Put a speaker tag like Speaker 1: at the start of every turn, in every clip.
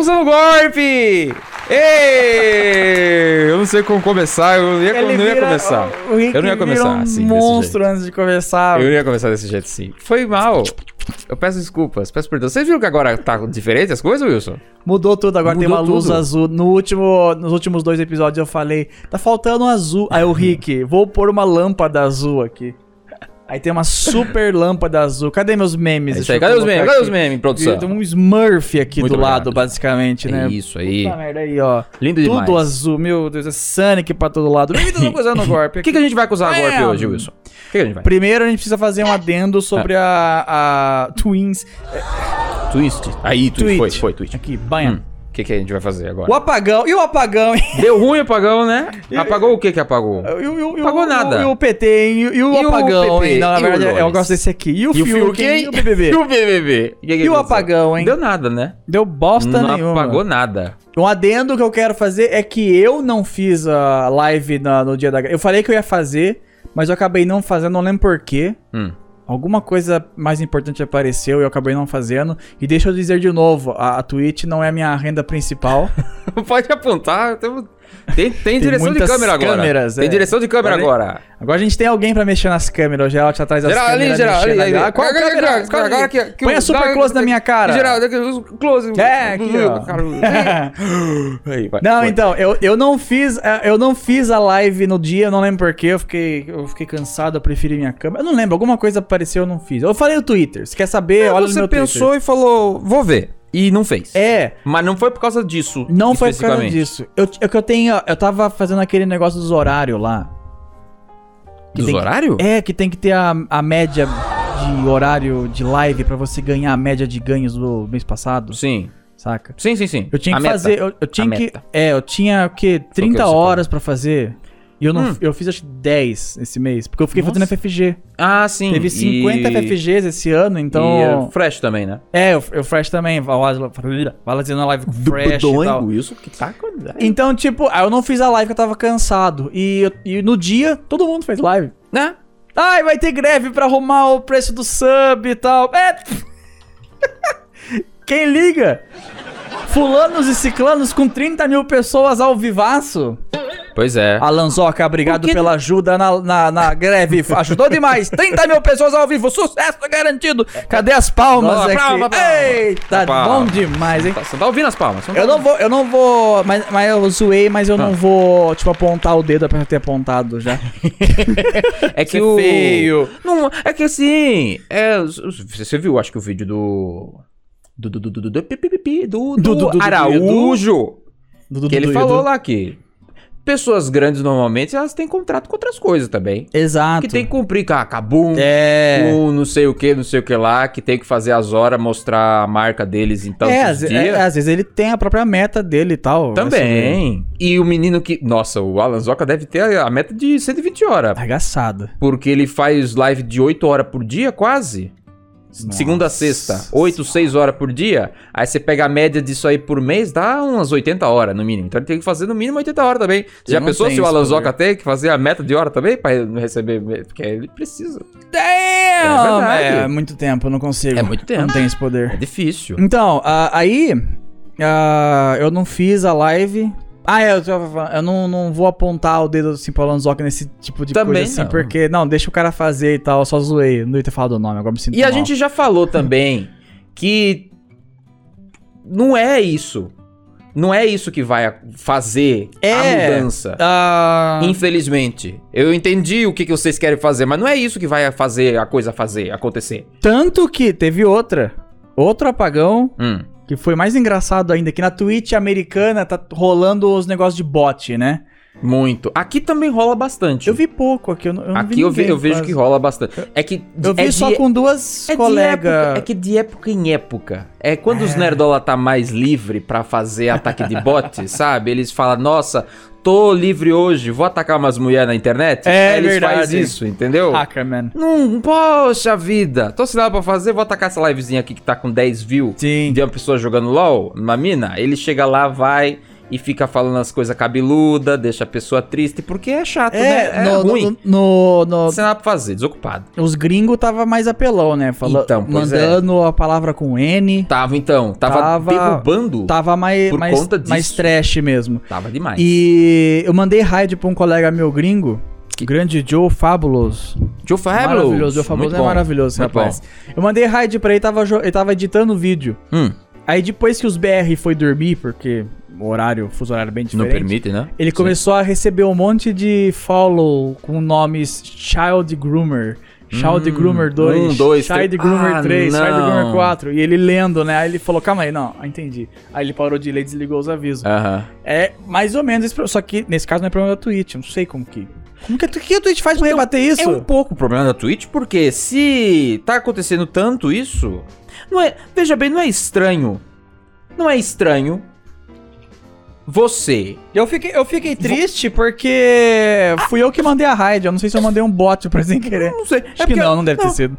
Speaker 1: usando golpe! Ei! Eu não sei como começar, eu, ia, eu não ia
Speaker 2: vira-
Speaker 1: começar.
Speaker 2: o- o Rick
Speaker 1: eu não ia
Speaker 2: vira
Speaker 1: começar assim.
Speaker 2: um
Speaker 1: desse
Speaker 2: monstro antes de começar.
Speaker 1: jeito. Eu não ia começar desse jeito, sim. Foi mal. Eu peço desculpas, peço perdão. Vocês viram que agora tá diferente as coisas, Wilson?
Speaker 2: Mudou tudo, agora tem
Speaker 1: Mudou
Speaker 2: uma luz
Speaker 1: tudo.
Speaker 2: azul. No último, nos últimos dois episódios eu falei, tá faltando um azul. Aí o Rick, vou pôr uma lâmpada azul aqui. Aí tem uma super lâmpada azul. Cadê meus
Speaker 1: É
Speaker 2: memes?
Speaker 1: isso
Speaker 2: Deixa
Speaker 1: aí.
Speaker 2: eu
Speaker 1: Cadê os
Speaker 2: colocar
Speaker 1: memes? Cadê
Speaker 2: aqui.
Speaker 1: os memes, produção?
Speaker 2: Tem um Smurf aqui
Speaker 1: Muito
Speaker 2: do
Speaker 1: obrigado.
Speaker 2: lado, basicamente, né?
Speaker 1: É isso aí.
Speaker 2: Puta merda aí, ó.
Speaker 1: Lindo demais.
Speaker 2: Tudo azul, meu Deus, é Sonic pra todo lado. Bem-vindos ao Coisa Então no Gorp.
Speaker 1: O que, que a gente vai acusar
Speaker 2: É.
Speaker 1: agora hoje, Wilson? O que, que a gente vai?
Speaker 2: Primeiro a gente precisa fazer um adendo sobre a, a Twins.
Speaker 1: Twist. Aí, twist.
Speaker 2: Tweet.
Speaker 1: Foi, foi, twist.
Speaker 2: Aqui, banha.
Speaker 1: O que, que a gente vai fazer agora?
Speaker 2: O apagão. E o apagão? E
Speaker 1: Deu ruim o apagão, né? Apagou o que que apagou?
Speaker 2: o- e o- e o-
Speaker 1: Apagou nada.
Speaker 2: E o PT, hein? E, e o
Speaker 1: E o
Speaker 2: apagão,
Speaker 1: PP,
Speaker 2: hein? Não, na
Speaker 1: e o
Speaker 2: verdade, eu
Speaker 1: Lolis.
Speaker 2: gosto desse aqui. E o
Speaker 1: E o
Speaker 2: Fiuk,
Speaker 1: Fiuk, hein?
Speaker 2: hein? E o BBB.
Speaker 1: E o BBB? E,
Speaker 2: E o apagão, hein?
Speaker 1: Deu nada, né?
Speaker 2: Deu bosta
Speaker 1: não
Speaker 2: nenhuma.
Speaker 1: apagou nada.
Speaker 2: Um adendo que eu quero fazer é que eu não fiz a live na- no dia da... Eu falei que eu ia fazer, mas eu acabei não fazendo, não lembro porquê.
Speaker 1: Hum.
Speaker 2: Alguma coisa mais importante apareceu e eu acabei não fazendo. E deixa eu dizer de novo, a, a Twitch não é a minha renda principal.
Speaker 1: Pode apontar. Tem, tem, tem direção de
Speaker 2: muitas
Speaker 1: câmera agora.
Speaker 2: câmeras,
Speaker 1: tem
Speaker 2: é.
Speaker 1: direção de câmera
Speaker 2: Olha aí.
Speaker 1: agora.
Speaker 2: Agora a gente tem alguém pra mexer nas câmeras. O Geraldo tá atrás das
Speaker 1: Geraldo, ali,
Speaker 2: câmeras.
Speaker 1: Geraldo,
Speaker 2: mexendo
Speaker 1: ali,
Speaker 2: ali.
Speaker 1: ali.
Speaker 2: Ah, qual
Speaker 1: Agora,
Speaker 2: câmera?
Speaker 1: agora,
Speaker 2: Qual
Speaker 1: agora
Speaker 2: ali?
Speaker 1: que- que
Speaker 2: Põe
Speaker 1: o-
Speaker 2: a super close na minha cara.
Speaker 1: Geraldo, aqui, os close.
Speaker 2: É, aqui, ó.
Speaker 1: Cara, Aí, vai.
Speaker 2: Não,
Speaker 1: Foi.
Speaker 2: então, eu, eu não fiz eh, eu não fiz a live no dia, eu não lembro porquê, eu fiquei, eu fiquei cansado, eu preferi minha câmera. Eu não lembro, alguma coisa apareceu, eu não fiz. Eu falei no Twitter, se quer saber, olha no
Speaker 1: Você
Speaker 2: meu
Speaker 1: pensou
Speaker 2: Twitter.
Speaker 1: e falou, vou ver. E não fez.
Speaker 2: É,
Speaker 1: Mas não foi por causa disso.
Speaker 2: não foi por causa
Speaker 1: especificamente.
Speaker 2: disso. Eu, é que eu tenho, eu tava fazendo aquele negócio dos horários lá. Que
Speaker 1: Dos
Speaker 2: tem que-
Speaker 1: horários?
Speaker 2: É, que tem que ter a, a média de horário de live pra você ganhar a média de ganhos do mês passado,
Speaker 1: Sim.
Speaker 2: saca?
Speaker 1: Sim, sim, sim.
Speaker 2: Eu tinha
Speaker 1: A
Speaker 2: que
Speaker 1: meta.
Speaker 2: fazer. Eu, eu tinha
Speaker 1: A
Speaker 2: que.
Speaker 1: meta.
Speaker 2: É, eu tinha o quê? 30
Speaker 1: você
Speaker 2: horas pra fazer. E eu
Speaker 1: Hum.
Speaker 2: não. Eu fiz acho que 10 esse mês. Porque eu fiquei fazendo FFG.
Speaker 1: Ah, sim.
Speaker 2: Teve
Speaker 1: e-
Speaker 2: 50 FFGs esse ano,
Speaker 1: E
Speaker 2: então.
Speaker 1: é, fresh também, né?
Speaker 2: É, o, o Fresh também. Fala fazendo a live com o Fresh e tal.
Speaker 1: Wilson, que tá acordado.
Speaker 2: Então, tipo, aí eu não fiz a live porque eu tava cansado. E, eu- e no dia, todo mundo fez live.
Speaker 1: Né?
Speaker 2: Ai, vai ter greve pra arrumar o preço do sub e tal. É. Quem liga? Fulanos e ciclanos com 30 mil pessoas ao vivaço.
Speaker 1: Pois é.
Speaker 2: Alanzoca, obrigado
Speaker 1: Por que-
Speaker 2: pela ajuda na, na, na greve. Ajudou demais. 30 mil pessoas ao vivo. Sucesso garantido. Cadê as palmas
Speaker 1: Ó,
Speaker 2: aqui?
Speaker 1: palma, palma.
Speaker 2: Eita,
Speaker 1: Palma.
Speaker 2: bom demais, hein?
Speaker 1: Tá- Você tá ouvindo as palmas? você tá
Speaker 2: Eu não vou, eu não vou, mas, mas eu zoei, mas eu
Speaker 1: Ah.
Speaker 2: não vou, tipo, apontar o dedo pra ter apontado já.
Speaker 1: ouvindo? É que
Speaker 2: Você é
Speaker 1: o...
Speaker 2: feio.
Speaker 1: Não, é que assim... É, os- os- você você viu, acho que o vídeo do... Do, do, do, do, do, do, pi, pi, pi, pi, do,
Speaker 2: Do- do- do-
Speaker 1: do
Speaker 2: do-
Speaker 1: Araújo.
Speaker 2: Do- do-
Speaker 1: Que ele
Speaker 2: do-
Speaker 1: falou
Speaker 2: do-
Speaker 1: lá que pessoas grandes normalmente elas têm contrato com outras coisas também.
Speaker 2: Exato.
Speaker 1: Que tem que cumprir com a Kabum,
Speaker 2: É.
Speaker 1: com não sei o que, não sei o que lá, que tem que fazer as horas, mostrar a marca deles em tantos
Speaker 2: É, às,
Speaker 1: dias.
Speaker 2: é, é, às vezes ele tem a própria meta dele e tal. é Vai ser
Speaker 1: Também. E o menino que. Nossa, o Alan Zoca deve ter a a meta de 120 horas.
Speaker 2: Arregaçado.
Speaker 1: Porque ele faz live de 8 horas por dia, quase. Segunda a sexta. 8, 6 horas por dia. Aí você pega a média disso aí por mês, dá umas 80 horas no mínimo. Então ele tem que fazer no mínimo 80 horas também. Você já
Speaker 2: não
Speaker 1: pensou
Speaker 2: tenho
Speaker 1: se o
Speaker 2: esse
Speaker 1: Alan
Speaker 2: poder.
Speaker 1: Zoca tem que fazer a meta de hora também pra ele receber? Porque ele precisa.
Speaker 2: Damn!
Speaker 1: verdade.
Speaker 2: É, muito tempo, eu não consigo.
Speaker 1: É muito tempo.
Speaker 2: Eu não tenho esse poder.
Speaker 1: É difícil.
Speaker 2: Então, ah, aí. ah, eu não fiz a live. Ah, é, eu, tava falando, eu não, não vou apontar o dedo assim pra Lanzoca nesse tipo de
Speaker 1: Também
Speaker 2: coisa assim,
Speaker 1: não.
Speaker 2: porque. Não, deixa o cara fazer e tal, eu só zoei. eu Não ia ter falado o nome, agora me sinto
Speaker 1: E a
Speaker 2: mal.
Speaker 1: gente já falou também que não é isso. Não é isso que vai fazer
Speaker 2: É.
Speaker 1: a mudança.
Speaker 2: Ah,
Speaker 1: Infelizmente. Eu entendi o que, que vocês querem fazer, mas não é isso que vai fazer a coisa fazer, acontecer.
Speaker 2: Tanto que teve outra. Outro apagão
Speaker 1: Hum.
Speaker 2: Que foi mais engraçado ainda, que na Twitch americana tá rolando os negócios de bot, né?
Speaker 1: Muito. Aqui também rola bastante.
Speaker 2: Eu vi pouco aqui, eu não, eu não
Speaker 1: Aqui
Speaker 2: vi
Speaker 1: eu, ve-
Speaker 2: ninguém
Speaker 1: eu vejo
Speaker 2: quase.
Speaker 1: que rola bastante. É que
Speaker 2: Eu vi
Speaker 1: é
Speaker 2: só
Speaker 1: de-
Speaker 2: com
Speaker 1: É,
Speaker 2: duas
Speaker 1: de época-
Speaker 2: colegas.
Speaker 1: é que de época em época. É quando os nerdola tá mais livre pra fazer ataque de bot, sabe? Eles falam, nossa, tô livre hoje, vou atacar umas mulheres na internet.
Speaker 2: É
Speaker 1: Aí eles
Speaker 2: verdade.
Speaker 1: fazem isso, entendeu?
Speaker 2: Hackerman.
Speaker 1: Não, poxa vida. Tô assinado pra fazer, vou atacar essa livezinha aqui que tá com 10 views
Speaker 2: Sim.
Speaker 1: de uma pessoa jogando LOL, uma mina. Ele chega lá, vai e fica falando as coisas cabeluda, deixa a pessoa triste, porque é chato, né? É
Speaker 2: no,
Speaker 1: ruim.
Speaker 2: no, no, no-
Speaker 1: Não tem nada pra fazer, desocupado.
Speaker 2: os gringos tava mais apelão, né? Fala,
Speaker 1: Então, pois é.
Speaker 2: mandando a palavra com N.
Speaker 1: Tava então, tava,
Speaker 2: Tava-
Speaker 1: derrubando.
Speaker 2: Tava mais,
Speaker 1: Por
Speaker 2: mais,
Speaker 1: conta disso.
Speaker 2: mais trash mesmo.
Speaker 1: Tava demais.
Speaker 2: E eu mandei raid pra um colega meu gringo, grande Joe Fabulous.
Speaker 1: Joe Fabulous.
Speaker 2: Maravilhoso, Joe Fabulous
Speaker 1: Muito
Speaker 2: é
Speaker 1: bom.
Speaker 2: maravilhoso,
Speaker 1: Muito
Speaker 2: rapaz. Eu mandei raid pra ele, tava, jo- ele tava editando o vídeo.
Speaker 1: Hum,
Speaker 2: Aí depois que os BR foi dormir, porque o horário, o fuso horário é bem
Speaker 1: não
Speaker 2: diferente.
Speaker 1: permite, né?
Speaker 2: Ele
Speaker 1: Sim.
Speaker 2: começou a receber um monte de follow com nomes Child Groomer, Child
Speaker 1: Hum,
Speaker 2: Groomer 2,
Speaker 1: um, dois,
Speaker 2: Child
Speaker 1: três.
Speaker 2: Groomer
Speaker 1: Ah,
Speaker 2: 3, Child
Speaker 1: não.
Speaker 2: Groomer 4. E ele lendo, né? Aí ele falou, calma aí, não, entendi. Aí ele parou de ler e desligou os avisos.
Speaker 1: Aham.
Speaker 2: É mais ou menos esse pro- Só que nesse caso não é problema da Twitch, eu não sei como que. Como que, a- o que a Twitch faz pra rebater isso?
Speaker 1: É um pouco o problema da Twitch, porque se tá acontecendo tanto isso, não é, veja bem, não é estranho. Não é estranho você
Speaker 2: Eu fiquei, eu fiquei É triste porque fui eu que mandei a raid. Eu não sei se eu mandei um bot pra sem querer.
Speaker 1: Não sei. É
Speaker 2: Acho que não, não deve ter sido.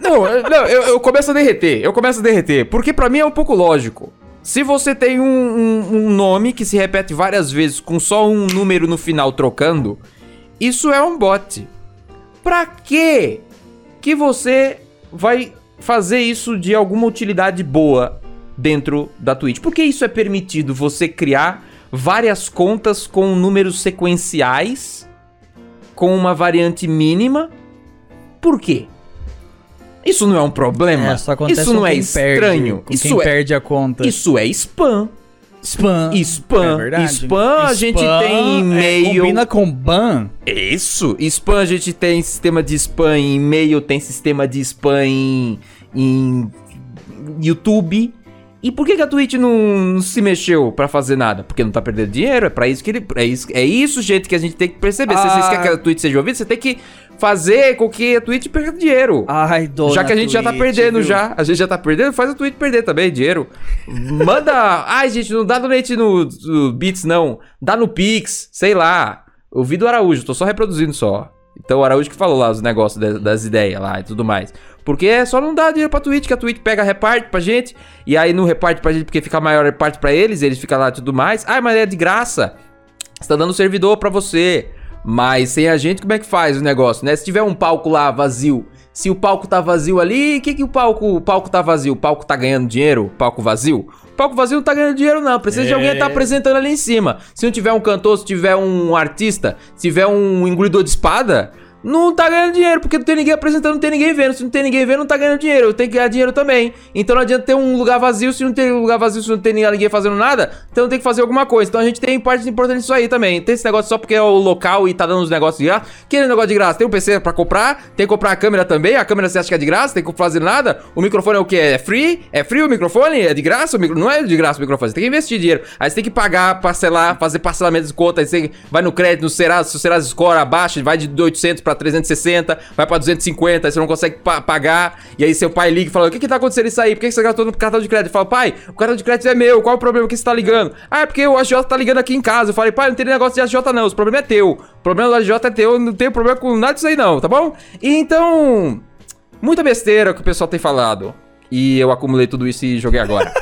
Speaker 1: Não, eu- não, eu, eu começo a derreter. Eu começo a derreter. Porque pra mim é um pouco lógico. Se você tem um, um- um nome que se repete várias vezes com só um número no final trocando, isso é um bot. Pra quê que você vai fazer isso de alguma utilidade boa dentro da Twitch? Por que isso é permitido? Você criar várias contas com números sequenciais, com uma variante mínima? Por quê? Isso não é um problema. isso não é estranho. Isso é,
Speaker 2: perde a conta.
Speaker 1: isso é spam.
Speaker 2: Spam. é
Speaker 1: Spam. É spam, é a gente tem e-mail.
Speaker 2: Combina com ban.
Speaker 1: Isso! Spam, a gente tem sistema de spam em e-mail, tem sistema de spam em, em YouTube. E por que, que a Twitch não, não se mexeu pra fazer nada? Porque não tá perdendo dinheiro, é pra isso que ele. É isso, é isso gente, que a gente tem que perceber. Se vocês
Speaker 2: Ah.
Speaker 1: querem que a Twitch seja ouvida, você tem que fazer com que a Twitch perca dinheiro.
Speaker 2: Ai, dona
Speaker 1: Já que a gente já tá
Speaker 2: Twitch,
Speaker 1: perdendo
Speaker 2: viu?
Speaker 1: já. A gente já tá perdendo, faz a Twitch perder também, dinheiro. Manda. Ai, gente, não dá donate no, no Beats, não. Dá no Pix, sei lá. Ouvi do Araújo, tô só reproduzindo só. Então o Araújo que falou lá os negócios da- das, ideias lá e tudo mais. Porque é só não dar dinheiro pra Twitch, que a Twitch pega, reparte pra gente. E aí não reparte pra gente porque fica maior reparte pra eles, eles ficam lá e tudo mais. Ai, mas é de graça. Você tá dando servidor pra você. Mas sem a gente, como é que faz o negócio, né? Se tiver um palco lá vazio, se o palco tá vazio ali, o que que o palco, o palco tá vazio? O palco tá ganhando dinheiro? O palco vazio? O palco vazio não tá ganhando dinheiro não, precisa de
Speaker 2: É.
Speaker 1: alguém que tá apresentando ali em cima. Se não tiver um cantor, se tiver um artista, se tiver um engolidor de espada, não tá ganhando dinheiro, porque não tem ninguém apresentando, não tem ninguém vendo. Se não tem ninguém vendo, não tá ganhando dinheiro. Eu tenho que ganhar dinheiro também. Então não adianta ter um lugar vazio, se não tem lugar vazio, se não tem ninguém fazendo nada, então tem que fazer alguma coisa. Então a gente tem partes importantes disso aí também. Tem esse negócio só porque é o local e tá dando uns negócios de graça. Que é negócio de graça? Tem um PC pra comprar, tem que comprar a câmera também. A câmera você acha que é de graça, tem que fazer nada. O microfone é o quê? É free? É free o microfone? É de graça? O micro... Não é de graça o microfone, você tem que investir dinheiro. Aí você tem que pagar, parcelar, fazer parcelamento de conta. Aí você vai no crédito, no Serasa, se o Serasa score abaixa, vai de 800 pra 360, vai pra 250, aí você não consegue pa- pagar. E aí seu pai liga e fala: O que que tá acontecendo isso aí? Por que que você gastou no cartão de crédito? Fala: Pai, o cartão de crédito é meu, qual o problema que você tá ligando? Ah, é porque o AJ tá ligando aqui em casa. Eu falei: Pai, não tem negócio de AJ não, o problema é teu. O problema do AJ é teu, eu não tenho problema com nada disso aí não, tá bom? E então. Muita besteira que o pessoal tem falado. E eu acumulei tudo isso e joguei agora.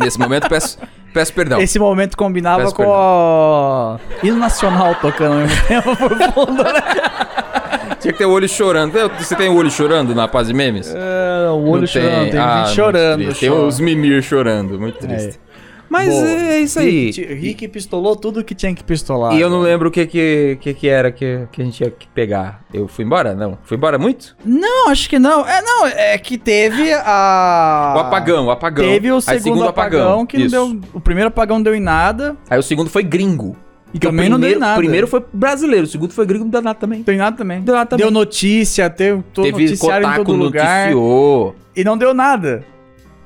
Speaker 1: Nesse momento, peço, peço perdão.
Speaker 2: Esse momento combinava
Speaker 1: Peço
Speaker 2: com o hino nacional tocando ao mesmo tempo por fundo, né?
Speaker 1: Tinha que ter o olho chorando. Você tem o olho chorando na paz de memes?
Speaker 2: É, o olho
Speaker 1: Não
Speaker 2: chorando, tem
Speaker 1: Ah,
Speaker 2: gente
Speaker 1: muito
Speaker 2: chorando.
Speaker 1: triste. Tem
Speaker 2: chora. É.
Speaker 1: os mimir chorando. Muito triste. Mas
Speaker 2: Boa.
Speaker 1: é isso aí.
Speaker 2: Rick, Rick pistolou tudo que tinha que pistolar.
Speaker 1: E eu não lembro o que que, que, que era que, que a gente ia que pegar. Eu fui embora? Não. Fui embora muito?
Speaker 2: Não, acho que não. É, não, é que teve a.
Speaker 1: O apagão, o apagão.
Speaker 2: Ah, Teve o
Speaker 1: Aí,
Speaker 2: segundo, apagão, que
Speaker 1: Isso.
Speaker 2: não deu. O primeiro apagão não deu em nada.
Speaker 1: Aí o segundo foi gringo.
Speaker 2: E
Speaker 1: Porque é o
Speaker 2: também não deu em
Speaker 1: primeiro-
Speaker 2: nada.
Speaker 1: O primeiro foi brasileiro, o segundo foi gringo, não deu nada também.
Speaker 2: não deu em nada também.
Speaker 1: Deu nada também.
Speaker 2: Deu notícia, teve todo
Speaker 1: Teve
Speaker 2: noticiário em todo
Speaker 1: Kotaku
Speaker 2: lugar.
Speaker 1: noticiou.
Speaker 2: E não deu nada.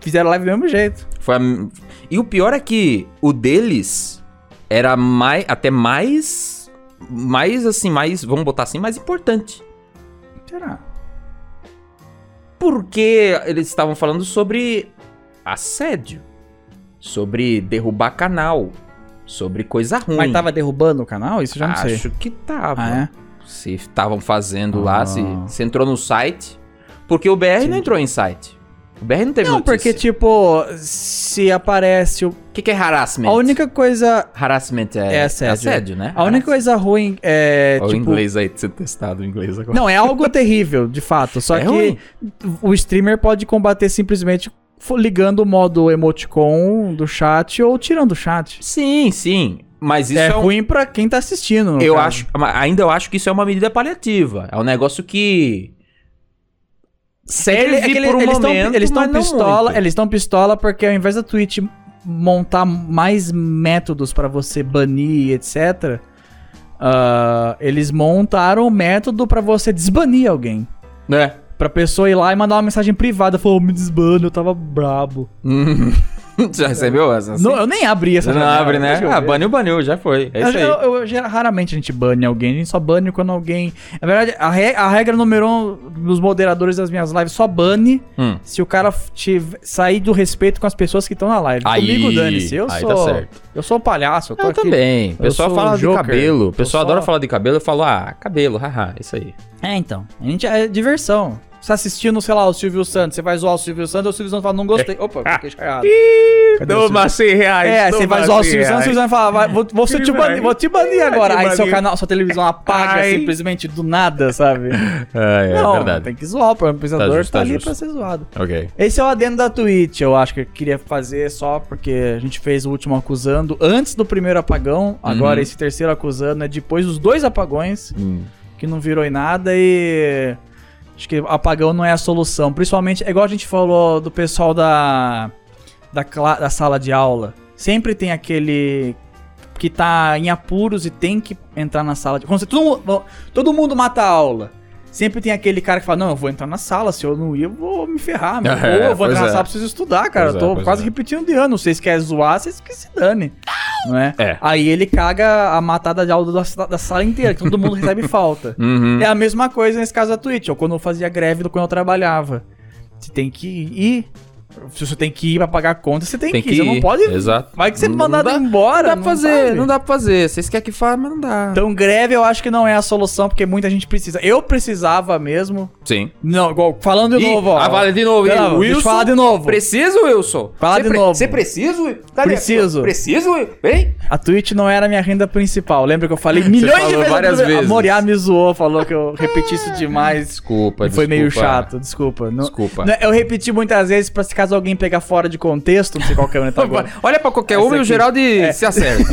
Speaker 2: Fizeram live do mesmo jeito.
Speaker 1: Foi a- E o pior é que o deles era mais, até mais, mais assim, mais, vamos botar assim, mais importante.
Speaker 2: Será?
Speaker 1: Porque eles estavam falando sobre assédio, sobre derrubar canal, sobre coisa ruim.
Speaker 2: Mas tava derrubando o canal? Isso eu já não
Speaker 1: Hum. Acho
Speaker 2: sei.
Speaker 1: que tava.
Speaker 2: Ah, é?
Speaker 1: Se estavam fazendo
Speaker 2: Ah.
Speaker 1: lá, se, se entrou no site. Porque o BR não entrou em site. O BR não teve
Speaker 2: Não,
Speaker 1: notícia.
Speaker 2: porque, tipo, se aparece. O...
Speaker 1: O que, que é harassment?
Speaker 2: A única coisa.
Speaker 1: Harassment é,
Speaker 2: É assédio.
Speaker 1: né?
Speaker 2: A única coisa ruim é.
Speaker 1: Olha o
Speaker 2: tipo,
Speaker 1: inglês aí, de ser testado o inglês agora.
Speaker 2: Não, é algo terrível, de fato. Só
Speaker 1: É
Speaker 2: que
Speaker 1: ruim.
Speaker 2: o streamer pode combater simplesmente fo- ligando o modo emoticon do chat ou tirando o chat.
Speaker 1: Sim, sim. Mas isso
Speaker 2: é,
Speaker 1: é, um,
Speaker 2: ruim pra quem tá assistindo. no
Speaker 1: Eu
Speaker 2: caso.
Speaker 1: acho, ma- ainda eu acho que isso é uma medida paliativa. É um negócio que serve
Speaker 2: É que ele-
Speaker 1: por um
Speaker 2: eles tão-
Speaker 1: momento,
Speaker 2: eles estão
Speaker 1: mas não
Speaker 2: pistola,
Speaker 1: muito.
Speaker 2: eles estão pistola porque ao invés da Twitch montar mais métodos pra você banir, etc, ah, eles montaram um método pra você desbanir alguém.
Speaker 1: né?
Speaker 2: Pra pessoa ir lá e mandar uma mensagem privada, falou, "Oh, me desbana, eu tava brabo.
Speaker 1: Hum. já recebeu essa? assim?
Speaker 2: Não, eu nem abri essa
Speaker 1: Você não
Speaker 2: janela,
Speaker 1: abre, né?
Speaker 2: deixa eu
Speaker 1: Ah,
Speaker 2: ver.
Speaker 1: baniu, baniu, já foi. É
Speaker 2: Eu,
Speaker 1: isso aí.
Speaker 2: eu- eu- gera- raramente a gente bane alguém, a gente só bane quando alguém. Na verdade, a, re- a regra número um dos moderadores das minhas lives só bane
Speaker 1: Hum.
Speaker 2: se o cara f- tive- sair do respeito com as pessoas que estão na live.
Speaker 1: Aí-
Speaker 2: Comigo, dane-se. Eu
Speaker 1: aí
Speaker 2: sou.
Speaker 1: tá certo.
Speaker 2: Eu sou um palhaço, eu tô
Speaker 1: Eu
Speaker 2: aqui.
Speaker 1: também. O pessoal
Speaker 2: sou
Speaker 1: fala
Speaker 2: o
Speaker 1: de
Speaker 2: Joker.
Speaker 1: cabelo. O pessoal
Speaker 2: só-
Speaker 1: adora falar de cabelo. Eu falo, ah, cabelo, haha, isso aí.
Speaker 2: É, então. A gente é diversão. Você tá assistindo, sei lá, o Silvio Santos, você vai zoar o Silvio Santos, o Silvio Santos fala, não gostei. Opa, fiquei chateado. Cadê o Silvio?
Speaker 1: 100 reais.
Speaker 2: É, você vai zoar o Silvio Santos, o Silvio Santos vai falar, vai, vou, vou te
Speaker 1: Vai.
Speaker 2: banir, vou te banir agora.
Speaker 1: te
Speaker 2: Aí seu
Speaker 1: banir.
Speaker 2: canal, sua televisão apaga
Speaker 1: Ai.
Speaker 2: simplesmente do nada, sabe?
Speaker 1: É, é
Speaker 2: não,
Speaker 1: verdade.
Speaker 2: tem que zoar, o pensador tá,
Speaker 1: justo, tá
Speaker 2: ali
Speaker 1: justo.
Speaker 2: pra ser zoado.
Speaker 1: Ok.
Speaker 2: Esse é o adendo da Twitch, eu acho que eu queria fazer só porque a gente fez o último acusando antes do primeiro apagão, agora
Speaker 1: Uhum.
Speaker 2: esse terceiro acusando é depois dos dois apagões,
Speaker 1: Hum.
Speaker 2: que não virou em nada e acho que apagão não é a solução, principalmente, é igual a gente falou do pessoal da da, cla- da sala de aula, sempre tem aquele que tá em apuros e tem que entrar na sala de quando você- todo, mundo- todo mundo mata a aula. Sempre tem aquele cara que fala, não, eu vou entrar na sala, se eu não ir, eu vou me ferrar, meu.
Speaker 1: É,
Speaker 2: Ou eu vou
Speaker 1: pois
Speaker 2: entrar na
Speaker 1: é.
Speaker 2: sala, preciso estudar, cara.
Speaker 1: Pois
Speaker 2: eu
Speaker 1: é,
Speaker 2: tô
Speaker 1: pois
Speaker 2: quase
Speaker 1: é.
Speaker 2: repetindo de ano. Vocês querem zoar, vocês que se dane. Não é?
Speaker 1: É.
Speaker 2: Aí ele caga a matada de aula da, sa- da sala inteira, que todo mundo recebe falta.
Speaker 1: Uhum.
Speaker 2: É a mesma coisa nesse caso da Twitch, ou quando eu fazia greve, ou quando eu trabalhava. Você tem que ir. Se você tem que ir pra pagar a conta, você tem,
Speaker 1: Tem
Speaker 2: que ir. Você não pode.
Speaker 1: Exato.
Speaker 2: Vai que você é
Speaker 1: Não
Speaker 2: mandado
Speaker 1: dá- Não
Speaker 2: embora.
Speaker 1: dá pra fazer,
Speaker 2: sabe?
Speaker 1: não dá pra fazer. Vocês querem que fale, mas não dá.
Speaker 2: Então, greve eu acho que não é a solução, porque muita gente precisa. Eu precisava mesmo.
Speaker 1: Sim.
Speaker 2: Não, igual, falando de
Speaker 1: Ih,
Speaker 2: novo, ó.
Speaker 1: ah, vale de novo, hein?
Speaker 2: Não, deixa eu
Speaker 1: Wilson,
Speaker 2: falar de novo.
Speaker 1: Preciso, Wilson?
Speaker 2: Fala
Speaker 1: Você
Speaker 2: de novo.
Speaker 1: Você precisa, Wilson? Cadê?
Speaker 2: Preciso.
Speaker 1: Preciso, Wilson? Hein?
Speaker 2: A Twitch não era a minha renda principal. Lembra que eu falei milhões de
Speaker 1: falou
Speaker 2: vezes?
Speaker 1: várias
Speaker 2: a
Speaker 1: vezes.
Speaker 2: Moriá me zoou, falou que eu repeti isso demais.
Speaker 1: Desculpa,
Speaker 2: E foi meio chato, desculpa. Não-
Speaker 1: Desculpa.
Speaker 2: Não, é- Eu repeti muitas vezes pra se caso alguém pegar fora de contexto, não sei qual câmera tá agora.
Speaker 1: Olha pra qualquer
Speaker 2: Essa
Speaker 1: um e o
Speaker 2: aqui. é.
Speaker 1: Geraldo se acerta.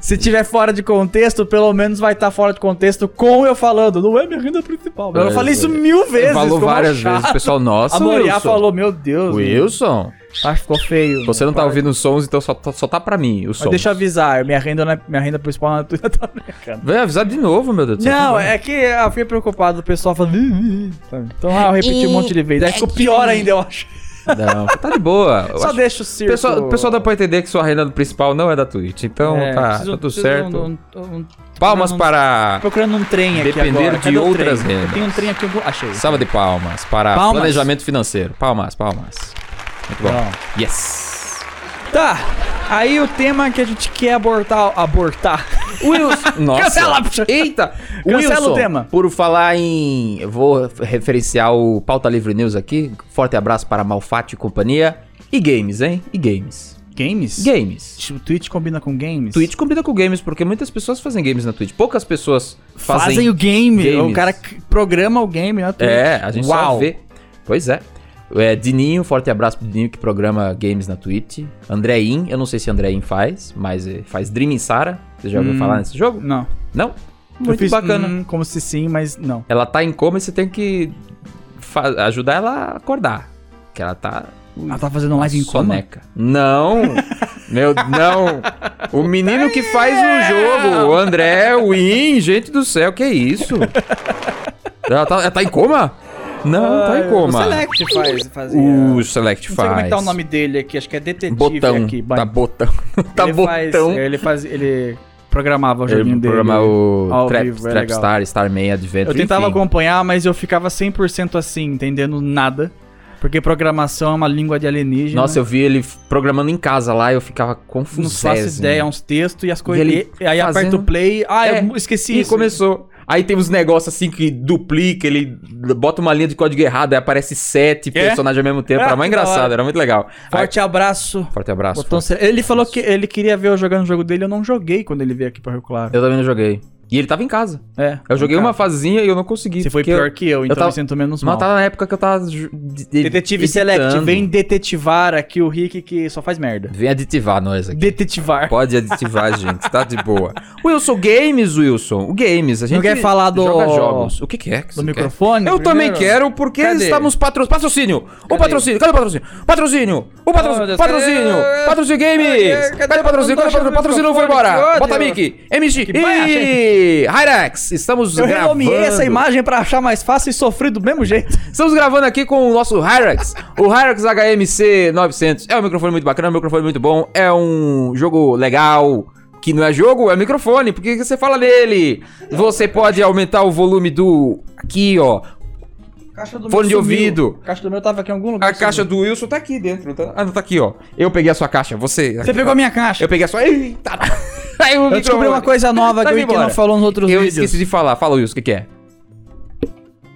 Speaker 2: Se tiver fora de contexto, pelo menos vai estar fora de contexto com eu falando. Não é minha renda principal. Mas eu
Speaker 1: É,
Speaker 2: falei
Speaker 1: isso
Speaker 2: isso
Speaker 1: aí.
Speaker 2: mil vezes.
Speaker 1: Falou
Speaker 2: ficou
Speaker 1: várias
Speaker 2: chato.
Speaker 1: vezes, pessoal. Nossa,
Speaker 2: A Moriá
Speaker 1: Wilson.
Speaker 2: falou, meu Deus.
Speaker 1: Wilson,
Speaker 2: Ah, ficou feio.
Speaker 1: você não tá
Speaker 2: Para.
Speaker 1: ouvindo os sons, então só, só tá pra mim o som.
Speaker 2: Mas deixa eu avisar, minha renda, não é- minha renda principal não é Twitter, tá brincando.
Speaker 1: Vai avisar de novo, meu Deus do céu.
Speaker 2: Não, é que eu fiquei preocupado, o pessoal falando. "Ih, ih", sabe? Então ah, eu repeti um monte de vezes. Aí ficou pior ainda, eu acho.
Speaker 1: Não, tá de boa. Eu
Speaker 2: Só
Speaker 1: acho-
Speaker 2: deixa o
Speaker 1: O
Speaker 2: circo.
Speaker 1: pessoal, o pessoal dá pra entender que sua renda principal não é da Twitch. Então
Speaker 2: É,
Speaker 1: tá,
Speaker 2: preciso-
Speaker 1: tudo
Speaker 2: preciso
Speaker 1: certo.
Speaker 2: um- um- um-
Speaker 1: Palmas
Speaker 2: um-
Speaker 1: para.
Speaker 2: procurando um trem aqui
Speaker 1: Depender
Speaker 2: agora.
Speaker 1: de
Speaker 2: Cadê o trem?
Speaker 1: outras rendas.
Speaker 2: Eu tenho um trem aqui, eu vou... achei.
Speaker 1: Salva de palmas para
Speaker 2: Palmas.
Speaker 1: planejamento financeiro. Palmas, palmas. Muito é bom.
Speaker 2: Não.
Speaker 1: Yes.
Speaker 2: Tá. Aí o tema que a gente quer abortar, abortar.
Speaker 1: Wilson. Nossa.
Speaker 2: Cancela, puxa.
Speaker 1: Eita.
Speaker 2: Cancela
Speaker 1: Wilson,
Speaker 2: o tema.
Speaker 1: Por falar em. eu Vou referenciar o Pauta Livre News aqui. Forte abraço para Malfatti e companhia. E games, hein? E games.
Speaker 2: Games?
Speaker 1: Games.
Speaker 2: O Twitch combina com games?
Speaker 1: Twitch combina com games, porque muitas pessoas fazem games na Twitch. Poucas pessoas fazem.
Speaker 2: fazem, o game.
Speaker 1: games.
Speaker 2: O cara que programa o game né? na Twitch.
Speaker 1: É, a gente
Speaker 2: Uau.
Speaker 1: só vê. Pois é. é. Dininho, forte abraço pro Dininho que programa games na Twitch. Andrein, eu não sei se Andrein faz, mas eh, faz Dreaming Sarah. Você já ouviu
Speaker 2: Hum.
Speaker 1: falar nesse jogo?
Speaker 2: Não.
Speaker 1: Não?
Speaker 2: Eu
Speaker 1: Muito
Speaker 2: fiz,
Speaker 1: bacana.
Speaker 2: hum, como se sim, mas não.
Speaker 1: Ela tá em coma e você tem que fa- ajudar ela a acordar. Que ela tá.
Speaker 2: Ela tá fazendo live em coma?
Speaker 1: soneca. Não! Meu, não! O menino que faz o jogo, o André, o In, gente do céu, que isso? Ela tá, ela tá em coma? Não, tá em coma.
Speaker 2: Ah, O Select faz, fazia.
Speaker 1: O Select
Speaker 2: não
Speaker 1: faz.
Speaker 2: sei como é que tá o nome dele aqui, acho que é Detetive
Speaker 1: Botão.
Speaker 2: aqui.
Speaker 1: tá botão. tá
Speaker 2: ele faz-
Speaker 1: botão.
Speaker 2: ele faz. Ele programava o joguinho
Speaker 1: Ele
Speaker 2: dele.
Speaker 1: programa o
Speaker 2: ao
Speaker 1: Trap,
Speaker 2: vivo, é legal.
Speaker 1: Trapstar, Starman Adventure.
Speaker 2: Eu tentava
Speaker 1: enfim.
Speaker 2: acompanhar, mas eu ficava 100% assim, entendendo nada. Porque programação é uma língua de alienígena.
Speaker 1: Nossa, eu vi ele f- programando em casa lá, eu ficava
Speaker 2: não
Speaker 1: confuso.
Speaker 2: um faço ideia, é uns textos e as coisas.
Speaker 1: E ele
Speaker 2: e- Aí aperta
Speaker 1: fazendo-
Speaker 2: o play. Ah,
Speaker 1: É,
Speaker 2: eu esqueci
Speaker 1: E
Speaker 2: isso.
Speaker 1: começou. Aí tem uns negócios assim que duplica, ele bota uma linha de código errado, aí aparece sete
Speaker 2: É?
Speaker 1: personagens ao mesmo tempo.
Speaker 2: Ah,
Speaker 1: Era mais
Speaker 2: que da
Speaker 1: engraçado,
Speaker 2: hora.
Speaker 1: era muito legal. Aí-
Speaker 2: Forte abraço.
Speaker 1: forte abraço.
Speaker 2: Botão
Speaker 1: forte.
Speaker 2: cere- ele falou que ele queria ver eu jogando o jogo dele, eu não joguei quando ele veio aqui pra Rio Claro.
Speaker 1: Eu também não joguei. E ele tava em casa.
Speaker 2: É.
Speaker 1: Eu joguei
Speaker 2: cara,
Speaker 1: uma fasezinha e eu não consegui.
Speaker 2: Você foi
Speaker 1: porque eu-
Speaker 2: pior que eu, então
Speaker 1: tava-
Speaker 2: eu sinto menos mal.
Speaker 1: Mas tava na época que eu tava. ju- de- de-
Speaker 2: Detetive Select,
Speaker 1: editando.
Speaker 2: vem detetivar aqui o Rick que só faz merda.
Speaker 1: Vem aditivar nós aqui.
Speaker 2: Detetivar.
Speaker 1: Pode aditivar, gente, tá de boa. Wilson, games, Wilson. O games, a gente
Speaker 2: Não quer falar do-
Speaker 1: joga jogos. O que que é que
Speaker 2: Do
Speaker 1: você quer?
Speaker 2: microfone?
Speaker 1: Eu também
Speaker 2: primeiro?
Speaker 1: quero, porque
Speaker 2: Cadê?
Speaker 1: estamos patro... patrocínio. O patrocínio, cadê o patrocínio? Patrocínínio! O
Speaker 2: Oh, meu
Speaker 1: patrocínio!
Speaker 2: Deus,
Speaker 1: patrocínio!
Speaker 2: cadê?
Speaker 1: Patrocínio
Speaker 2: Cadê?
Speaker 1: Games!
Speaker 2: Cadê?
Speaker 1: Cadê o patrocínio? Cadê o
Speaker 2: Não tô
Speaker 1: patrocínio?
Speaker 2: achando
Speaker 1: patrocínio
Speaker 2: o
Speaker 1: foi
Speaker 2: microfone, que
Speaker 1: embora!
Speaker 2: ódio.
Speaker 1: Bota mic! MG!
Speaker 2: Que vai,
Speaker 1: E Hyrax! Estamos
Speaker 2: Eu
Speaker 1: gravando.
Speaker 2: renomeei essa imagem pra achar mais fácil e sofri do mesmo jeito.
Speaker 1: Estamos gravando aqui com o nosso Hyrax, o Hyrax HMC 900. É um microfone muito bacana, é um microfone muito bom, é um jogo legal, que não é jogo, é microfone, porque você fala nele. Você pode aumentar o volume do aqui, ó.
Speaker 2: Caixa do
Speaker 1: Fone de ouvido.
Speaker 2: A caixa do meu tava aqui em algum lugar.
Speaker 1: A caixa do Wilson tá aqui dentro, não tá? Ah, não tá aqui, ó. Eu peguei a sua caixa, você.
Speaker 2: Você pegou a minha caixa.
Speaker 1: Eu peguei a sua. Eita! Aí o
Speaker 2: Eu descobri
Speaker 1: microfone.
Speaker 2: uma coisa nova
Speaker 1: Tá
Speaker 2: que o
Speaker 1: indo
Speaker 2: Rick não
Speaker 1: embora.
Speaker 2: falou nos outros
Speaker 1: Eu
Speaker 2: vídeos.
Speaker 1: esqueci de falar. Fala, Wilson, o que, que é?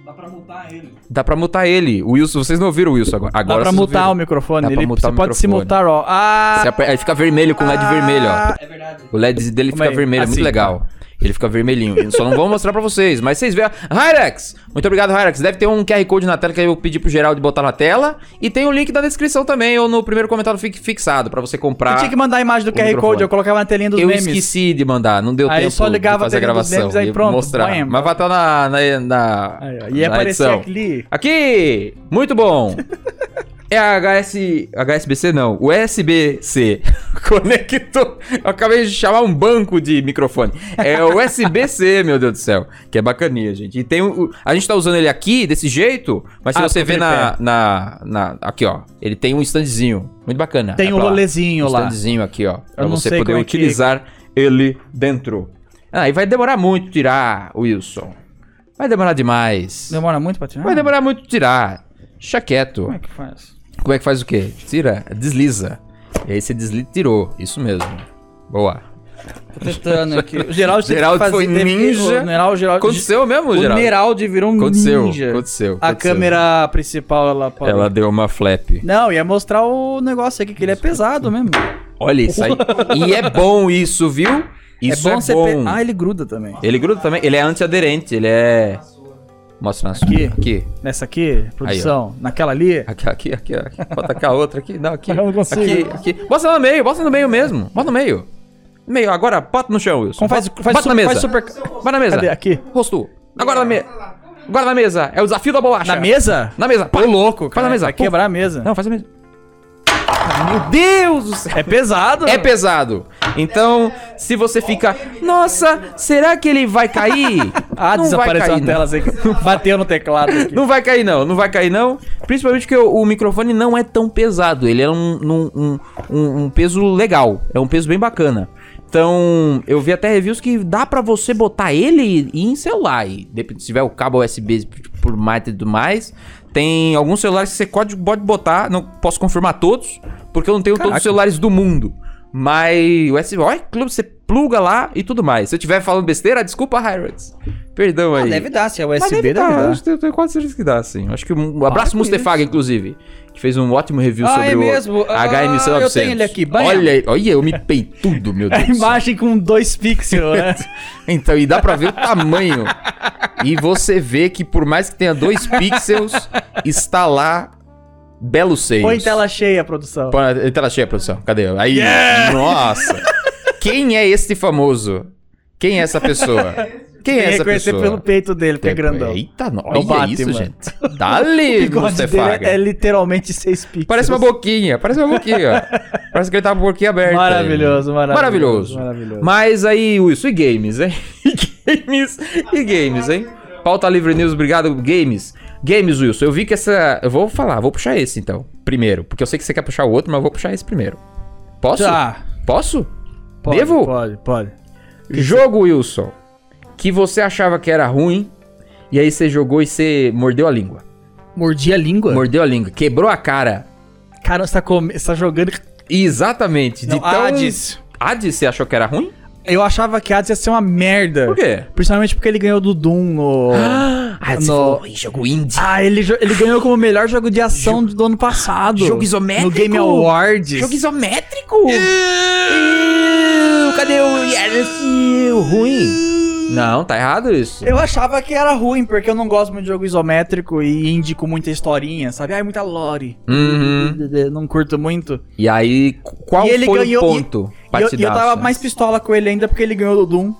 Speaker 2: Dá pra mutar ele.
Speaker 1: Dá pra mutar ele. O Wilson, vocês não ouviram o Wilson agora.
Speaker 2: Dá
Speaker 1: agora
Speaker 2: pra
Speaker 1: vocês
Speaker 2: mutar o
Speaker 1: ouviram.
Speaker 2: microfone.
Speaker 1: Dá pra
Speaker 2: Ele,
Speaker 1: mutar
Speaker 2: você
Speaker 1: o
Speaker 2: pode se
Speaker 1: microfone.
Speaker 2: mutar, ó. Ah,
Speaker 1: Você aperta- Aí fica vermelho com o LED vermelho, ó.
Speaker 2: É verdade.
Speaker 1: O LED dele
Speaker 2: Como
Speaker 1: fica
Speaker 2: é?
Speaker 1: vermelho, é muito
Speaker 2: Assim,
Speaker 1: legal. Ele fica vermelhinho. Eu só não vou mostrar pra vocês, mas vocês veem. Hyrax! Muito obrigado, Hyrax. Deve ter um QR Code na tela que eu pedi pro Geraldo botar na tela. E tem o link na descrição também, ou no primeiro comentário fi- fixado, pra você
Speaker 2: Eu
Speaker 1: comprar.
Speaker 2: tinha que mandar a imagem do QR
Speaker 1: microfone.
Speaker 2: Code, eu colocava na telinha dos
Speaker 1: Eu
Speaker 2: memes.
Speaker 1: esqueci de mandar, não deu
Speaker 2: Aí eu
Speaker 1: tempo
Speaker 2: só ligava
Speaker 1: de fazer a
Speaker 2: dele dos
Speaker 1: gravação
Speaker 2: memes, aí
Speaker 1: e
Speaker 2: pronto,
Speaker 1: mostrar.
Speaker 2: põe.
Speaker 1: Mas vai estar na, na, na,
Speaker 2: Aí, ó, e
Speaker 1: na
Speaker 2: aparecer
Speaker 1: edição.
Speaker 2: aquele.
Speaker 1: Aqui! Muito bom! É a HS... HSBC não, USB-C. Conector. Eu acabei de chamar um banco de microfone. É o USB-C, meu Deus do céu. Que é bacaninha, gente. E tem o... o- A gente tá usando ele aqui, desse jeito, mas se
Speaker 2: Ah,
Speaker 1: você
Speaker 2: porque
Speaker 1: vê
Speaker 2: ele
Speaker 1: na, na, na- Aqui, ó. Ele tem um standzinho. Muito bacana.
Speaker 2: Tem
Speaker 1: É
Speaker 2: o
Speaker 1: pra lá.
Speaker 2: rolezinho
Speaker 1: um
Speaker 2: lá.
Speaker 1: standzinho aqui, ó. Pra
Speaker 2: Eu não
Speaker 1: você
Speaker 2: sei
Speaker 1: poder
Speaker 2: como é que-
Speaker 1: utilizar ele dentro. Ah, e vai demorar muito tirar, Wilson. Vai demorar demais.
Speaker 2: Demora muito pra tirar?
Speaker 1: Vai demorar muito tirar. Deixa quieto.
Speaker 2: Como é que faz?
Speaker 1: Como é que faz o quê? Tira, desliza. E aí você desliza e tirou. Isso mesmo. Boa.
Speaker 2: Tô tentando aqui. O Geraldo, teve
Speaker 1: Geraldo
Speaker 2: que fazer-
Speaker 1: foi
Speaker 2: teve que-
Speaker 1: ninja.
Speaker 2: O Geraldo, o Geraldo,
Speaker 1: Aconteceu mesmo,
Speaker 2: o
Speaker 1: Geraldo?
Speaker 2: Geraldo virou um
Speaker 1: Aconteceu,
Speaker 2: ninja.
Speaker 1: aconteceu,
Speaker 2: A
Speaker 1: aconteceu.
Speaker 2: câmera principal, ela parou.
Speaker 1: Ela deu uma flap.
Speaker 2: Não, ia mostrar o negócio aqui, que ele é pesado mesmo.
Speaker 1: Olha isso aí. e é bom isso, viu? Isso é bom.
Speaker 2: você pe- Ah, ele gruda também.
Speaker 1: Ele gruda também. Ele é antiaderente. Ele é... Mostra na sua.
Speaker 2: Aqui.
Speaker 1: Aqui.
Speaker 2: Nessa aqui, produção. Naquela ali.
Speaker 1: Aqui, aqui, aqui, aqui. Bota cá a outra aqui. Não, aqui.
Speaker 2: Eu não consigo.
Speaker 1: Aqui, aqui. Bota no meio. Bota no meio mesmo. Bota no meio. No Meio. Agora, bota no chão, Wilson.
Speaker 2: Como faz,
Speaker 1: bota,
Speaker 2: faz,
Speaker 1: bota
Speaker 2: su-
Speaker 1: na mesa.
Speaker 2: faz super...
Speaker 1: Vai na mesa.
Speaker 2: Cadê? Aqui.
Speaker 1: Rosto. Agora na mesa. Agora na mesa. É o desafio da bolacha.
Speaker 2: Na mesa?
Speaker 1: Na mesa. Pá.
Speaker 2: Ô, louco,
Speaker 1: Faz na mesa.
Speaker 2: É, Vai
Speaker 1: Pum.
Speaker 2: quebrar a mesa.
Speaker 1: Não, faz na mesa. Ah, Meu Deus do céu.
Speaker 2: É pesado.
Speaker 1: É pesado. Então, se você fica, nossa, será que ele vai cair?
Speaker 2: Ah,
Speaker 1: Não vai
Speaker 2: desapareceu
Speaker 1: cair, né?
Speaker 2: a
Speaker 1: não.
Speaker 2: tela. assim, Bateu no teclado aqui.
Speaker 1: Não vai cair não, não vai cair não. Principalmente porque o, o microfone não é tão pesado. Ele é um, num- um, um- um peso legal. É um peso bem bacana. Então, eu vi até reviews que dá pra você botar ele em celular. E dep- se tiver o cabo USB por mais e tudo mais. Tem alguns celulares que você pode, pode botar. Não posso confirmar todos, porque eu não tenho todos
Speaker 2: Caraca.
Speaker 1: os celulares do mundo. Mas o USB, olha, que você pluga lá e tudo mais. Se eu estiver falando besteira, desculpa, Hyrax. Perdão aí.
Speaker 2: Deve dar, se é
Speaker 1: Mas
Speaker 2: USB,
Speaker 1: deve
Speaker 2: deve,
Speaker 1: dar,
Speaker 2: dar.
Speaker 1: acho que eu tenho quase certeza que dá, sim. Acho que um um abraço
Speaker 2: que
Speaker 1: Mustefaga, inclusive, que fez um ótimo review
Speaker 2: Ah,
Speaker 1: sobre
Speaker 2: é
Speaker 1: o
Speaker 2: mesmo? Ah,
Speaker 1: HMC 900.
Speaker 2: eu tenho ele aqui, banha. É
Speaker 1: olha, aí, olha, eu me peitudo, meu
Speaker 2: A
Speaker 1: Deus. do céu.
Speaker 2: imagem com dois pixels, né?
Speaker 1: Então, e dá pra ver o tamanho. e você vê que por mais que tenha dois pixels, está lá belo seis.
Speaker 2: Põe tela cheia, produção.
Speaker 1: Põe a tela cheia, produção. Cadê? Aí, nossa. Quem é este famoso? Quem é essa pessoa? Quem é essa
Speaker 2: reconhecer
Speaker 1: pessoa?
Speaker 2: pelo peito dele, que é grandão.
Speaker 1: Eita, no...
Speaker 2: É o
Speaker 1: olha isso,
Speaker 2: Batman.
Speaker 1: gente.
Speaker 2: O
Speaker 1: Dali,
Speaker 2: bigode dele
Speaker 1: Mustefaga.
Speaker 2: é, é literalmente seis pixels.
Speaker 1: Parece uma boquinha, parece uma boquinha. parece que ele tá com a boquinha aberta.
Speaker 2: Maravilhoso,
Speaker 1: Maravilhoso.
Speaker 2: maravilhoso.
Speaker 1: Mas aí, Wilson, e games, hein? E games, e games, hein? Pauta Livre News, obrigado, games. Games, Wilson, eu vi que essa... Eu vou falar, vou puxar esse então, primeiro. Porque eu sei que você quer puxar o outro, mas eu vou puxar esse primeiro. Posso?
Speaker 2: Tá.
Speaker 1: Posso?
Speaker 2: Pode,
Speaker 1: Devo?
Speaker 2: Pode, pode.
Speaker 1: Jogo, Wilson, que você achava que era ruim, e aí você jogou e você mordeu a língua.
Speaker 2: Mordi a língua?
Speaker 1: Mordeu a língua, quebrou a cara.
Speaker 2: Cara, você tá, come... você tá jogando...
Speaker 1: Exatamente.
Speaker 2: Não,
Speaker 1: de tão...
Speaker 2: Hades.
Speaker 1: Hades, você achou que era ruim?
Speaker 2: Eu achava que Hades ia ser uma merda.
Speaker 1: Por quê?
Speaker 2: Principalmente porque ele ganhou do Doom no.
Speaker 1: Ah, você
Speaker 2: No-
Speaker 1: falou, "Ih, jogo indie.
Speaker 2: Ah, ele, jo- ele ganhou como melhor jogo de ação do ano passado.
Speaker 1: Jogo isométrico?
Speaker 2: No Game Awards.
Speaker 1: Jogo isométrico? Ih, Cadê o yes? Ih, o ruim? Não, tá errado isso.
Speaker 2: Eu achava que era ruim, porque eu não gosto muito de jogo isométrico e indie com muita historinha, sabe? Ai, muita lore.
Speaker 1: Uhum.
Speaker 2: Não curto muito.
Speaker 1: E aí, qu- qual
Speaker 2: E ele
Speaker 1: foi
Speaker 2: ganhou-
Speaker 1: o ponto? pra
Speaker 2: E eu,
Speaker 1: te
Speaker 2: e eu
Speaker 1: dar
Speaker 2: tava
Speaker 1: essa?
Speaker 2: mais pistola com ele ainda porque ele ganhou do Doom.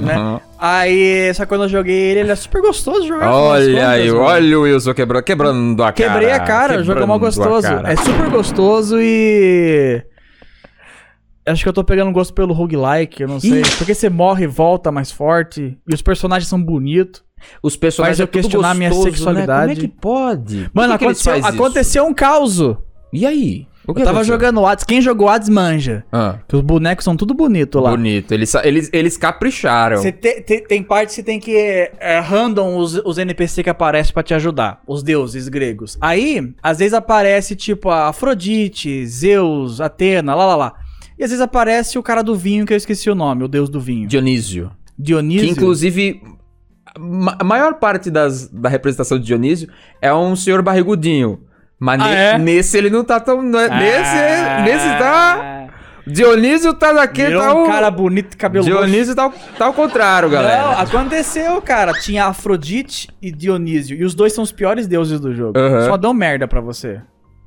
Speaker 2: né?
Speaker 1: Uhum.
Speaker 2: Aí, só que quando eu joguei ele, ele é super gostoso de jogar. afinal das
Speaker 1: Olha aí,
Speaker 2: contas, mano.
Speaker 1: olha o Wilson quebrou, quebrando a cara.
Speaker 2: Quebrei a cara, o jogo é mal
Speaker 1: quebrando a
Speaker 2: gostoso.
Speaker 1: cara.
Speaker 2: É super gostoso e. Acho que eu tô pegando gosto pelo roguelike, eu não sei. Porque você morre e volta mais forte. E os personagens são bonitos.
Speaker 1: Os personagens
Speaker 2: Faz eu
Speaker 1: é tudo
Speaker 2: questionar minha
Speaker 1: gostoso, né? Como
Speaker 2: sexualidade.
Speaker 1: é que pode? Por
Speaker 2: Mano,
Speaker 1: que que eles
Speaker 2: aconteceu,
Speaker 1: fazem isso?
Speaker 2: aconteceu um caos. Eu
Speaker 1: E aí? O que
Speaker 2: tava
Speaker 1: aconteceu?
Speaker 2: jogando Hades. Quem jogou Hades manja.
Speaker 1: Ah,
Speaker 2: Que os bonecos são tudo bonito lá.
Speaker 1: bonito. Eles, eles, eles capricharam.
Speaker 2: Você te- te- tem partes que tem que é, é, random os, os NPC que aparecem pra te ajudar, os deuses gregos. Aí, às vezes aparece tipo a Afrodite, Zeus, Atena, lá lá lá. E às vezes aparece o cara do vinho que eu esqueci o nome, o deus do vinho.
Speaker 1: Dionísio.
Speaker 2: Dionísio.
Speaker 1: Que inclusive. ma- A maior parte das, da representação de Dionísio é um senhor barrigudinho. Mas
Speaker 2: Ah,
Speaker 1: ne-
Speaker 2: é? Ah.
Speaker 1: nesse ele não tá tão. ne- Nesse, nesse tá. Dionísio tá daqui,
Speaker 2: Virou
Speaker 1: tá
Speaker 2: um
Speaker 1: o.
Speaker 2: cara bonito, cabelo
Speaker 1: Dionísio tá, o- tá ao contrário,
Speaker 2: roxo.
Speaker 1: galera.
Speaker 2: Não, aconteceu, cara. Tinha Afrodite e Dionísio. E os dois são os piores deuses do jogo.
Speaker 1: Aham.
Speaker 2: Só dão merda pra você.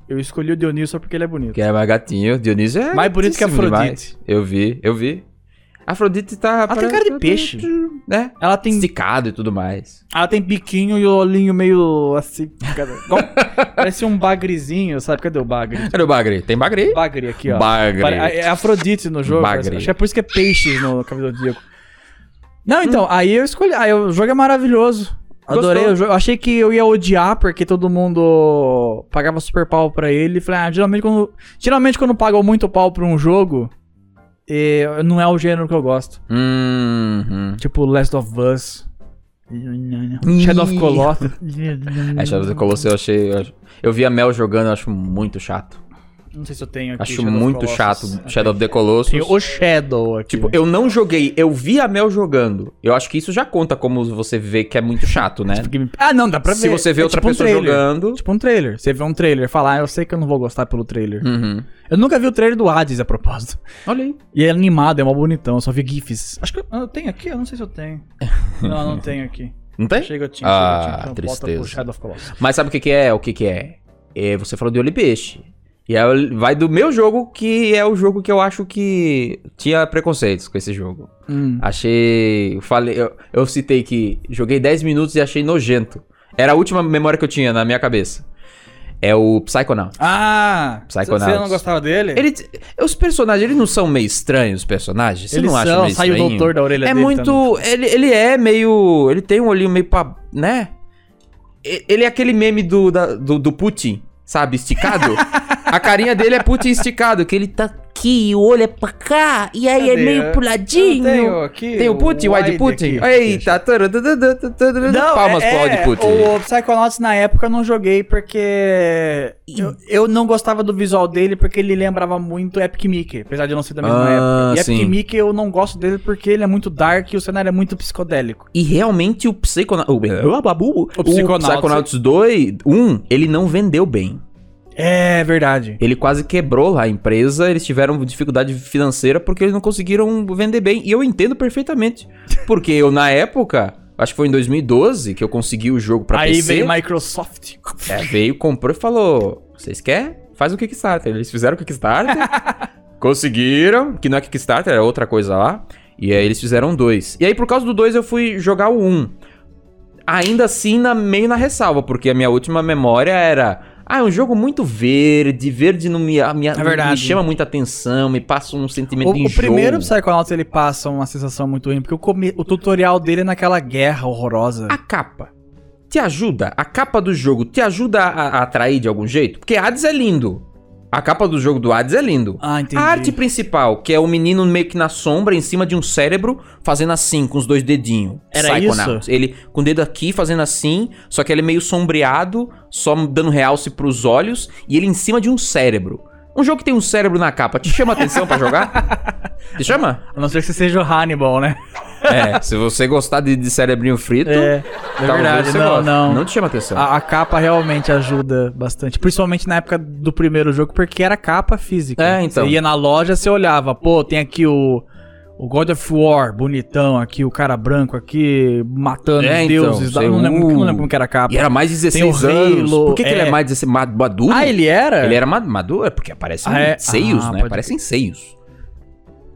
Speaker 2: Eu escolhi o Dionísio só porque ele é bonito.
Speaker 1: Que é mais gatinho. Dionísio é.
Speaker 2: Mais bonito que
Speaker 1: gatíssimo
Speaker 2: Afrodite.
Speaker 1: demais. Eu vi, eu vi. Afrodite tá.
Speaker 2: Ela tem cara de peixe.
Speaker 1: Né?
Speaker 2: Ela tem
Speaker 1: Esticado e tudo mais.
Speaker 2: Ela tem biquinho e o olhinho meio assim. cara, igual- parece um bagrezinho, sabe? Cadê o bagre?
Speaker 1: Cadê o Bagre? Tem Bagre?
Speaker 2: Bagre aqui, ó.
Speaker 1: Bagre.
Speaker 2: Pare- É Afrodite no jogo.
Speaker 1: Bagre.
Speaker 2: parece. Acho que é por isso que é peixes no Cabelo do Zodíaco. Não, então, aí eu escolhi. Aí o jogo é maravilhoso. Adorei
Speaker 1: Hum. Gostou?
Speaker 2: o jogo. Eu Achei que eu ia odiar porque todo mundo pagava super pau pra ele. Falei, ah, geralmente quando, geralmente quando pagam muito pau pra um jogo, eh, não é o gênero que eu gosto.
Speaker 1: Uhum.
Speaker 2: Tipo Last of Us. Shadow of Colossus.
Speaker 1: A É, Shadow of the Colossus eu achei. eu ach- Eu vi a Mel jogando, eu acho muito chato.
Speaker 2: Não sei se eu tenho aqui.
Speaker 1: Acho
Speaker 2: Shadow of
Speaker 1: muito
Speaker 2: Colossus.
Speaker 1: chato
Speaker 2: Ah,
Speaker 1: Shadow of the
Speaker 2: tem.
Speaker 1: Colossus.
Speaker 2: Tem o Shadow aqui.
Speaker 1: Tipo, eu não joguei, eu vi a Mel jogando. Eu acho que isso já conta como você vê que é muito chato, né?
Speaker 2: Tipo, game- Ah, não, dá pra ver.
Speaker 1: Se você vê
Speaker 2: É
Speaker 1: outra
Speaker 2: tipo um
Speaker 1: pessoa
Speaker 2: trailer.
Speaker 1: jogando.
Speaker 2: Tipo um trailer. Você vê um trailer e fala, ah, eu sei que eu não vou gostar pelo trailer.
Speaker 1: Uhum.
Speaker 2: Eu nunca vi o trailer do Hades, a propósito.
Speaker 1: Olha aí.
Speaker 2: E é animado, é mó bonitão, eu só vi GIFs. Acho que eu, eu tenho aqui, eu não sei se eu tenho. não, eu não tenho aqui.
Speaker 1: Não tem?
Speaker 2: Chega, eu tinha,
Speaker 1: Ah,
Speaker 2: chega, eu tinha. Então,
Speaker 1: tristeza.
Speaker 2: pro Shadow of Colossus.
Speaker 1: Mas sabe o que, que é? O que, que é? É, Você falou de olho e peixe. E aí vai do meu jogo, que é o jogo que eu acho que tinha preconceitos com esse jogo.
Speaker 2: Hum.
Speaker 1: Achei. eu Falei, eu, eu citei que joguei 10 minutos e achei nojento. Era a última memória que eu tinha na minha cabeça. É o Psychonaut.
Speaker 2: Ah!
Speaker 1: Psychonauts.
Speaker 2: Você não gostava dele?
Speaker 1: Ele, os personagens, eles não são meio estranhos, os personagens? Você
Speaker 2: Eles
Speaker 1: não acha
Speaker 2: são,
Speaker 1: meio
Speaker 2: sai o
Speaker 1: estranho?
Speaker 2: doutor da orelha
Speaker 1: É
Speaker 2: dele tá também.
Speaker 1: muito. Ele, ele é meio. Ele tem um olhinho meio pra. né? E- Ele é aquele meme do, da- do, do Putin, sabe? Esticado. A carinha dele é Putin esticado, que ele tá aqui, o olho é pra cá, e aí
Speaker 2: Cadê?
Speaker 1: é meio puladinho.
Speaker 2: Eu tenho aqui
Speaker 1: Tem o Putin, o Wide Putin. Eita, tararara, tararara, palmas pro Wide Putin.
Speaker 2: é, O Psychonauts na época eu não joguei porque. Eu, eu não gostava do visual dele porque ele lembrava muito Epic Mickey, apesar de não ser da mesma
Speaker 1: Ah,
Speaker 2: época. E
Speaker 1: sim.
Speaker 2: Epic Mickey eu não gosto dele porque ele é muito dark e o cenário é muito psicodélico.
Speaker 1: E realmente o Psychonauts. O, o, o
Speaker 2: Psychonauts.
Speaker 1: Psychonauts 2, 1, ele não vendeu bem.
Speaker 2: É verdade.
Speaker 1: Ele quase quebrou lá a empresa, eles tiveram dificuldade financeira porque eles não conseguiram vender bem. E eu entendo perfeitamente. Porque eu, na época, acho que foi em 2012 que eu consegui o jogo pra
Speaker 2: Aí
Speaker 1: PC.
Speaker 2: veio Microsoft.
Speaker 1: É, veio, comprou e falou: vocês querem? Faz o Kickstarter. Eles fizeram o Kickstarter. conseguiram, que não é Kickstarter, é outra coisa lá. E aí eles fizeram dois. E aí, por causa do dois, eu fui jogar o um. Ainda assim, na, meio na ressalva, porque a minha última memória era. Ah, é um jogo muito verde, verde não me, a minha-
Speaker 2: É verdade.
Speaker 1: me chama muita atenção, me passa um sentimento
Speaker 2: O,
Speaker 1: de
Speaker 2: o
Speaker 1: enjoo.
Speaker 2: primeiro Psychonauts ele passa uma sensação muito ruim porque o, come- o tutorial dele é naquela guerra horrorosa.
Speaker 1: A capa te ajuda? A capa do jogo te ajuda a, a atrair de algum jeito? Porque Hades é lindo. A capa do jogo do Hades é lindo.
Speaker 2: Ah, entendi.
Speaker 1: A arte principal, que é o menino meio que na sombra, em cima de um cérebro, fazendo assim, com os dois dedinhos.
Speaker 2: Era
Speaker 1: Psychonauts. Ele com o dedo aqui, fazendo assim, só que ele é meio sombreado, só dando realce pros olhos, e ele em cima de um cérebro. Um jogo que tem um cérebro na capa, te chama atenção pra jogar? Te chama?
Speaker 2: A não ser que você seja o Hannibal, né?
Speaker 1: É, se você gostar de, de cérebrinho frito,
Speaker 2: É, é
Speaker 1: talvez
Speaker 2: verdade,
Speaker 1: você
Speaker 2: não,
Speaker 1: goste.
Speaker 2: não. Ah,
Speaker 1: te chama atenção.
Speaker 2: A, a capa realmente ajuda bastante. Principalmente na época do primeiro jogo, porque era capa física.
Speaker 1: É, então.
Speaker 2: Você ia na loja, você olhava, pô, tem aqui o. O God of War, bonitão, aqui, o cara branco aqui, matando
Speaker 1: É,
Speaker 2: os
Speaker 1: então,
Speaker 2: deuses. da-
Speaker 1: sei,
Speaker 2: não, lembro,
Speaker 1: uh.
Speaker 2: não lembro como que era a capa.
Speaker 1: E era mais de 16
Speaker 2: ah, Tem o
Speaker 1: anos.
Speaker 2: Halo,
Speaker 1: Por que, que ele
Speaker 2: é.
Speaker 1: é mais de 16 ma- maduro?
Speaker 2: Ah, ele era?
Speaker 1: Ele era ma- maduro? É Porque aparecem
Speaker 2: Ah, é?
Speaker 1: seios,
Speaker 2: Ah,
Speaker 1: né?
Speaker 2: pode
Speaker 1: Aparecem seios.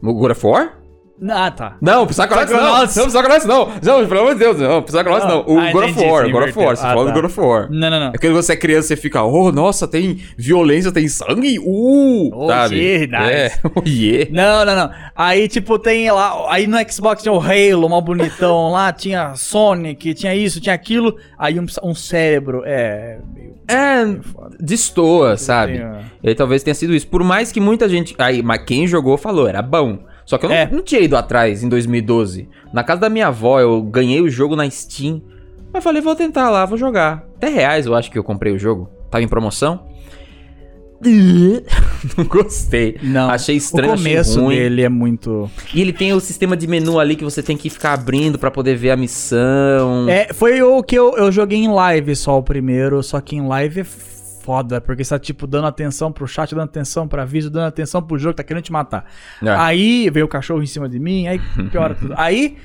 Speaker 1: No God of War? é
Speaker 2: Ah, tá.
Speaker 1: Não, Psychonauts não.
Speaker 2: Psychonauts.
Speaker 1: Não, Psychonauts não. Não, pelo amor de Deus. Não, Psychonauts não.
Speaker 2: Não.
Speaker 1: O
Speaker 2: Ah,
Speaker 1: God of
Speaker 2: entendi,
Speaker 1: War, God
Speaker 2: você
Speaker 1: of War.
Speaker 2: inverteu.
Speaker 1: Você
Speaker 2: Ah,
Speaker 1: fala
Speaker 2: tá.
Speaker 1: do God of War.
Speaker 2: Não, não, não.
Speaker 1: É quando você é criança, você fica, oh, nossa, tem violência, tem sangue, uh,
Speaker 2: Oh,
Speaker 1: sabe?
Speaker 2: gee, nice.
Speaker 1: É, oh, yeah.
Speaker 2: Não, não, não. Aí, tipo, tem lá. Aí no Xbox tinha o Halo, mal bonitão lá, tinha Sonic, tinha isso, tinha aquilo. Aí um, um cérebro. É. meio
Speaker 1: É,
Speaker 2: foda.
Speaker 1: destoa, sabe?
Speaker 2: Tem, ó.
Speaker 1: Ele talvez tenha sido isso. Por mais que muita gente. Aí, mas quem jogou falou, era bom. Só que eu não,
Speaker 2: É.
Speaker 1: não tinha ido atrás em 2012. Na casa da minha avó, eu ganhei o jogo na Steam. Aí falei, vou tentar lá, vou jogar. R$ 10 reais eu acho que eu comprei o jogo. Tava em promoção. não gostei.
Speaker 2: Não.
Speaker 1: Achei
Speaker 2: O
Speaker 1: estranho,
Speaker 2: começo
Speaker 1: achei ruim.
Speaker 2: dele é muito.
Speaker 1: E ele tem o sistema de menu ali que você tem que ficar abrindo pra poder ver a missão.
Speaker 2: É, foi o que eu, eu joguei em live só o primeiro, só que em live é foda, porque você tá, tipo, dando atenção pro chat, dando atenção pra aviso, dando atenção pro jogo, tá querendo te matar.
Speaker 1: É.
Speaker 2: Aí veio o cachorro em cima de mim, aí piora tudo. Aí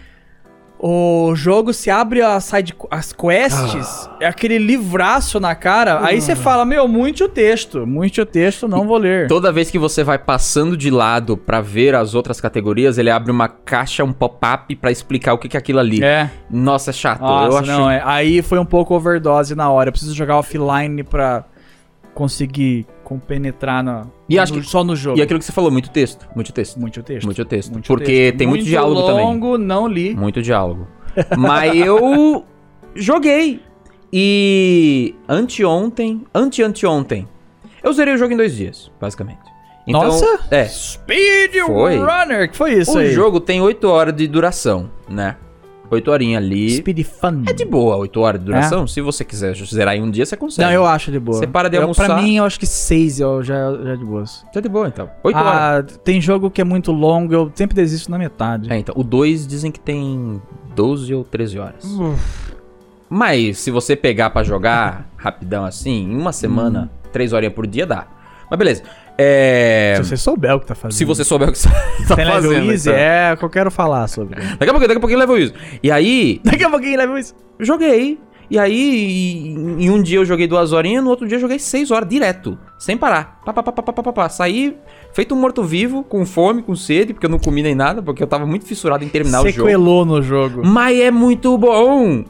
Speaker 2: o jogo se abre a side, as quests, é aquele livraço na cara, aí você fala, meu, muito o texto, muito o texto, não vou ler.
Speaker 1: Toda vez que você vai passando de lado pra ver as outras categorias, ele abre uma caixa, um pop-up pra explicar o que que é aquilo ali.
Speaker 2: É,
Speaker 1: Nossa, é chato. eu
Speaker 2: nossa,
Speaker 1: acho.
Speaker 2: não, é. Aí foi um pouco overdose na hora. Eu preciso jogar offline pra conseguir compenetrar na,
Speaker 1: E acho
Speaker 2: no-
Speaker 1: que-
Speaker 2: só no jogo.
Speaker 1: E aquilo que você falou, muito texto, muito texto,
Speaker 2: Muito texto.
Speaker 1: muito texto. porque tem muito, diálogo também. Hum.
Speaker 2: longo, não li.
Speaker 1: Muito diálogo. Mas eu joguei. E anteontem, ante-anteontem, eu zerei o jogo em dois dias, basicamente. Então,
Speaker 2: Nossa!
Speaker 1: É.
Speaker 2: Speed
Speaker 1: Foi.
Speaker 2: Runner, que foi isso
Speaker 1: o
Speaker 2: aí?
Speaker 1: jogo tem 8 horas de duração, né? 8 horinhas ali.
Speaker 2: Speed Fun.
Speaker 1: É de boa 8 horas de duração. Se você quiser zerar em um dia, você consegue.
Speaker 2: Não, eu acho de boa.
Speaker 1: Você para de
Speaker 2: Eu- Pra
Speaker 1: almoçar.
Speaker 2: mim, eu acho que seis eu já, já é de boas.
Speaker 1: Tá de boa, então. 8 horas.
Speaker 2: Ah, tem jogo que é muito longo, eu sempre desisto na metade.
Speaker 1: É, então. O 2 dizem que tem 12 ou 13 horas. Mas se você pegar pra jogar rapidão assim, em uma semana, 3 horinhas por dia, dá. Mas beleza. É...
Speaker 2: Se você souber o que tá fazendo.
Speaker 1: Se você souber o que você tá
Speaker 2: Tem Level
Speaker 1: fazendo.
Speaker 2: Easy,
Speaker 1: então.
Speaker 2: é o que eu quero falar sobre.
Speaker 1: Daqui a pouquinho, daqui a pouquinho level isso. E aí,
Speaker 2: Daqui a pouquinho Level Easy.
Speaker 1: joguei. E aí, em em um dia eu joguei duas horinhas, no outro dia eu joguei seis horas direto, sem parar. Pá, pá, pá, pá, pá, pá, pá, pá. Saí feito um morto-vivo, com fome, com sede, porque eu não comi nem nada, porque eu tava muito fissurado em terminar o jogo.
Speaker 2: Sequelou no jogo.
Speaker 1: Mas é muito bom!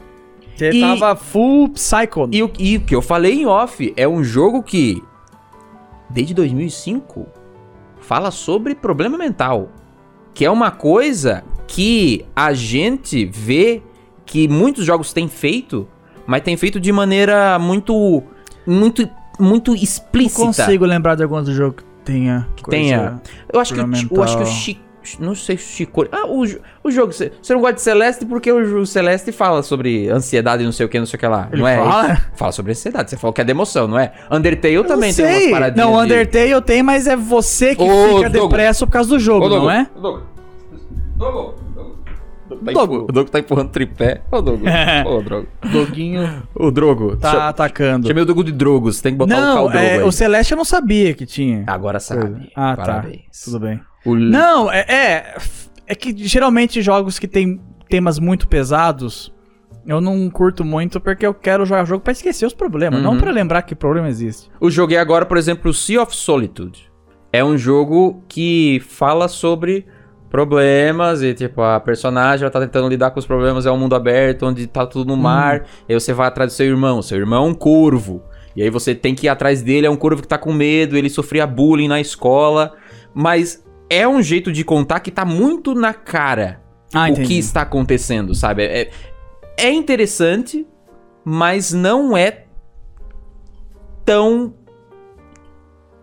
Speaker 2: Você
Speaker 1: E-
Speaker 2: tava full psycho.
Speaker 1: E o, e o que eu falei em off é um jogo que, desde 2005, fala sobre problema mental. Que é uma coisa que a gente vê que muitos jogos têm feito, mas tem feito de maneira muito. muito. muito
Speaker 2: não
Speaker 1: explícita.
Speaker 2: consigo lembrar de algum outro jogo que tenha.
Speaker 1: Que tenha. Eu acho que o, Ti- eu acho que o
Speaker 2: Fundamental.
Speaker 1: Chico. Não sei se o Chico. Ah, o, jo- o jogo. Você você não gosta de Celeste porque o, jo- o Celeste fala sobre ansiedade, não sei o que, não sei o que lá.
Speaker 2: Ele
Speaker 1: não é?
Speaker 2: fala?
Speaker 1: Isso? Fala sobre ansiedade. Você falou que é de emoção, não é? Undertale
Speaker 2: Eu
Speaker 1: também
Speaker 2: também sei.
Speaker 1: tem umas paradinhas.
Speaker 2: Não,
Speaker 1: de-
Speaker 2: Undertale eu tenho, mas é você que
Speaker 1: Ô,
Speaker 2: fica
Speaker 1: Douglas.
Speaker 2: depresso por causa do
Speaker 1: Ô,
Speaker 2: jogo,
Speaker 1: Douglas,
Speaker 2: não é?
Speaker 1: ô, Douglas. Douglas, Douglas. Tá
Speaker 2: Douglas.
Speaker 1: empurra- O Dogo tá empurrando tripé. Ô, Dogo. Ô, Drogo.
Speaker 2: Doguinho
Speaker 1: O Drogo.
Speaker 2: tá
Speaker 1: Cha-
Speaker 2: atacando.
Speaker 1: Chamei o Dogo de Drogo. Você tem que botar o
Speaker 2: não,
Speaker 1: Cal Drogo
Speaker 2: é,
Speaker 1: aí.
Speaker 2: o Celeste eu não sabia que tinha.
Speaker 1: Agora sabe.
Speaker 2: Ah,
Speaker 1: Parabéns. Hum.
Speaker 2: tá. Tudo bem.
Speaker 1: O-
Speaker 2: Não, é, é. É que geralmente jogos que tem temas muito pesados, eu não curto muito porque eu quero jogar jogo pra esquecer os problemas, não
Speaker 1: Uhum.
Speaker 2: pra lembrar que problema existe.
Speaker 1: Eu joguei agora, por exemplo, Sea of Solitude. É um jogo que fala sobre problemas e, tipo, a personagem ela tá tentando lidar com os problemas. É um mundo aberto onde tá tudo no mar. E aí você vai atrás do seu irmão. Seu irmão é um corvo. E aí você tem que ir atrás dele. É um corvo que tá com medo. Ele sofria bullying na escola. Mas é um jeito de contar que tá muito na cara
Speaker 2: Ah,
Speaker 1: o que está acontecendo, sabe? É, é- é interessante, mas não é tão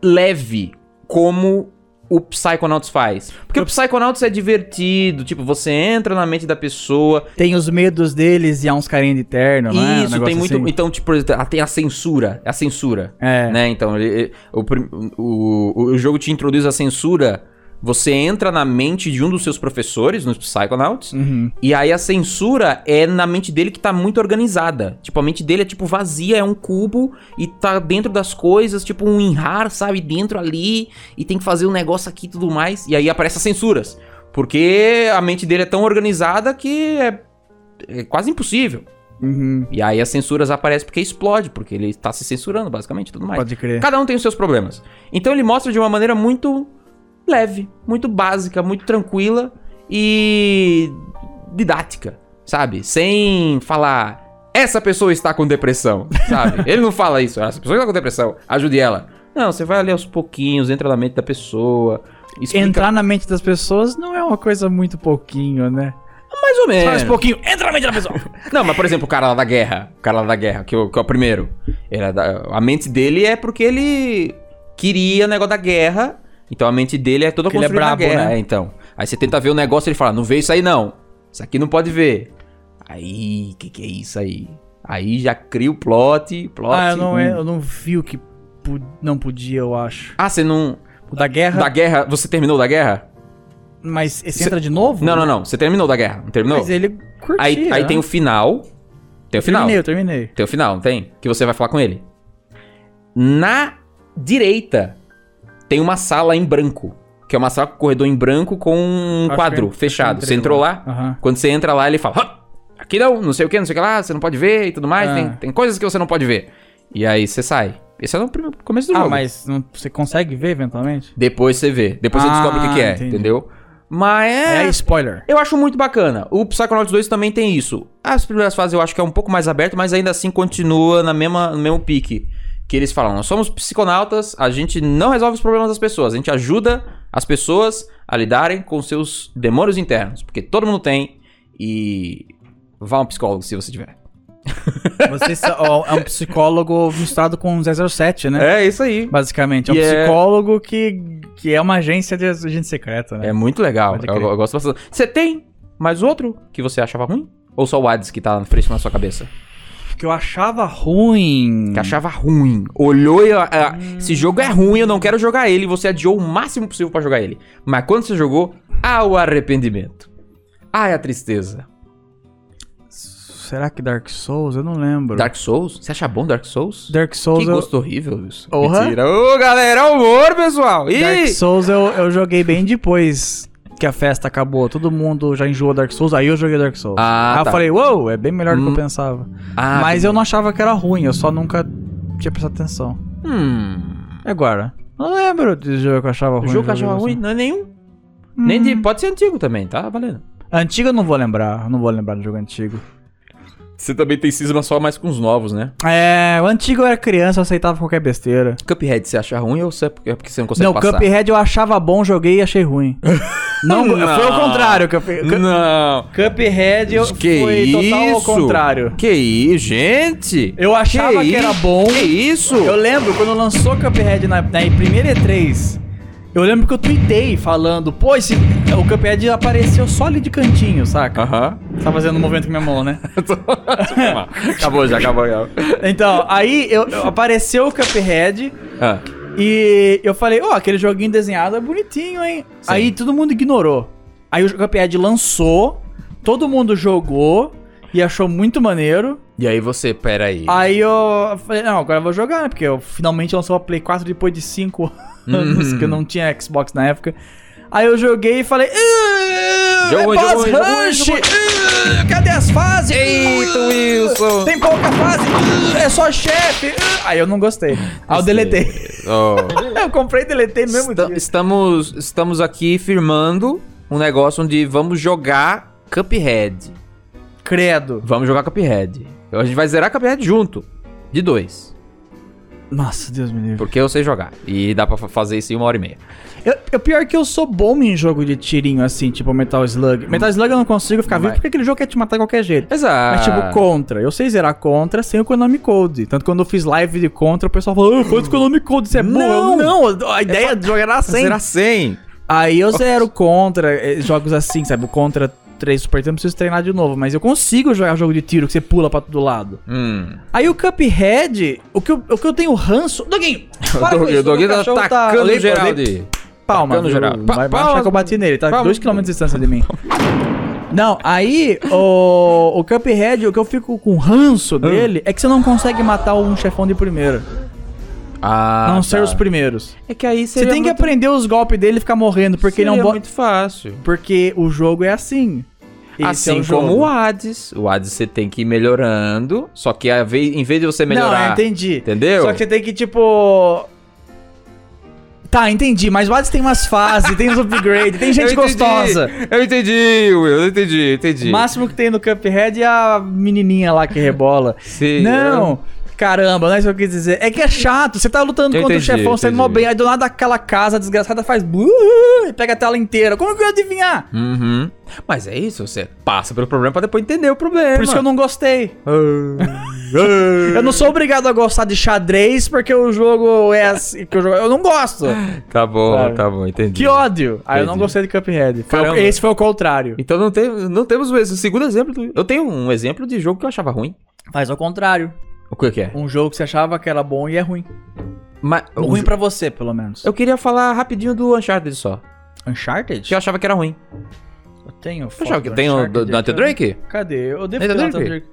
Speaker 1: leve como o Psychonauts faz. Porque o Psychonauts é divertido, tipo, você entra na mente da pessoa.
Speaker 2: Tem os medos deles e há uns carinha de terno, né? Um
Speaker 1: Isso, tem
Speaker 2: negócio
Speaker 1: muito.
Speaker 2: assim.
Speaker 1: Então, tipo, ah, tem a censura. A censura.
Speaker 2: É.
Speaker 1: Né? Então, ele- ele- o, prim- o, o- o jogo te introduz a censura. Você entra na mente de um dos seus professores, nos Psychonauts,
Speaker 2: Uhum.
Speaker 1: e aí a censura é na mente dele que tá muito organizada. Tipo, a mente dele é tipo vazia, é um cubo e tá dentro das coisas, tipo um enrar, sabe, dentro ali, e tem que fazer um negócio aqui e tudo mais. E aí aparecem as censuras. Porque a mente dele é tão organizada que é, é quase impossível.
Speaker 2: Uhum.
Speaker 1: E aí as censuras aparecem porque explode, porque ele tá se censurando, basicamente, e tudo mais.
Speaker 2: Pode crer.
Speaker 1: Cada um tem os seus problemas. Então ele mostra de uma maneira muito leve, muito básica, muito tranquila e didática, sabe? Sem falar essa pessoa está com depressão, sabe? ele não fala isso, essa pessoa está com depressão, ajude ela. Não, você vai ali aos pouquinhos, entra na mente da pessoa, explica
Speaker 2: Entrar na mente das pessoas não é uma coisa muito pouquinho, né?
Speaker 1: mais ou menos.
Speaker 2: Faz pouquinho, entra na mente da pessoa.
Speaker 1: Não, mas por exemplo, o cara lá da guerra. O cara lá da guerra, que, eu- que é o primeiro. Ele é da- a mente dele é porque ele queria o negócio da guerra. Então a mente dele é toda
Speaker 2: Porque ele é
Speaker 1: construída na
Speaker 2: brabo,
Speaker 1: guerra.
Speaker 2: né?
Speaker 1: é, então. Aí você tenta ver o negócio e ele fala, não vê isso aí não. Isso aqui não pode ver. Aí, que que é isso aí? Aí já cria o plot, plot.
Speaker 2: ah, eu não,
Speaker 1: hum.
Speaker 2: eu não vi o que pu- não podia, eu acho.
Speaker 1: Ah, você não...
Speaker 2: O da guerra,
Speaker 1: Da guerra, você terminou da guerra?
Speaker 2: mas esse entra de novo?
Speaker 1: Não, não, não. Você terminou da guerra, não terminou?
Speaker 2: Uhum. Mas ele curtia.
Speaker 1: Aí, aí
Speaker 2: né?
Speaker 1: tem o final. Tem o final.
Speaker 2: Terminei, eu terminei.
Speaker 1: Tem o final, não tem? Que você vai falar com ele. Na direita tem uma sala em branco. Que é uma sala com corredor em branco com um
Speaker 2: Acho
Speaker 1: quadro
Speaker 2: que- é-
Speaker 1: fechado.
Speaker 2: acho que
Speaker 1: Você
Speaker 2: eu entrei
Speaker 1: entrou lá,
Speaker 2: Aham.
Speaker 1: quando você entra lá, ele fala: "Hã? Aqui não, não sei o que, não sei o que lá, você não pode ver e tudo mais.
Speaker 2: Ah.
Speaker 1: Tem, tem coisas que você não pode ver. E aí você sai. Esse é o primeiro- começo do
Speaker 2: Ah,
Speaker 1: jogo.
Speaker 2: mas não- você consegue ver eventualmente?
Speaker 1: Depois você vê. Depois você
Speaker 2: Ah,
Speaker 1: descobre o que, que é,
Speaker 2: entendi.
Speaker 1: entendeu? Mas
Speaker 2: É, spoiler.
Speaker 1: eu acho muito bacana. O Psychonauts 2 também tem isso. As primeiras fases eu acho que é um pouco mais aberto, mas ainda assim continua na mesma, no mesmo pique. Que eles falam, nós somos psiconautas, a gente não resolve os problemas das pessoas, a gente ajuda as pessoas a lidarem com seus demônios internos. Porque todo mundo tem e... Vá a um psicólogo se você tiver.
Speaker 2: Você só- ó, é um psicólogo misturado com um 007, né?
Speaker 1: É isso aí.
Speaker 2: Basicamente. É um
Speaker 1: E é-
Speaker 2: psicólogo que, que é uma agência de agente secreta, né?
Speaker 1: É muito legal.
Speaker 2: Pode
Speaker 1: Eu,
Speaker 2: crer.
Speaker 1: eu gosto bastante. Você tem mais outro que você achava ruim? Ou só o Hades que tá fresco na sua cabeça?
Speaker 2: que eu achava ruim.
Speaker 1: que achava ruim. Olhou e. ah, ah,
Speaker 2: Hum.
Speaker 1: Esse jogo é ruim, eu não quero jogar ele. Você adiou o máximo possível pra jogar ele. Mas quando você jogou, há o arrependimento. Ai, a tristeza.
Speaker 2: Será que Dark Souls? Eu não lembro.
Speaker 1: Dark Souls? Você acha bom Dark Souls?
Speaker 2: Dark Souls
Speaker 1: que
Speaker 2: eu...
Speaker 1: gosto horrível isso.
Speaker 2: Porra.
Speaker 1: Mentira. Ô, galera, é humor, pessoal. Ih!
Speaker 2: Dark Souls eu, eu joguei bem depois que a festa acabou. Todo mundo já enjoou Dark Souls, aí eu joguei Dark Souls.
Speaker 1: Ah,
Speaker 2: aí eu
Speaker 1: tá.
Speaker 2: falei, uou, é bem melhor do que
Speaker 1: Hum.
Speaker 2: eu pensava.
Speaker 1: Ah,
Speaker 2: Mas eu não achava que era ruim, eu só nunca tinha prestado atenção.
Speaker 1: Hum.
Speaker 2: E agora? Não lembro de jogo assim. que eu achava
Speaker 1: O
Speaker 2: ruim.
Speaker 1: jogo que eu
Speaker 2: joguei
Speaker 1: achava ruim
Speaker 2: bastante.
Speaker 1: não é nenhum.
Speaker 2: Hum.
Speaker 1: Nem de, pode ser antigo também, tá valendo.
Speaker 2: Antigo eu não vou lembrar, eu não vou lembrar do jogo antigo.
Speaker 1: Você também tem cisma só mais com os novos, né?
Speaker 2: É, o antigo eu era criança, eu aceitava qualquer besteira.
Speaker 1: Cuphead você acha ruim ou você- é porque você não consegue
Speaker 2: não,
Speaker 1: passar?
Speaker 2: Cuphead eu achava bom, joguei e achei ruim. não,
Speaker 1: Não.
Speaker 2: foi o contrário. Cup-
Speaker 1: Não.
Speaker 2: Cuphead eu
Speaker 1: Que
Speaker 2: foi total ao
Speaker 1: isso?
Speaker 2: contrário.
Speaker 1: Que isso, gente?
Speaker 2: Eu achava que,
Speaker 1: isso?
Speaker 2: era bom.
Speaker 1: Que isso?
Speaker 2: Eu lembro quando lançou Cuphead na, na primeira E3. Eu lembro que eu tuitei falando, pô, esse, o Cuphead apareceu só ali de cantinho, saca?
Speaker 1: Aham.
Speaker 2: Tá fazendo um movimento com minha mão, né?
Speaker 1: acabou já, acabou já.
Speaker 2: Então, aí eu, eu- apareceu o Cuphead
Speaker 1: Ah,
Speaker 2: e eu falei, ó, aquele joguinho desenhado é bonitinho, hein?
Speaker 1: Sim.
Speaker 2: Aí todo mundo ignorou. Aí o Cuphead lançou, todo mundo jogou e achou muito maneiro.
Speaker 1: E aí você, peraí.
Speaker 2: Aí eu falei, não, agora eu vou jogar, né? Porque eu finalmente lançou a Play 4 depois de 5 anos,
Speaker 1: Hum.
Speaker 2: que eu não tinha Xbox na época. Aí eu joguei e falei, "Ih,
Speaker 1: Jogo ruim,
Speaker 2: é
Speaker 1: jogo
Speaker 2: boss
Speaker 1: ruim, jogo ruim,
Speaker 2: rush!
Speaker 1: jogo
Speaker 2: Ih, Cadê as fases?
Speaker 1: Eita,
Speaker 2: Ih,
Speaker 1: Wilson!
Speaker 2: Tem pouca fase! Ih, É só chefe! Ih." Aí eu não gostei. Aí eu deletei.
Speaker 1: Oh.
Speaker 2: Eu comprei e deletei no mesmo
Speaker 1: Esta-
Speaker 2: dia.
Speaker 1: estamos, estamos aqui firmando um negócio onde vamos jogar Cuphead.
Speaker 2: Credo.
Speaker 1: Vamos jogar Cuphead. Então a gente vai zerar Cuphead junto. De dois.
Speaker 2: Nossa, Deus me livre.
Speaker 1: Porque eu sei jogar. E dá pra fa- fazer isso em uma hora e meia.
Speaker 2: Eu, eu- pior que eu sou bom em jogo de tirinho, assim, tipo Metal Slug. Metal Slug eu não consigo ficar vivo
Speaker 1: Mas-
Speaker 2: porque aquele jogo quer te matar de qualquer jeito.
Speaker 1: Exato.
Speaker 2: Mas tipo, Contra. Eu sei zerar Contra sem o Konami Code. Tanto que quando eu fiz live de Contra, o pessoal falou, "Ah, faz o Konami Code, isso é bom. Eu, não, É a ideia de jogar era sem.
Speaker 1: Será 100?
Speaker 2: Aí eu zero Contra, eh, jogos assim, sabe? O Contra 3 Super Tempo, preciso treinar de novo. Mas eu consigo jogar jogo de tiro que você pula pra todo lado.
Speaker 1: Hum.
Speaker 2: Aí o Cuphead, o que eu, o que eu tenho ranço... Doguinho, para com
Speaker 1: O
Speaker 2: isso,
Speaker 1: Doguinho tá
Speaker 2: cachorro
Speaker 1: atacando
Speaker 2: olhei-
Speaker 1: o Geraldo.
Speaker 2: olhei-
Speaker 1: Tacando
Speaker 2: Palma, viu?
Speaker 1: geral. Pa-
Speaker 2: vai, vai
Speaker 1: palma-
Speaker 2: achar que eu bati nele, tá
Speaker 1: palma-
Speaker 2: 2km de distância de mim. Não, aí o, o Cuphead, o que eu fico com
Speaker 1: Hum.
Speaker 2: ranço dele é que você não consegue matar um chefão de primeira.
Speaker 1: Ah,
Speaker 2: a não ser
Speaker 1: tá.
Speaker 2: os primeiros.
Speaker 1: É que aí
Speaker 2: Você tem que aprender os golpes dele e ficar morrendo, porque ele é um bo...
Speaker 1: muito fácil.
Speaker 2: Porque o jogo é assim. Esse
Speaker 1: assim
Speaker 2: é o jogo.
Speaker 1: como o Hades. O Hades você tem que ir melhorando. Só que a vez, em vez de você
Speaker 2: Não, eu
Speaker 1: melhorar.
Speaker 2: entendi.
Speaker 1: Entendeu?
Speaker 2: Só que você tem que, tipo. Tá, entendi, mas o Hades tem umas fases, tem os upgrades, tem gente
Speaker 1: Eu entendi,
Speaker 2: gostosa.
Speaker 1: Eu entendi, Will. Eu entendi, eu entendi.
Speaker 2: O máximo que tem no Cuphead é a menininha lá que rebola.
Speaker 1: Sim, eu-
Speaker 2: não, caramba, não é isso que eu quis dizer. É que é chato, você tá lutando
Speaker 1: Eu
Speaker 2: contra
Speaker 1: entendi,
Speaker 2: o chefão, você tá indo mó
Speaker 1: entendi.
Speaker 2: bem, aí do nada aquela casa desgraçada faz... bu- e pega a tela inteira, como que eu ia adivinhar?
Speaker 1: Uhum. Mas é isso, você passa pelo problema pra depois entender o problema.
Speaker 2: Por isso que eu não gostei.
Speaker 1: Ah. não.
Speaker 2: Eu não sou obrigado a gostar de xadrez porque o jogo é assim. que eu, jogo- eu não gosto.
Speaker 1: Tá bom,
Speaker 2: Sabe?
Speaker 1: tá bom, entendi.
Speaker 2: Que ódio. Aí eu não
Speaker 1: Entendi.
Speaker 2: gostei de Cuphead. Foi o-
Speaker 1: Caramba.
Speaker 2: esse foi o contrário.
Speaker 1: Então não, tem, não temos o ex- o segundo exemplo. do- eu tenho um exemplo de jogo que eu achava ruim.
Speaker 2: Faz ao contrário.
Speaker 1: O que que é?
Speaker 2: Um jogo que você achava que era bom e é ruim.
Speaker 1: Ma- o
Speaker 2: ruim
Speaker 1: jo-
Speaker 2: pra você, pelo menos.
Speaker 1: Eu queria falar rapidinho do Uncharted só.
Speaker 2: Uncharted?
Speaker 1: Que eu achava que era ruim.
Speaker 2: Eu tenho
Speaker 1: Eu
Speaker 2: foto
Speaker 1: achava que
Speaker 2: do
Speaker 1: tem o
Speaker 2: Uncharted
Speaker 1: do- do Nathan
Speaker 2: aqui.
Speaker 1: Drake?
Speaker 2: Cadê? Eu devo
Speaker 1: Nathan
Speaker 2: ter Nathan
Speaker 1: Drake?
Speaker 2: Drake.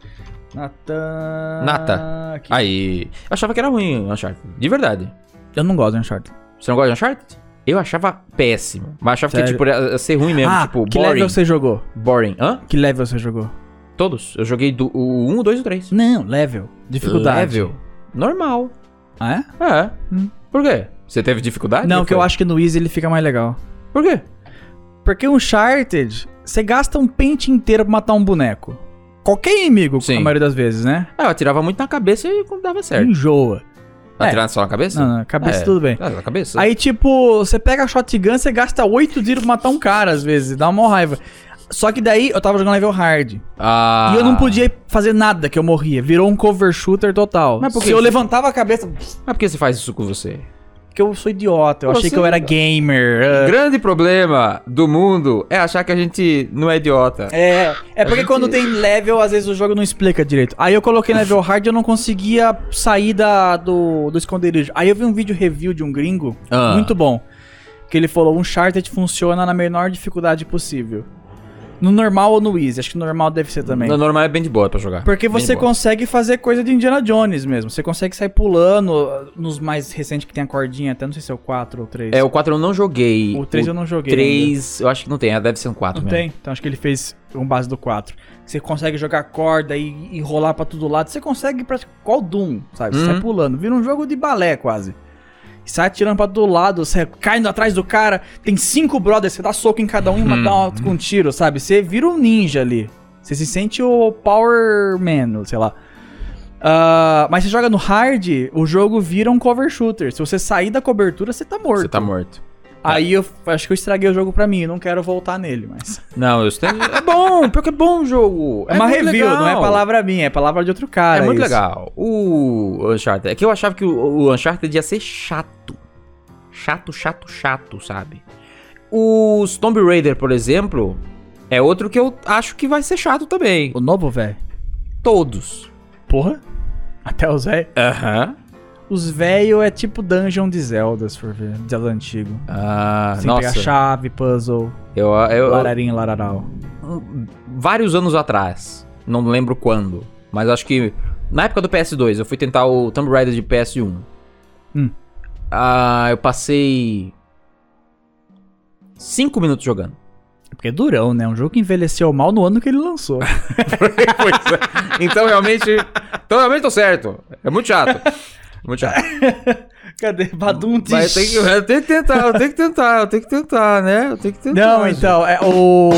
Speaker 2: Nathan...
Speaker 1: Nata.
Speaker 2: Aqui.
Speaker 1: Aí. Eu achava que era ruim o Uncharted. De verdade.
Speaker 2: Eu não gosto de Uncharted.
Speaker 1: Você não gosta de Uncharted? Eu achava péssimo. Mas achava que
Speaker 2: Sério?
Speaker 1: tipo, ia ia ser ruim mesmo.
Speaker 2: ah,
Speaker 1: tipo,
Speaker 2: que
Speaker 1: boring.
Speaker 2: level você jogou?
Speaker 1: Boring. Hã?
Speaker 2: Que level você jogou?
Speaker 1: Todos. Eu joguei do, o 1, o 2 e o 3.
Speaker 2: Não, level. Dificuldade.
Speaker 1: Level. Normal.
Speaker 2: Ah, é?
Speaker 1: É.
Speaker 2: Hum.
Speaker 1: Por quê? Você teve dificuldade?
Speaker 2: não,
Speaker 1: Ou
Speaker 2: porque
Speaker 1: foi?
Speaker 2: eu acho que no Easy ele fica mais legal.
Speaker 1: Por quê?
Speaker 2: Porque Uncharted, você gasta um pente inteiro pra matar um boneco. Qualquer inimigo,
Speaker 1: Sim.
Speaker 2: a maioria das vezes, né?
Speaker 1: Ah, eu atirava muito na cabeça e dava certo.
Speaker 2: Enjoa. É.
Speaker 1: Atirava só na cabeça?
Speaker 2: Não, não, cabeça
Speaker 1: É.
Speaker 2: tudo bem.
Speaker 1: Ah, na cabeça?
Speaker 2: Aí, tipo, você pega a shotgun, você gasta oito tiros pra matar um cara, às vezes. Dá uma raiva. Só que daí, eu tava jogando level hard.
Speaker 1: Ah.
Speaker 2: E eu não podia fazer nada que eu morria. Virou um cover shooter total.
Speaker 1: Mas por
Speaker 2: Se
Speaker 1: que
Speaker 2: eu
Speaker 1: isso?
Speaker 2: levantava a cabeça.
Speaker 1: Mas Ah, por que você faz isso com você?
Speaker 2: Porque eu sou idiota. Eu
Speaker 1: Você-
Speaker 2: achei que eu era gamer.
Speaker 1: Grande problema do mundo é achar que a gente não é idiota.
Speaker 2: É, é porque
Speaker 1: gente- Ah.
Speaker 2: quando tem level, às vezes o jogo não explica direito. Aí eu coloquei level hard e eu não conseguia sair da, do, do esconderijo. Aí eu vi um vídeo review de um gringo,
Speaker 1: Ah.
Speaker 2: muito bom, que ele falou, Uncharted funciona na menor dificuldade possível. No normal ou no easy? Acho que no normal deve ser também.
Speaker 1: No normal é bem de boa pra jogar.
Speaker 2: Porque
Speaker 1: Bem de
Speaker 2: você
Speaker 1: boa.
Speaker 2: consegue fazer coisa de Indiana Jones mesmo. Você consegue sair pulando nos mais recentes que tem a cordinha, até não sei se é o 4 ou 3.
Speaker 1: É, o 4 eu não joguei.
Speaker 2: o 3 eu não joguei. ainda.
Speaker 1: 3, eu acho que não tem, deve ser um 4
Speaker 2: Não
Speaker 1: mesmo.
Speaker 2: tem? Então acho que ele fez com base do 4. Você consegue jogar corda e, e rolar pra todo lado. Você consegue pra qual Doom, sabe? Você
Speaker 1: Uhum.
Speaker 2: sai pulando. Vira um jogo de balé quase. Sai atirando pra todo lado, você caindo atrás do cara. Tem cinco brothers, você dá soco em cada um e
Speaker 1: Uhum.
Speaker 2: mata uma- com um tiro, sabe? Você vira um ninja ali. Você se sente o Power Man, sei lá. Ah, mas você joga no hard, o jogo vira um cover shooter. Se você sair da cobertura, você tá morto.
Speaker 1: Você tá morto.
Speaker 2: Aí eu acho que eu estraguei o jogo pra mim, eu não quero voltar nele, mas.
Speaker 1: Não, eu tenho... é bom, pior que é bom o jogo.
Speaker 2: É uma
Speaker 1: muito
Speaker 2: review,
Speaker 1: legal.
Speaker 2: não é palavra minha, é palavra de outro cara.
Speaker 1: é muito
Speaker 2: isso.
Speaker 1: legal. O Uncharted. É que eu achava que o, o Uncharted ia ser chato. Chato, chato, chato, sabe? Os Tomb Raider, por exemplo, é outro que eu acho que vai ser chato também.
Speaker 2: O novo, velho?
Speaker 1: Todos.
Speaker 2: Porra? Até os velho?
Speaker 1: Aham.
Speaker 2: Os velho é tipo dungeon de Zelda, se for ver. Zelda antigo.
Speaker 1: Ah,
Speaker 2: Sem pegar
Speaker 1: nossa.
Speaker 2: chave, puzzle,
Speaker 1: Eu, eu, eu-
Speaker 2: lararim, lararau.
Speaker 1: um- vários anos atrás, não lembro quando, mas acho que na época do PS2, eu fui tentar o Tomb Raider de PS1.
Speaker 2: Hum.
Speaker 1: Ah, eu passei 5 minutos jogando.
Speaker 2: É Porque é durão, né? Um jogo que envelheceu mal no ano que ele lançou.
Speaker 1: então realmente, então realmente tô certo. É muito chato. Muito chato.
Speaker 2: Cadê? Badum
Speaker 1: Mas eu tenho, que, eu tenho que tentar, eu tenho que tentar, eu tenho que tentar, né? Eu tenho que tentar.
Speaker 2: Não,
Speaker 1: gente.
Speaker 2: então, é, o,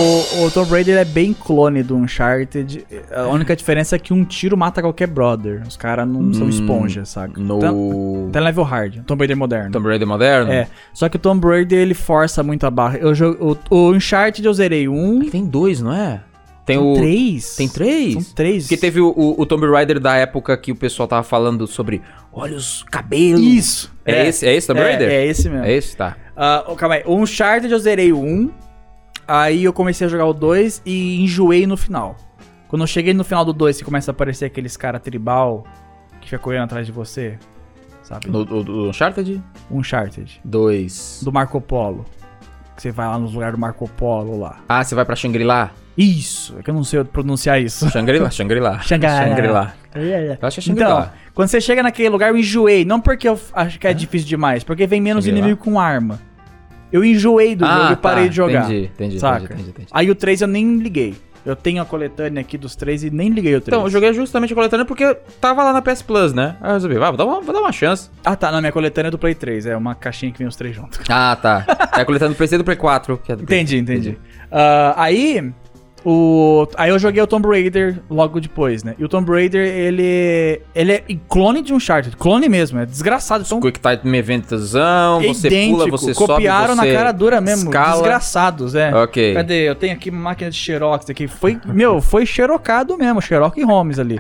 Speaker 2: o Tom Brady ele é bem clone do Uncharted. A única diferença é que um tiro mata qualquer brother. Os caras não são
Speaker 1: Hum,
Speaker 2: esponja, saca? Tan-
Speaker 1: No.
Speaker 2: Até level hard. Tom Brady é moderno.
Speaker 1: Tomb Raider moderno?
Speaker 2: então, É, só que o Tom Brady ele força muito a barra. Eu jogo, o, o Uncharted eu zerei um,
Speaker 1: Ele tem dois, não é? Tem
Speaker 2: são
Speaker 1: o.
Speaker 2: três.
Speaker 1: Tem três?
Speaker 2: São três.
Speaker 1: Porque teve o, o, o Tomb Raider da época que o pessoal tava falando sobre olhos, cabelos.
Speaker 2: Isso.
Speaker 1: É, esse? É esse Tomb
Speaker 2: é,
Speaker 1: Raider?
Speaker 2: É esse mesmo.
Speaker 1: É esse, tá.
Speaker 2: Ah, oh, calma aí. O Uncharted eu zerei o 1. Aí eu comecei a jogar o 2 e enjoei no final. Quando eu cheguei no final do 2, que começa a aparecer aqueles cara tribal que fica correndo atrás de você. Sabe?
Speaker 1: No, do, do Uncharted?
Speaker 2: Uncharted.
Speaker 1: Dois.
Speaker 2: Do Marco Polo. Que você vai lá nos lugares do Marco Polo lá.
Speaker 1: Ah, você vai pra Shangri-La?
Speaker 2: Isso! É que eu não sei pronunciar isso.
Speaker 1: Shangri-La, Shangri-La.
Speaker 2: Shangri-La.
Speaker 1: Shangri-La. Eu acho que é Shangri-La.
Speaker 2: Então, quando você chega naquele lugar, eu enjoei. Não porque eu acho que é difícil demais, porque vem menos
Speaker 1: Shangri-La.
Speaker 2: inimigo com arma. Eu enjoei do jogo e
Speaker 1: tá,
Speaker 2: parei de jogar.
Speaker 1: Entendi, entendi,
Speaker 2: Saca?
Speaker 1: entendi, entendi, entendi.
Speaker 2: Aí o 3 eu nem liguei. Eu tenho a coletânea aqui dos 3 e nem liguei o 3.
Speaker 1: Então, eu joguei justamente a coletânea porque tava lá na PS Plus, né? Aí eu resolvi, ah, vou dar uma, vou dar uma chance.
Speaker 2: Ah, tá. Na minha coletânea é do Play 3. É uma caixinha que vem os três juntos.
Speaker 1: Ah, tá. É a coletânea do PC e do Play 4. que é do Play-
Speaker 2: Entendi, entendi. Ah, aí. O... Aí eu joguei o Tomb Raider logo depois, né? E o Tomb Raider, ele. Ele é clone de Uncharted. Clone mesmo, é desgraçado. Então,
Speaker 1: Quick Time Eventzão, você pula, você sobe,
Speaker 2: copiaram
Speaker 1: você
Speaker 2: na cara dura mesmo.
Speaker 1: escala.
Speaker 2: Desgraçados, é.
Speaker 1: Ok.
Speaker 2: Cadê? Eu tenho aqui máquina de Xerox aqui. Foi, meu, foi xerocado mesmo, Xerox e Holmes ali.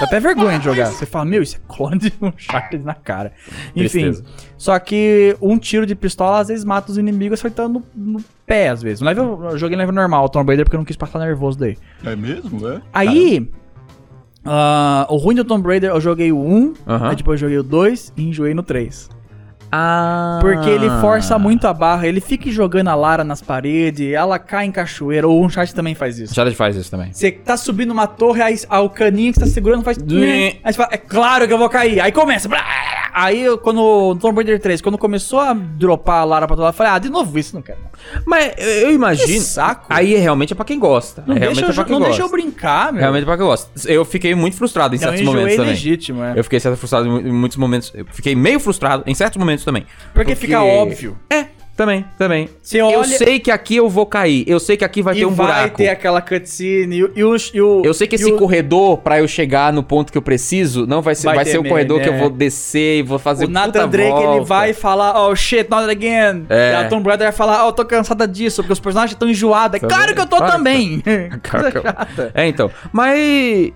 Speaker 2: Dá até vergonha de jogar. Você fala, meu, isso é clone de um Uncharted na cara. Enfim,
Speaker 1: Tristeza.
Speaker 2: só que um tiro de pistola às vezes mata os inimigos acertando no, no pé, às vezes. No level, eu joguei no level normal, Tomb Raider, porque eu não quis passar nervoso daí.
Speaker 3: É mesmo? É?
Speaker 2: Aí, ah, o ruim do Tomb Raider, eu joguei o 1,
Speaker 1: Aham.
Speaker 2: aí depois eu joguei o 2 e enjoei no 3.
Speaker 1: Ah.
Speaker 2: Porque ele força muito a barra, ele fica jogando a Lara nas paredes, ela cai em cachoeira, ou o Uncharted também faz isso.
Speaker 1: Shadow faz isso também.
Speaker 2: Você tá subindo uma torre, aí ah, o caninho que você tá segurando faz. Aí você fala, é claro que eu vou cair. Aí começa. blá, blá, blá. Aí eu, quando. No Tomb Raider 3, quando começou a dropar a Lara pra todo lado, eu falei, ah, de novo isso, não quero.
Speaker 1: Mas eu eu
Speaker 2: Que
Speaker 1: imagino.
Speaker 2: saco.
Speaker 1: Aí é realmente é pra quem gosta.
Speaker 2: não
Speaker 1: É
Speaker 2: deixa
Speaker 1: realmente
Speaker 2: eu,
Speaker 1: é pra
Speaker 2: jo-
Speaker 1: quem
Speaker 2: não deixa
Speaker 1: gosta.
Speaker 2: eu brincar, meu. Então,
Speaker 1: Realmente é pra quem gosta. Eu fiquei muito frustrado em
Speaker 2: Não, eu
Speaker 1: certos momentos também.
Speaker 2: legítimo, é.
Speaker 1: Eu fiquei certo frustrado em mu- em muitos momentos. Eu fiquei meio frustrado em certos momentos também.
Speaker 2: Porque fica óbvio.
Speaker 1: É, também, também.
Speaker 2: Você
Speaker 1: Eu
Speaker 2: olha
Speaker 1: sei que aqui eu vou cair. Eu sei que aqui vai
Speaker 2: e
Speaker 1: ter um
Speaker 2: vai
Speaker 1: buraco.
Speaker 2: ter aquela cutscene e, o- e, o, e o.
Speaker 1: Eu sei que
Speaker 2: e
Speaker 1: esse
Speaker 2: o-
Speaker 1: corredor, pra eu chegar no ponto que eu preciso, não vai ser,
Speaker 2: Vai
Speaker 1: vai,
Speaker 2: ter
Speaker 1: ser o
Speaker 2: meme,
Speaker 1: corredor que eu
Speaker 2: né?
Speaker 1: vou descer e vou fazer
Speaker 2: O Nathan Drake, ele vai falar, oh shit, not again.
Speaker 1: É.
Speaker 2: E a Tomb Raider vai falar, oh, tô cansada disso, porque os personagens estão enjoados. É
Speaker 1: Tá
Speaker 2: claro
Speaker 1: vendo?
Speaker 2: que tá. eu tô
Speaker 1: Claro que
Speaker 2: também.
Speaker 1: Coisa chata. É, então. Mas.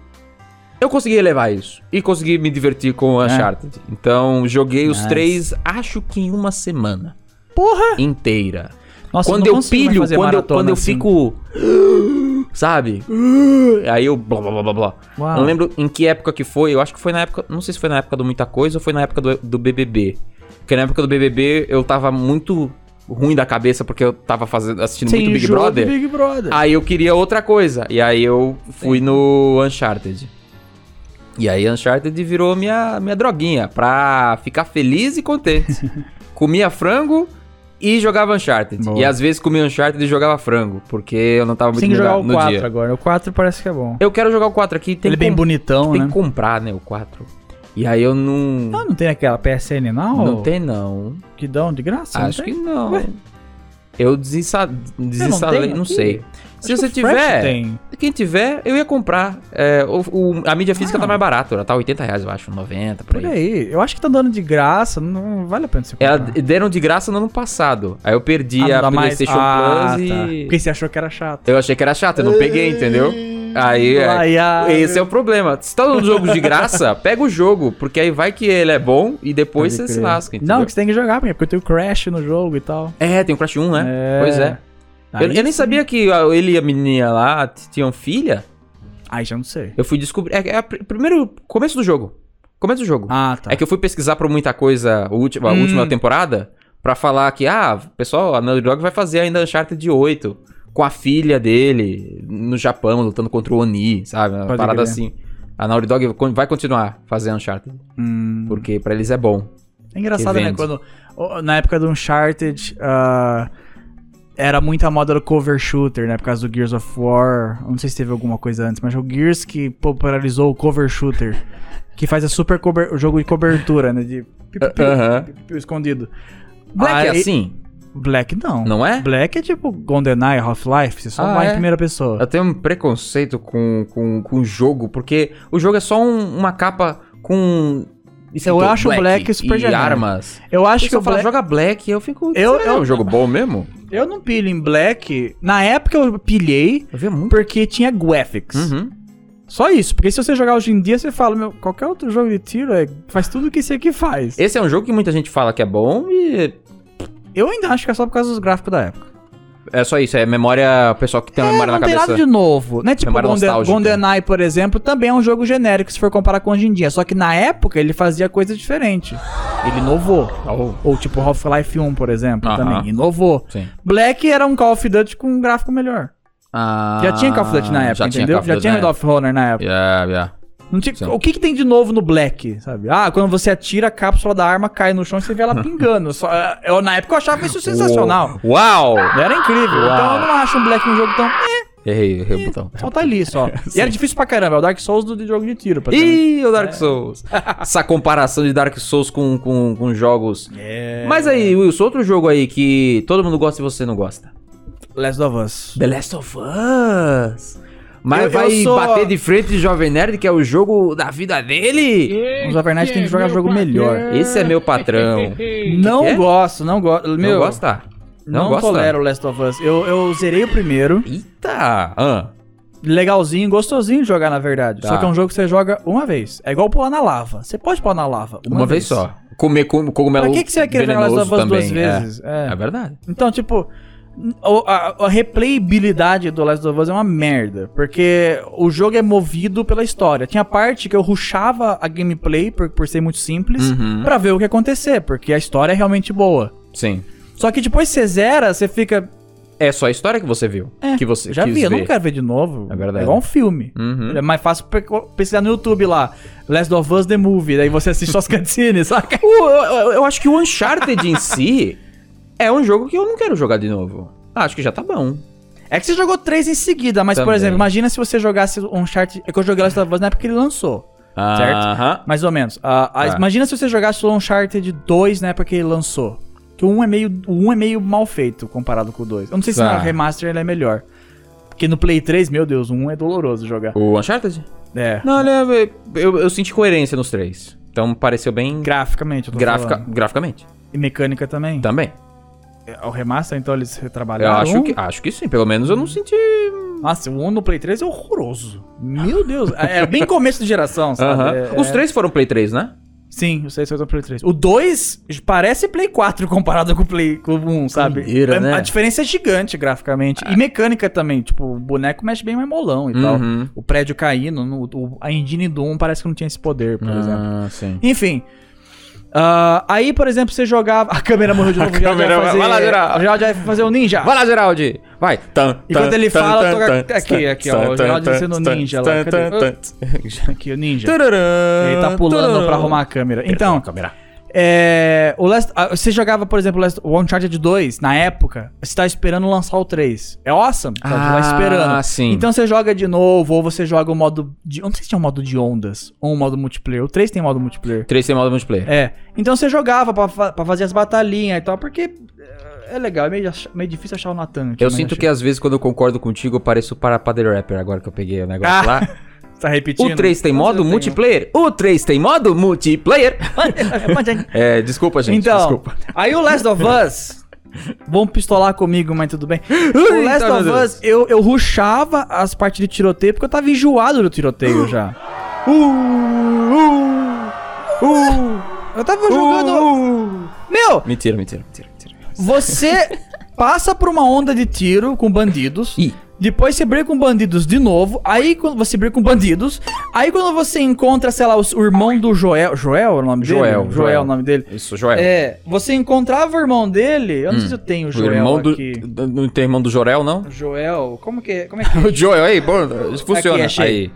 Speaker 1: Eu consegui levar isso. E consegui me divertir com o Uncharted. Então, joguei os
Speaker 2: É. Nice.
Speaker 1: três, acho que em uma semana
Speaker 2: Porra!
Speaker 1: inteira.
Speaker 2: Nossa,
Speaker 1: quando
Speaker 2: não
Speaker 1: eu
Speaker 2: consigo mais
Speaker 1: pilho,
Speaker 2: fazer
Speaker 1: quando eu,
Speaker 2: maratona
Speaker 1: quando eu
Speaker 2: assim.
Speaker 1: fico. Sabe? Aí eu. Blá, blá, blá, blá, blá.
Speaker 2: Uau.
Speaker 1: Não lembro em que época que foi. Eu acho que foi na época. Não sei se foi na época do Muita Coisa ou foi na época do, do BBB. Porque na época do BBB eu tava muito ruim da cabeça porque eu tava fazendo, assistindo muito Big
Speaker 2: enjoa do
Speaker 1: Brother.
Speaker 2: Big Brother. Ah,
Speaker 1: Aí eu queria outra coisa. E aí eu fui no Uncharted. E aí Uncharted virou minha, minha droguinha pra ficar feliz e contente. comia frango e jogava Uncharted.
Speaker 2: Boa.
Speaker 1: E às vezes comia Uncharted e jogava frango, porque eu não tava muito
Speaker 2: Você tem que
Speaker 1: melhor
Speaker 2: jogar o
Speaker 1: no
Speaker 2: 4
Speaker 1: dia.
Speaker 2: agora. O 4 parece que é bom.
Speaker 1: Eu quero jogar o 4 aqui. Tem
Speaker 2: Ele é bem
Speaker 1: com-
Speaker 2: bonitão,
Speaker 1: Tem
Speaker 2: né? Ah,
Speaker 1: que comprar, né, o 4. E aí eu não...
Speaker 2: Não, não tem aquela PSN não?
Speaker 1: Não tem não.
Speaker 2: Que dão de graça?
Speaker 1: Acho
Speaker 2: não tem?
Speaker 1: que não.
Speaker 2: Ué.
Speaker 1: Eu desinsta... desinstalei,
Speaker 2: tenho
Speaker 1: não,
Speaker 2: aqui.
Speaker 1: sei.
Speaker 2: Acho
Speaker 1: Se
Speaker 2: que
Speaker 1: você
Speaker 2: o Fresh
Speaker 1: tiver,
Speaker 2: tem.
Speaker 1: quem tiver, eu ia comprar. É, o- o- a mídia física
Speaker 2: Ah.
Speaker 1: tá mais barata, ela tá 80 reais, eu acho, 90, por aí.
Speaker 2: Por aí. Eu acho que tá dando de graça. Não vale a pena você comprar.
Speaker 1: Ela deram de graça no ano passado. Aí eu perdi
Speaker 2: Ah, não
Speaker 1: a
Speaker 2: dá mais?
Speaker 1: PlayStation
Speaker 2: Ah,
Speaker 1: Plus
Speaker 2: tá.
Speaker 1: e.
Speaker 2: Porque você achou que era chato.
Speaker 1: Eu achei que era chato, eu não peguei, entendeu? Aí é.
Speaker 2: Ai, ai,
Speaker 1: Esse é o problema. Se tá no jogo de graça, pega o jogo, porque aí vai que ele é bom e depois
Speaker 2: Pode
Speaker 1: você se
Speaker 2: crer.
Speaker 1: lasca, entendeu?
Speaker 2: Não, que você tem que jogar, porque tem o Crash no jogo e tal.
Speaker 1: É, tem o Crash 1, né? Pois é. Eu,
Speaker 2: Aí
Speaker 1: eu nem
Speaker 2: sim.
Speaker 1: sabia que a- ele e a menina lá t- tinham filha.
Speaker 2: Aí já não sei.
Speaker 1: Eu fui descobrir. É, é a pr- primeiro começo do jogo. Começo do jogo.
Speaker 2: Ah, tá.
Speaker 1: É que eu fui pesquisar por muita coisa a última, a
Speaker 2: Hum.
Speaker 1: última temporada pra falar que, ah, pessoal, a Naughty Dog vai fazer ainda Uncharted 8 com a filha dele no Japão, lutando contra o Oni, sabe? Uma
Speaker 2: Pode
Speaker 1: parada
Speaker 2: crer.
Speaker 1: assim. A Naughty Dog con- vai continuar fazendo Uncharted,
Speaker 2: Hum.
Speaker 1: porque pra eles é bom.
Speaker 2: É engraçado,
Speaker 1: Que
Speaker 2: né?
Speaker 1: vende.
Speaker 2: Quando, o- na época do Uncharted, ah, era muita moda do cover shooter, né? Por causa do Gears of War. Eu Não sei se teve alguma coisa antes, mas o Gears que popularizou o cover shooter. que faz a super cober- o jogo de cobertura, né? De pi- pi- pi-
Speaker 1: Aham.
Speaker 2: pi- pi- escondido.
Speaker 1: Black é
Speaker 2: Aí-
Speaker 1: assim,
Speaker 2: Black não.
Speaker 1: não é?
Speaker 2: Black é tipo GoldenEye, Half-Life, você só
Speaker 1: Ah,
Speaker 2: vai
Speaker 1: é?
Speaker 2: em primeira pessoa.
Speaker 1: Eu tenho um preconceito com, com, com o jogo, porque o jogo é só um- uma capa com. escrito
Speaker 2: acho o Black super
Speaker 1: e
Speaker 2: genérico.
Speaker 1: armas.
Speaker 2: Eu acho
Speaker 1: Acho
Speaker 2: que
Speaker 1: que
Speaker 2: o
Speaker 1: eu falo,
Speaker 2: Black...
Speaker 1: joga Black, eu fico.
Speaker 2: Eu-
Speaker 1: será que é
Speaker 2: eu-
Speaker 1: um jogo bom mesmo?
Speaker 2: Eu não pilho em Black. Na época eu pilhei
Speaker 1: Eu vi muito.
Speaker 2: porque tinha graphics.
Speaker 1: Uhum.
Speaker 2: Só isso, porque se você jogar hoje em dia, você fala, meu, qualquer outro jogo de tiro é, faz tudo que esse aqui faz.
Speaker 1: Esse é um jogo que muita gente fala que é bom e.
Speaker 2: Eu ainda acho que é só por causa dos gráficos da época.
Speaker 1: É só isso, é memória. O pessoal que tem uma memória
Speaker 2: É, não
Speaker 1: na
Speaker 2: tem
Speaker 1: cabeça.
Speaker 2: nada de novo, né? Tipo,
Speaker 1: Memória
Speaker 2: Gonde-
Speaker 1: nostálgica.
Speaker 2: GoldenEye, por exemplo, também é um jogo genérico se for comparar com hoje em dia. Só que na época ele fazia coisa diferente. Ele inovou.
Speaker 1: Oh,
Speaker 2: Ou tipo Half-Life 1, por exemplo,
Speaker 1: Aham.
Speaker 2: também inovou.
Speaker 1: sim.
Speaker 2: Black era um Call of Duty com um gráfico melhor.
Speaker 1: Ah,
Speaker 2: já tinha Call of Duty na época,
Speaker 1: já tinha
Speaker 2: entendeu?
Speaker 1: Call of
Speaker 2: já
Speaker 1: Duty
Speaker 2: tinha
Speaker 1: na
Speaker 2: Medal of Honor na época.
Speaker 1: Yeah, yeah.
Speaker 2: Não tinha-
Speaker 1: Sim.
Speaker 2: o que, que tem de novo no Black, sabe? Ah, quando você atira, a cápsula da arma cai no chão e você vê ela pingando. Só- é, eu, na época eu achava isso sensacional.
Speaker 1: Uau!
Speaker 2: Era incrível.
Speaker 1: Uau.
Speaker 2: Então eu não acho um Black um jogo tão. É,
Speaker 1: Errei, errei o botão.
Speaker 2: só tá ali só. e era difícil pra caramba. É o Dark Souls do de jogo de tiro. pra ter
Speaker 1: Ih, o Dark Souls. Essa comparação de Dark Souls com, com, com jogos.
Speaker 2: É.
Speaker 1: Mas aí, Wilson, outro jogo aí que todo mundo gosta e você não gosta.
Speaker 2: um- Last of Us.
Speaker 1: The Last of Us. Mas
Speaker 2: Eu- eu
Speaker 1: vai
Speaker 2: sou-
Speaker 1: bater de frente de Jovem Nerd, que é o jogo da vida dele?
Speaker 2: Os Avernais tem que jogar jogo melhor.
Speaker 1: Esse é meu patrão.
Speaker 2: não
Speaker 1: que é?
Speaker 2: gosto, não gosto. Meu,
Speaker 1: não gosta? Não,
Speaker 2: não,
Speaker 1: gosta?
Speaker 2: tolero o Last of Us. Eu, eu zerei o primeiro.
Speaker 1: Eita! Ah,
Speaker 2: Legalzinho, gostosinho de jogar, na verdade.
Speaker 1: Tá.
Speaker 2: Só que é um jogo que você joga uma vez. É igual pular na lava. Você pode pular na lava.
Speaker 1: uma, vez só. Comer com- cogumelo
Speaker 2: Pra que, que você vai querer jogar Last
Speaker 1: venenoso
Speaker 2: of Us duas
Speaker 1: também, é.
Speaker 2: vezes? É.
Speaker 1: É. verdade.
Speaker 2: Então, tipo, o- a, a replayabilidade do Last of Us é uma merda. Porque o jogo é movido pela história. Tinha parte que eu ruxava a gameplay, por, por ser muito simples,
Speaker 1: Uhum.
Speaker 2: pra ver o que ia acontecer. Porque a história é realmente boa.
Speaker 1: Sim.
Speaker 2: Só que depois que você zera, você fica.
Speaker 1: É só a história que você viu.
Speaker 2: É,
Speaker 1: que você
Speaker 2: Já
Speaker 1: quis
Speaker 2: vi, eu
Speaker 1: ver.
Speaker 2: não quero ver de novo.
Speaker 1: É verdade.
Speaker 2: É igual um filme.
Speaker 1: Uhum.
Speaker 2: É mais fácil pe- pesquisar no YouTube lá. Last of Us The Movie. Daí você assiste só as cutscenes, saca?
Speaker 1: O- eu, eu- eu acho que o Uncharted em si é um jogo que eu não quero jogar de novo. Ah, acho que já tá bom.
Speaker 2: É que você jogou três em seguida, mas, por
Speaker 1: Também.
Speaker 2: exemplo, imagina se você jogasse um chart. É que eu joguei Last of Us na época que ele lançou.
Speaker 1: Aham.
Speaker 2: Mais ou menos. Ah, ah,
Speaker 1: Tá.
Speaker 2: Imagina se você jogasse o Uncharted 2 na época que ele lançou. Que o 1 é meio, o um é meio mal feito comparado com o 2. Eu não sei se
Speaker 1: Tá.
Speaker 2: na remaster ele é melhor. Porque no Play 3, meu Deus, o 1 é doloroso jogar.
Speaker 1: O Uncharted?
Speaker 2: É.
Speaker 1: Não, olha, eu, eu senti coerência nos três. Então pareceu bem
Speaker 2: Graficamente, eu tô
Speaker 1: gráfica,
Speaker 2: falando.
Speaker 1: graficamente.
Speaker 2: E mecânica também.
Speaker 1: Também.
Speaker 2: É, O remaster, então, eles
Speaker 1: Eu
Speaker 2: retrabalharam.
Speaker 1: acho que, acho que sim. Pelo menos eu não senti.
Speaker 2: Nossa, o 1 no Play 3 é horroroso. Meu Deus. É é bem começo de geração, sabe?
Speaker 1: Aham.
Speaker 2: É-
Speaker 1: né? Os três foram Play 3, né?
Speaker 2: Sim, o 6 foi o Play 3. O 2 parece Play 4 comparado com o Play com o 1, sabe?
Speaker 1: doideira,
Speaker 2: É-
Speaker 1: né? Ah.
Speaker 2: A diferença é gigante graficamente. E mecânica também. Tipo, o boneco mexe bem mais molão e tal.
Speaker 1: Uhum.
Speaker 2: O prédio caindo, no- o- a engine do 1 parece que não tinha esse poder, por exemplo.
Speaker 1: Ah, sim.
Speaker 2: Enfim. Ah, aí, por exemplo, você jogava. A câmera morreu de novo. o Geraldo
Speaker 1: câmera-
Speaker 2: vai fazer...
Speaker 1: vai lá, Geraldo.
Speaker 2: O Geraldo vai fazer o ninja.
Speaker 1: Vai lá, Geraldi! Vai! Tan,
Speaker 2: E quando
Speaker 1: tan,
Speaker 2: ele
Speaker 1: tan,
Speaker 2: fala,
Speaker 1: tan,
Speaker 2: toca-
Speaker 1: tan,
Speaker 2: aqui,
Speaker 1: tan,
Speaker 2: aqui, ó,
Speaker 1: tan,
Speaker 2: o Geraldi
Speaker 1: tan,
Speaker 2: sendo
Speaker 1: tan,
Speaker 2: ninja lá,
Speaker 1: tan,
Speaker 2: cadê?
Speaker 1: tan, tan.
Speaker 2: Aqui, o ninja.
Speaker 1: Tararã,
Speaker 2: Ele tá pulando
Speaker 1: tararã.
Speaker 2: pra arrumar a câmera.
Speaker 1: Perdão,
Speaker 2: Então,
Speaker 1: tá câmera.
Speaker 2: é, o Last, ah, você jogava, por exemplo, Last, o Uncharted 2, na época, você tá esperando lançar o 3. É awesome, sabe? Você
Speaker 1: Ah,
Speaker 2: tá esperando.
Speaker 1: sim.
Speaker 2: Então você joga de novo, ou você joga o modo de... Eu não sei se tinha um modo de ondas, ou um modo multiplayer. O 3 tem modo multiplayer.
Speaker 1: 3 tem modo multiplayer.
Speaker 2: É, então você jogava pra, fa- pra fazer as batalhinhas e tal, porque é, é legal, é meio, ach- meio difícil achar o Natan.
Speaker 1: Eu sinto que às vezes quando eu concordo contigo eu pareço o Parapader Rapper agora que eu peguei o negócio
Speaker 2: Ah,
Speaker 1: lá.
Speaker 2: Tá repetindo?
Speaker 1: O 3 tem modo multiplayer? O 3 tem modo multiplayer? É, desculpa, gente.
Speaker 2: então,
Speaker 1: Desculpa.
Speaker 2: aí o Last of Us. Vão pistolar comigo, mas tudo bem. O
Speaker 1: Eita,
Speaker 2: Last
Speaker 1: meu
Speaker 2: of
Speaker 1: Deus.
Speaker 2: Us, eu, eu ruxava as partes de tiroteio porque eu tava enjoado do tiroteio já.
Speaker 1: Uh, uh, uh,
Speaker 2: Eu tava jogando.
Speaker 1: uh.
Speaker 2: Meu,
Speaker 1: Mentira, mentira, mentira, mentira.
Speaker 2: você passa por uma onda de tiro com bandidos.
Speaker 1: Ih,
Speaker 2: Depois você briga com bandidos de novo. Aí quando você briga com bandidos. Aí quando você encontra, sei lá, o, o irmão do Joel. Joel é o nome dele?
Speaker 1: Joel,
Speaker 2: Joel é
Speaker 1: Joel.
Speaker 2: o nome dele.
Speaker 1: isso, Joel. Hum.
Speaker 2: É, você encontrava o irmão dele. Eu não sei se eu tenho o
Speaker 1: o
Speaker 2: Joel
Speaker 1: irmão do.
Speaker 2: aqui.
Speaker 1: Não tem irmão do Jorel, não?
Speaker 2: Joel, como que é? Como é que é?
Speaker 1: O Joel, aí, bom, isso funciona.
Speaker 2: achei.
Speaker 1: aí.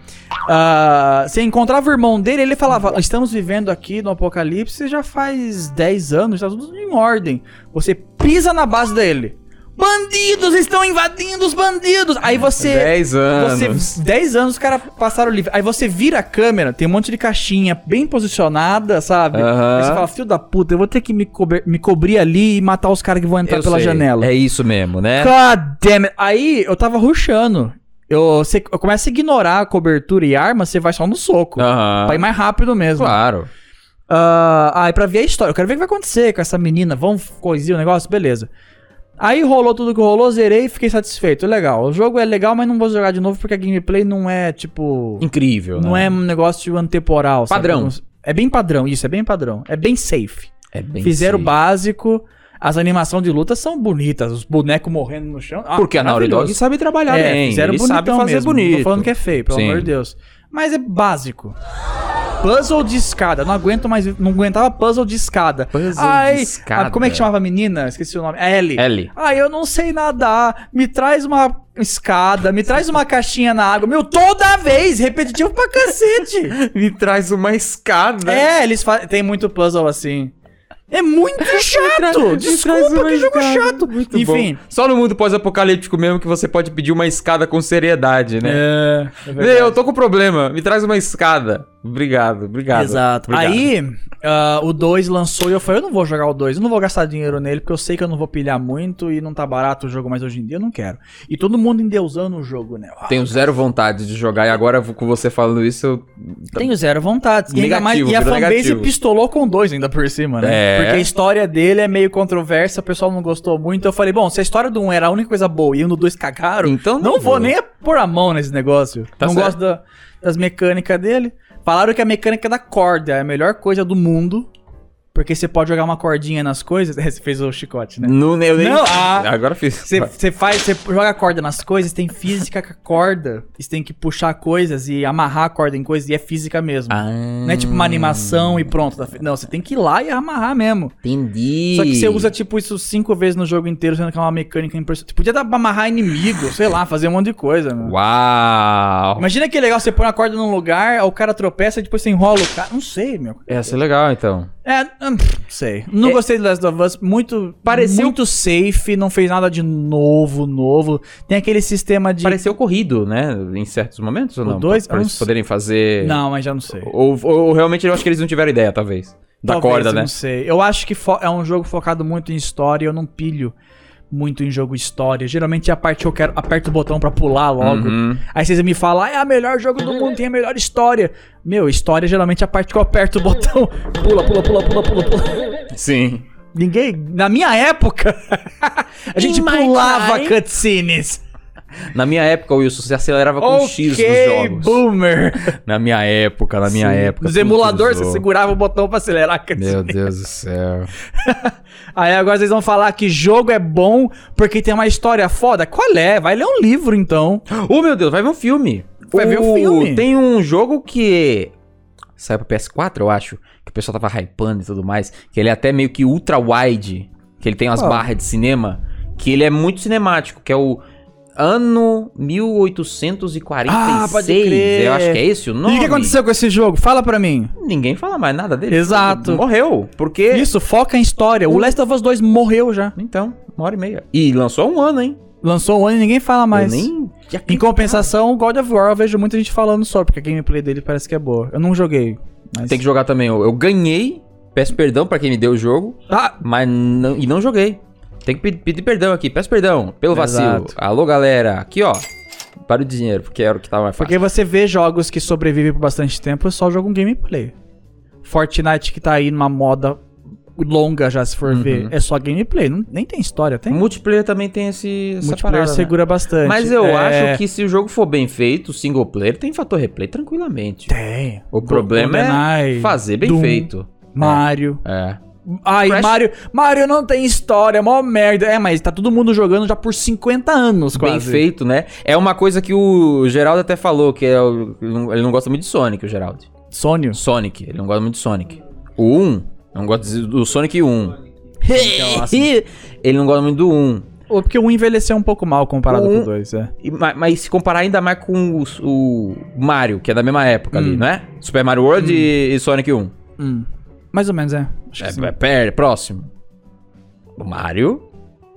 Speaker 2: Ah, você encontrava o irmão dele, ele falava: Estamos vivendo aqui no apocalipse já faz 10 anos, tá tudo em ordem. Você pisa na base dele. Bandidos estão invadindo os bandidos! Aí você. tá
Speaker 1: 10 anos.
Speaker 2: Você, 10 anos os caras passaram livre. Aí você vira a câmera, tem um monte de caixinha bem posicionada, sabe?
Speaker 1: Aham.
Speaker 2: Aí você fala, filho da puta, eu vou ter que me, cober- me cobrir ali e matar os caras que vão entrar
Speaker 1: Eu
Speaker 2: pela
Speaker 1: sei,
Speaker 2: janela.
Speaker 1: É isso mesmo, né?
Speaker 2: God damn it. Aí eu tava ruxando. Eu, você eu começo a ignorar a cobertura e arma, você vai só no soco.
Speaker 1: Aham.
Speaker 2: Pra ir mais rápido mesmo.
Speaker 1: Ah. Claro.
Speaker 2: Ah, ah, e pra ver a história. Eu quero ver o que vai acontecer com essa menina. Vamos coisinha o negócio? Beleza. Aí rolou tudo que rolou, zerei e fiquei satisfeito. Legal. O jogo é legal, mas não vou jogar de novo porque a gameplay não é, tipo.
Speaker 1: Incrível,
Speaker 2: Não
Speaker 1: né?
Speaker 2: é um negócio antemporal. sabe?
Speaker 1: Padrão.
Speaker 2: É bem padrão, isso, é bem padrão. É bem safe.
Speaker 1: É bem
Speaker 2: Fizeram o
Speaker 1: safe.
Speaker 2: básico. As animações de luta são bonitas. Os bonecos morrendo no chão. Ah,
Speaker 1: Porque a Naughty Dog
Speaker 2: maravilhoso.
Speaker 1: sabe trabalhar
Speaker 2: É,
Speaker 1: bem.
Speaker 2: fizeram
Speaker 1: Ele
Speaker 2: bonitão
Speaker 1: sabe fazer
Speaker 2: mesmo. Não
Speaker 1: bonito.
Speaker 2: tô falando que é feio, pelo
Speaker 1: Sim.
Speaker 2: amor de Deus. Mas é básico. Puzzle de escada. Não aguento mais. Não aguentava puzzle de escada.
Speaker 1: Puzzle de
Speaker 2: Ai, a-
Speaker 1: escada.
Speaker 2: como é que chamava a menina? Esqueci o nome. A Ellie.
Speaker 1: Ellie.
Speaker 2: Ai, eu não sei nadar. Me traz uma escada. Me traz uma caixinha na água. Meu, toda vez. Repetitivo pra cacete.
Speaker 1: Me traz uma escada.
Speaker 2: É, eles fa... tem muito puzzle assim. É muito chato! Desculpa, que jogo chato! Enfim.
Speaker 1: Só no mundo pós-apocalíptico mesmo que você pode pedir uma escada com seriedade, né?
Speaker 2: É,
Speaker 1: Ei, eu tô com problema, me traz uma escada. Obrigado, obrigado.
Speaker 2: Exato.
Speaker 1: obrigado.
Speaker 2: Aí, ah, o 2 lançou e eu falei, eu não vou jogar o 2, eu não vou gastar dinheiro nele, porque eu sei que eu não vou pilhar muito e não tá barato o jogo, mas hoje em dia eu não quero. E todo mundo endeusando o jogo, né? Ah,
Speaker 1: Tenho zero vontade de jogar e agora com você falando isso eu.
Speaker 2: Tenho zero vontade. E, ainda
Speaker 1: Negativo,
Speaker 2: mais, e a
Speaker 1: virou
Speaker 2: fanbase
Speaker 1: negativo.
Speaker 2: pistolou com dois ainda por cima, né?
Speaker 1: É.
Speaker 2: Porque a história dele é meio controversa, o pessoal não gostou muito. Eu falei, bom, se a história do um era a única coisa boa e o do dois cagaram,
Speaker 1: Então
Speaker 2: não, vou nem pôr a mão nesse negócio.
Speaker 1: Tá
Speaker 2: não
Speaker 1: certo.
Speaker 2: gosto da- das mecânicas dele. Falaram que a mecânica da corda é a melhor coisa do mundo. Porque você pode jogar uma cordinha nas coisas. Você fez o chicote, né?
Speaker 1: Não, eu nem.
Speaker 2: Não, ah.
Speaker 1: Agora fiz.
Speaker 2: Você, você faz, você joga a corda nas coisas, tem física com a corda. Você tem que puxar coisas e amarrar a corda em coisas, e é física mesmo.
Speaker 1: Ah,
Speaker 2: Não é tipo uma animação e pronto. tá fe- Não, você tem que ir lá e amarrar mesmo.
Speaker 1: Ah, Entendi.
Speaker 2: Só que você usa, tipo, isso cinco vezes no jogo inteiro, sendo que é uma mecânica impressionante. Podia dar pra amarrar inimigo, sei lá, fazer um monte de coisa, né?
Speaker 1: Uau!
Speaker 2: Imagina que legal, você põe a corda num lugar, aí o cara tropeça e depois você enrola o cara. Não sei, meu.
Speaker 1: Essa é legal então.
Speaker 2: É, hum, pff, sei. Não
Speaker 1: É-
Speaker 2: gostei do Last of Us. Muito.
Speaker 1: Pareceu-
Speaker 2: Muito safe, não fez nada de novo, novo. Tem aquele sistema de.
Speaker 1: Pareceu corrido, né? Em certos momentos ou
Speaker 2: O
Speaker 1: não?
Speaker 2: dois?
Speaker 1: pra
Speaker 2: Eu não
Speaker 1: eles
Speaker 2: sei.
Speaker 1: poderem fazer.
Speaker 2: Não, mas já não sei.
Speaker 1: Ou, ou- ou realmente eu acho que eles não tiveram ideia, talvez. Da
Speaker 2: Talvez,
Speaker 1: corda,
Speaker 2: eu
Speaker 1: né?
Speaker 2: Não sei. Eu acho que fo- é um jogo focado muito em história. Eu não pilho muito em jogo história. Geralmente é a parte que eu quero. Aperto o botão pra pular logo.
Speaker 1: Uhum.
Speaker 2: Aí vocês me falam, ah, é o melhor jogo do mundo, tem a melhor história. Meu, história geralmente é a parte que eu aperto o botão. Pula, pula, pula, pula, pula, pula.
Speaker 1: Sim.
Speaker 2: Ninguém. Na minha época, a gente
Speaker 3: In my
Speaker 2: pulava
Speaker 3: time.
Speaker 2: cutscenes.
Speaker 1: Na minha época, Wilson, você acelerava com X nos jogos.
Speaker 2: boomer.
Speaker 1: Na minha época, na minha
Speaker 2: Sim.
Speaker 1: época.
Speaker 2: Nos
Speaker 1: tudo
Speaker 2: emuladores, você
Speaker 1: usou.
Speaker 2: segurava o botão pra acelerar a cutscene.
Speaker 1: Meu Deus do céu.
Speaker 2: Aí agora vocês vão falar que jogo é bom porque tem uma história foda. Qual é? Vai ler um livro então.
Speaker 1: Oh, meu Deus, vai ver um filme.
Speaker 2: Vai ver um filme.
Speaker 1: Tem um jogo que saiu pra PS4, eu acho, que o pessoal tava hypando e tudo mais, que ele é até meio que ultra wide, que ele tem umas
Speaker 2: Qual?
Speaker 1: barras de cinema, que ele é muito cinemático, que é o ano 1846.
Speaker 2: Ah, pode Ah, crer.
Speaker 1: Eu acho que é esse o nome.
Speaker 2: E o que aconteceu com esse jogo? Fala pra mim.
Speaker 1: Ninguém fala mais nada dele.
Speaker 2: Exato.
Speaker 1: Morreu, porque
Speaker 2: Isso, foca em história. O Last of Us 2 morreu já.
Speaker 1: então, uma hora e meia. E lançou há um ano, hein?
Speaker 2: Lançou um ano e ninguém fala mais.
Speaker 1: Eu nem
Speaker 2: Em compensação, o God of War eu vejo muita gente falando só, porque a gameplay dele parece que é boa. Eu não joguei. Mas...
Speaker 1: Tem que jogar também. Eu, eu ganhei. Peço perdão pra quem me deu o jogo,
Speaker 2: Ah,
Speaker 1: mas não, e não joguei. Tem que pe- pedir perdão aqui. Peço perdão pelo vacilo.
Speaker 2: Exato.
Speaker 1: Alô, galera. Aqui, ó. Para o dinheiro, porque era o que tava mais fácil.
Speaker 2: porque você vê jogos que sobrevivem por bastante tempo, eu só jogo um gameplay. Fortnite que tá aí numa moda longa já, se
Speaker 1: Uhum.
Speaker 2: for ver, é só gameplay. Não- nem tem história, tem?
Speaker 1: O multiplayer também tem esse, essa
Speaker 2: multiplayer
Speaker 1: parada, né?
Speaker 2: segura bastante.
Speaker 1: Mas eu
Speaker 2: É,
Speaker 1: acho que se o jogo for bem feito, o single player tem fator replay tranquilamente.
Speaker 2: Tem.
Speaker 1: O problema é
Speaker 2: GoldenEye,
Speaker 1: Fazer bem
Speaker 2: Doom,
Speaker 1: feito.
Speaker 2: Mario.
Speaker 1: É.
Speaker 2: Ai,
Speaker 1: Crash-
Speaker 2: Mario. Mario não tem história, mó merda. É, mas tá todo mundo jogando já por 50 anos, quase.
Speaker 1: Bem feito, né? É uma coisa que o Geraldo até falou, que é o- ele não- ele não gosta muito de Sonic, o Geraldo.
Speaker 2: Sônio.
Speaker 1: Sonic, ele não gosta muito de Sonic. O 1, não gosta do Sonic 1. ele não gosta muito do 1.
Speaker 2: Ou porque um envelheceu um pouco mal comparado
Speaker 1: Um-
Speaker 2: com o dois, é.
Speaker 1: E ma- mas se comparar ainda mais com o, s- o Mario, que é da mesma época
Speaker 2: Hum.
Speaker 1: ali, não é? Super Mario World e, e Sonic 1.
Speaker 2: Mais ou menos, é. Acho que sim.
Speaker 1: É, é, per- próximo. O Mario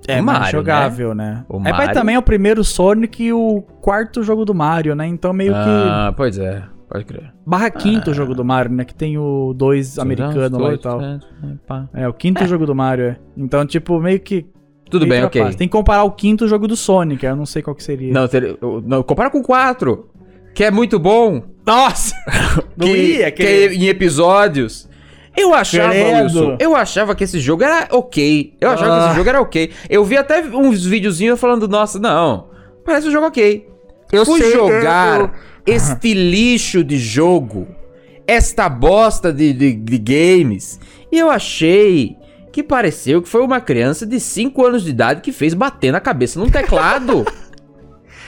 Speaker 2: É
Speaker 1: Mario,
Speaker 2: mais jogável, né?
Speaker 1: O
Speaker 2: é, mas
Speaker 1: Mario.
Speaker 2: também é o primeiro Sonic e o quarto jogo do Mario, né? Então meio que.
Speaker 1: Ah, pois é. Pode crer.
Speaker 2: Barra quinto jogo do Mario, né? Que tem o dois americano lá e tal.
Speaker 1: né?
Speaker 2: É, o quinto jogo do Mario, é. Então, tipo, meio que.
Speaker 1: Tudo
Speaker 2: meio
Speaker 1: bem, ok.
Speaker 2: ultrapassa. Tem que comparar o quinto jogo do Sonic, eu não sei qual que seria.
Speaker 1: Não, ter- não, compara com o 4, que é muito bom.
Speaker 2: Nossa! Não
Speaker 1: que,
Speaker 2: ia,
Speaker 1: que
Speaker 2: aquele-
Speaker 1: é em episódios. Eu achava,
Speaker 2: Credo.
Speaker 1: Wilson, eu achava que esse jogo era ok. Eu achava que
Speaker 2: Ah.
Speaker 1: esse jogo era ok. Eu vi até uns videozinhos falando, nossa, não, parece um jogo ok. Eu Fui
Speaker 3: sei, eu-
Speaker 1: jogar
Speaker 3: eu-
Speaker 1: este lixo de jogo, esta bosta de, de- de games, e eu achei que pareceu que foi uma criança de 5 anos de idade que fez bater na cabeça num teclado.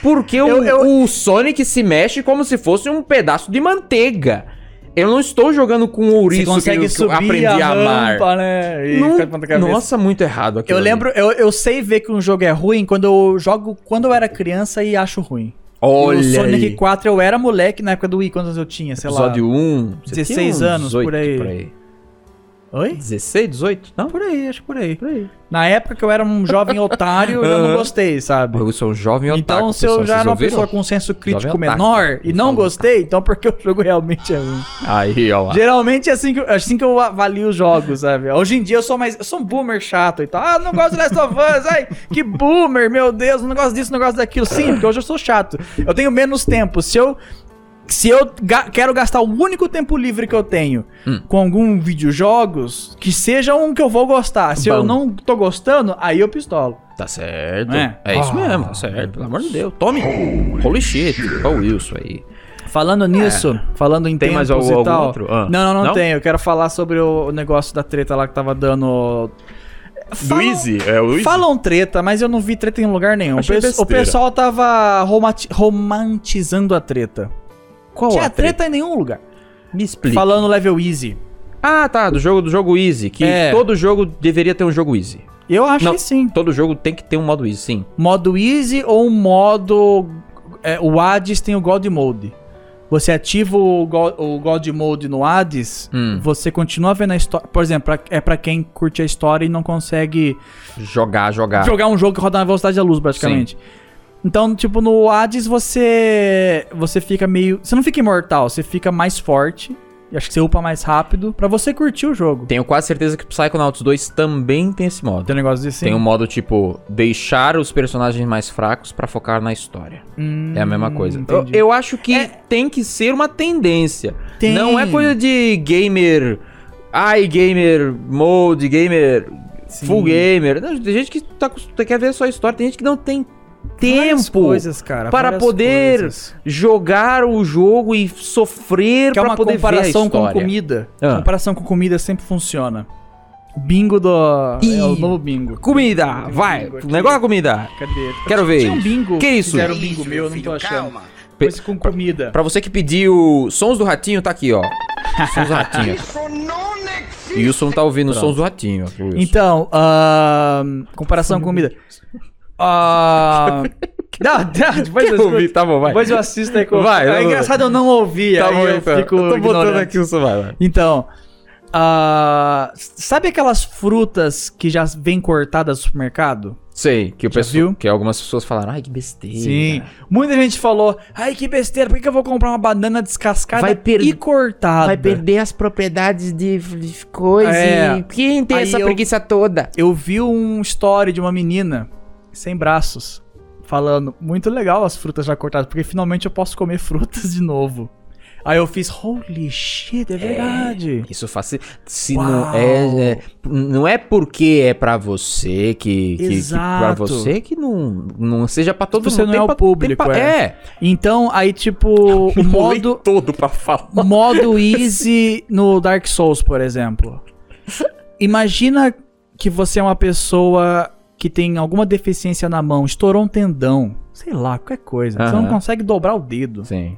Speaker 1: Porque o,
Speaker 2: Eu- eu-
Speaker 1: o Sonic se mexe como se fosse um pedaço de manteiga. Eu não estou jogando com o ouriço
Speaker 2: Você
Speaker 1: que
Speaker 2: consegue
Speaker 1: eu- que, eu
Speaker 2: subir
Speaker 1: aprendi a, amar.
Speaker 2: rampa, né? E
Speaker 1: Não-
Speaker 2: ficar de ponta cabeça.
Speaker 1: nossa, muito errado aquilo
Speaker 2: Eu
Speaker 1: ali.
Speaker 2: lembro, eu, eu sei ver que um jogo é ruim quando eu jogo quando eu era criança e acho ruim.
Speaker 1: Olha
Speaker 2: o Sonic
Speaker 1: aí.
Speaker 2: 4 eu era moleque na época do Wii, quantos eu tinha, sei
Speaker 1: Episódio 1.
Speaker 2: 16 anos, por aí. lá. Oi?
Speaker 1: 16, 18? Não,
Speaker 2: Por aí, acho que por aí. Por aí. Na época que eu era um jovem otário, eu não
Speaker 1: Aham.
Speaker 2: gostei, sabe?
Speaker 1: eu sou um jovem otaku,
Speaker 2: Então, se eu
Speaker 1: pessoal,
Speaker 2: já
Speaker 1: vocês
Speaker 2: era uma
Speaker 1: ouviram?
Speaker 2: pessoa com um senso crítico
Speaker 1: otaku,
Speaker 2: menor e
Speaker 1: ele
Speaker 2: não
Speaker 1: falou.
Speaker 2: gostei, então porque o jogo realmente é ruim.
Speaker 1: Aí, ó lá.
Speaker 2: Geralmente é assim que, eu- assim que eu avalio os jogos, sabe? Hoje em dia eu sou mais. Eu sou um boomer chato e tal. Ah, não gosto de Last of Us, ai, que boomer, meu Deus, não gosto disso, não gosto daquilo. Sim, porque hoje eu sou chato. Eu tenho menos tempo. Se eu. Se eu ga- quero gastar o único tempo livre que eu tenho
Speaker 1: Hum.
Speaker 2: com algum videojogos, que seja um que eu vou gostar. Se eu
Speaker 1: Bom.
Speaker 2: não tô gostando, aí eu pistolo.
Speaker 1: Tá certo.
Speaker 2: É.
Speaker 1: É, isso
Speaker 2: Ah,
Speaker 1: mesmo, tá certo. Pelo amor de Deus. Tome. Holy shit. Ó o Wilson aí.
Speaker 2: Falando nisso, falando em
Speaker 1: Tem
Speaker 2: tempos
Speaker 1: mais algum-
Speaker 2: e
Speaker 1: algum
Speaker 2: tal.
Speaker 1: outro? Ah.
Speaker 2: Não, não, não,
Speaker 1: Não?
Speaker 2: tem. Eu quero falar sobre o o negócio da treta lá que tava dando. Falam-
Speaker 1: Luizy, é o Easy?
Speaker 2: Falam treta, mas eu não vi treta em lugar nenhum. O,
Speaker 1: Achei
Speaker 2: pe- o
Speaker 1: besteira.
Speaker 2: pessoal tava romati- romantizando a treta.
Speaker 1: Qual
Speaker 2: Tinha
Speaker 1: a
Speaker 2: treta em nenhum lugar.
Speaker 1: Me explica.
Speaker 2: Falando level easy.
Speaker 1: Ah, tá, do jogo do jogo easy, que
Speaker 2: É.
Speaker 1: todo jogo deveria ter um jogo easy.
Speaker 2: Eu acho
Speaker 1: Não.
Speaker 2: que sim.
Speaker 1: Todo jogo tem que ter um modo easy, sim.
Speaker 2: Modo easy ou modo. é, o Hades tem o God Mode. Você ativa o Go- o God, Mode no Hades,
Speaker 1: Hum.
Speaker 2: você continua vendo a história. Por exemplo, pra- é pra quem curte a história e não consegue
Speaker 1: Jogar, jogar.
Speaker 2: jogar um jogo que roda na velocidade da luz, praticamente. Então, tipo, no Hades você. Você fica meio. Você não fica imortal, você fica mais forte. E acho que você upa mais rápido pra você curtir o jogo.
Speaker 1: Tenho quase certeza que Psychonauts 2 também tem esse modo.
Speaker 2: Tem um negócio assim?
Speaker 1: Tem um modo tipo deixar os personagens mais fracos pra focar na história.
Speaker 2: Hum,
Speaker 1: É a mesma coisa. Eu,
Speaker 2: entendi.
Speaker 1: eu acho que
Speaker 2: É.
Speaker 1: tem que ser uma tendência.
Speaker 2: Tem.
Speaker 1: Não é coisa de gamer. Ai, gamer mode, gamer.
Speaker 2: Sim.
Speaker 1: Full gamer. Não, tem gente que tá, acos- quer ver só a história, tem gente que não tem
Speaker 2: Várias
Speaker 1: tempo
Speaker 2: coisas, cara,
Speaker 1: para
Speaker 2: várias
Speaker 1: poder
Speaker 2: coisas.
Speaker 1: jogar o jogo e sofrer
Speaker 2: Que é
Speaker 1: pra
Speaker 2: uma
Speaker 1: poder
Speaker 2: comparação
Speaker 1: ver a
Speaker 2: com
Speaker 1: história.
Speaker 2: comida.
Speaker 1: Ah.
Speaker 2: Comparação com comida sempre funciona. O bingo do. É o
Speaker 1: Ih.
Speaker 2: novo bingo.
Speaker 1: Comida, vai.
Speaker 2: Bingo aqui.
Speaker 1: Negócio da comida.
Speaker 2: Cadê?
Speaker 1: Quero ver
Speaker 2: Tinha um
Speaker 1: isso.
Speaker 2: bingo.
Speaker 1: Que isso?
Speaker 2: Fizeram um bingo meu, eu não tô achando. Mas com comida.
Speaker 1: Pra você que pediu Sons do Ratinho, tá aqui, ó. Sons do Ratinho.
Speaker 3: Isso não existe.
Speaker 1: E o Wilson tá ouvindo Sons do Ratinho. Wilson.
Speaker 2: Então, ahn, comparação com comida. Ah. não, não, depois
Speaker 1: Quer
Speaker 2: eu
Speaker 1: ouvir?
Speaker 2: escuto.
Speaker 1: Tá bom, vai.
Speaker 2: Depois eu assisto aí com
Speaker 1: Vai,
Speaker 2: É
Speaker 1: vai.
Speaker 2: engraçado eu não ouvir,
Speaker 1: tá
Speaker 2: aí
Speaker 1: bom,
Speaker 2: eu
Speaker 1: então.
Speaker 2: fico
Speaker 1: eu tô botando
Speaker 2: ignorante.
Speaker 1: aqui o Wilson, vai, vai.
Speaker 2: Então, ah, sabe aquelas frutas que já vêm cortadas do supermercado?
Speaker 1: Sei, que o
Speaker 2: Já viu?
Speaker 1: pessoal. Que algumas pessoas falaram, ai, que besteira.
Speaker 2: Muita gente falou, ai que besteira, por que que eu vou comprar uma banana descascada
Speaker 1: Vai per-
Speaker 2: e cortada?
Speaker 1: Vai perder as propriedades de, de coisa.
Speaker 2: É.
Speaker 1: e Quem tem
Speaker 2: Aí
Speaker 1: essa
Speaker 2: eu-
Speaker 1: preguiça toda?
Speaker 2: Eu vi um story de uma menina sem braços falando: "Muito legal as frutas já cortadas, porque finalmente eu posso comer frutas de novo". Aí eu fiz: "Holy shit, é verdade".
Speaker 1: Isso faz. Se
Speaker 2: Uau.
Speaker 1: não é, é- Não é porque é pra você que. que- que- pra
Speaker 2: Exato.
Speaker 1: você que não, não seja pra todo
Speaker 2: Você
Speaker 1: mundo.
Speaker 2: não
Speaker 1: Tem
Speaker 2: é o
Speaker 1: pra- tem
Speaker 2: público,
Speaker 1: pra-
Speaker 2: é.
Speaker 1: é.
Speaker 2: Então, aí tipo, o modo
Speaker 1: todo pra falar.
Speaker 2: modo easy no Dark Souls, por exemplo. Imagina que você é uma pessoa que tem alguma deficiência na mão, estourou um tendão, sei lá, qualquer coisa. Você não
Speaker 1: Aham.
Speaker 2: consegue dobrar o dedo.
Speaker 1: Sim.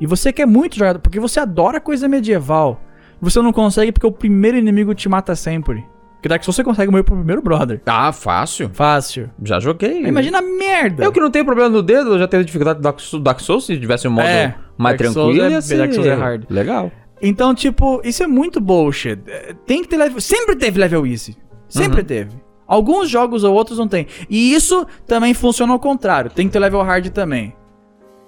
Speaker 2: E você quer muito jogar, porque você adora coisa medieval. Você não consegue porque o primeiro inimigo te mata sempre. Que Dark Souls você consegue morrer pro primeiro brother.
Speaker 1: Tá fácil.
Speaker 2: Fácil.
Speaker 1: Já joguei.
Speaker 2: Imagina a merda.
Speaker 1: Hum. Eu que não tenho problema no dedo, eu já tenho dificuldade do Dark Souls- Dark Souls. Se tivesse um modo
Speaker 2: É,
Speaker 1: mais
Speaker 2: Dark Souls
Speaker 1: tranquilo,
Speaker 2: é-
Speaker 1: ia ser-
Speaker 2: Dark Souls é hard.
Speaker 1: Legal.
Speaker 2: Então,
Speaker 1: Uhum.
Speaker 2: tipo, isso é muito bullshit. É, Tem que ter level. Sempre teve level easy. Sempre teve. Alguns jogos ou outros não tem. E isso também funciona ao contrário. Tem que ter level hard também.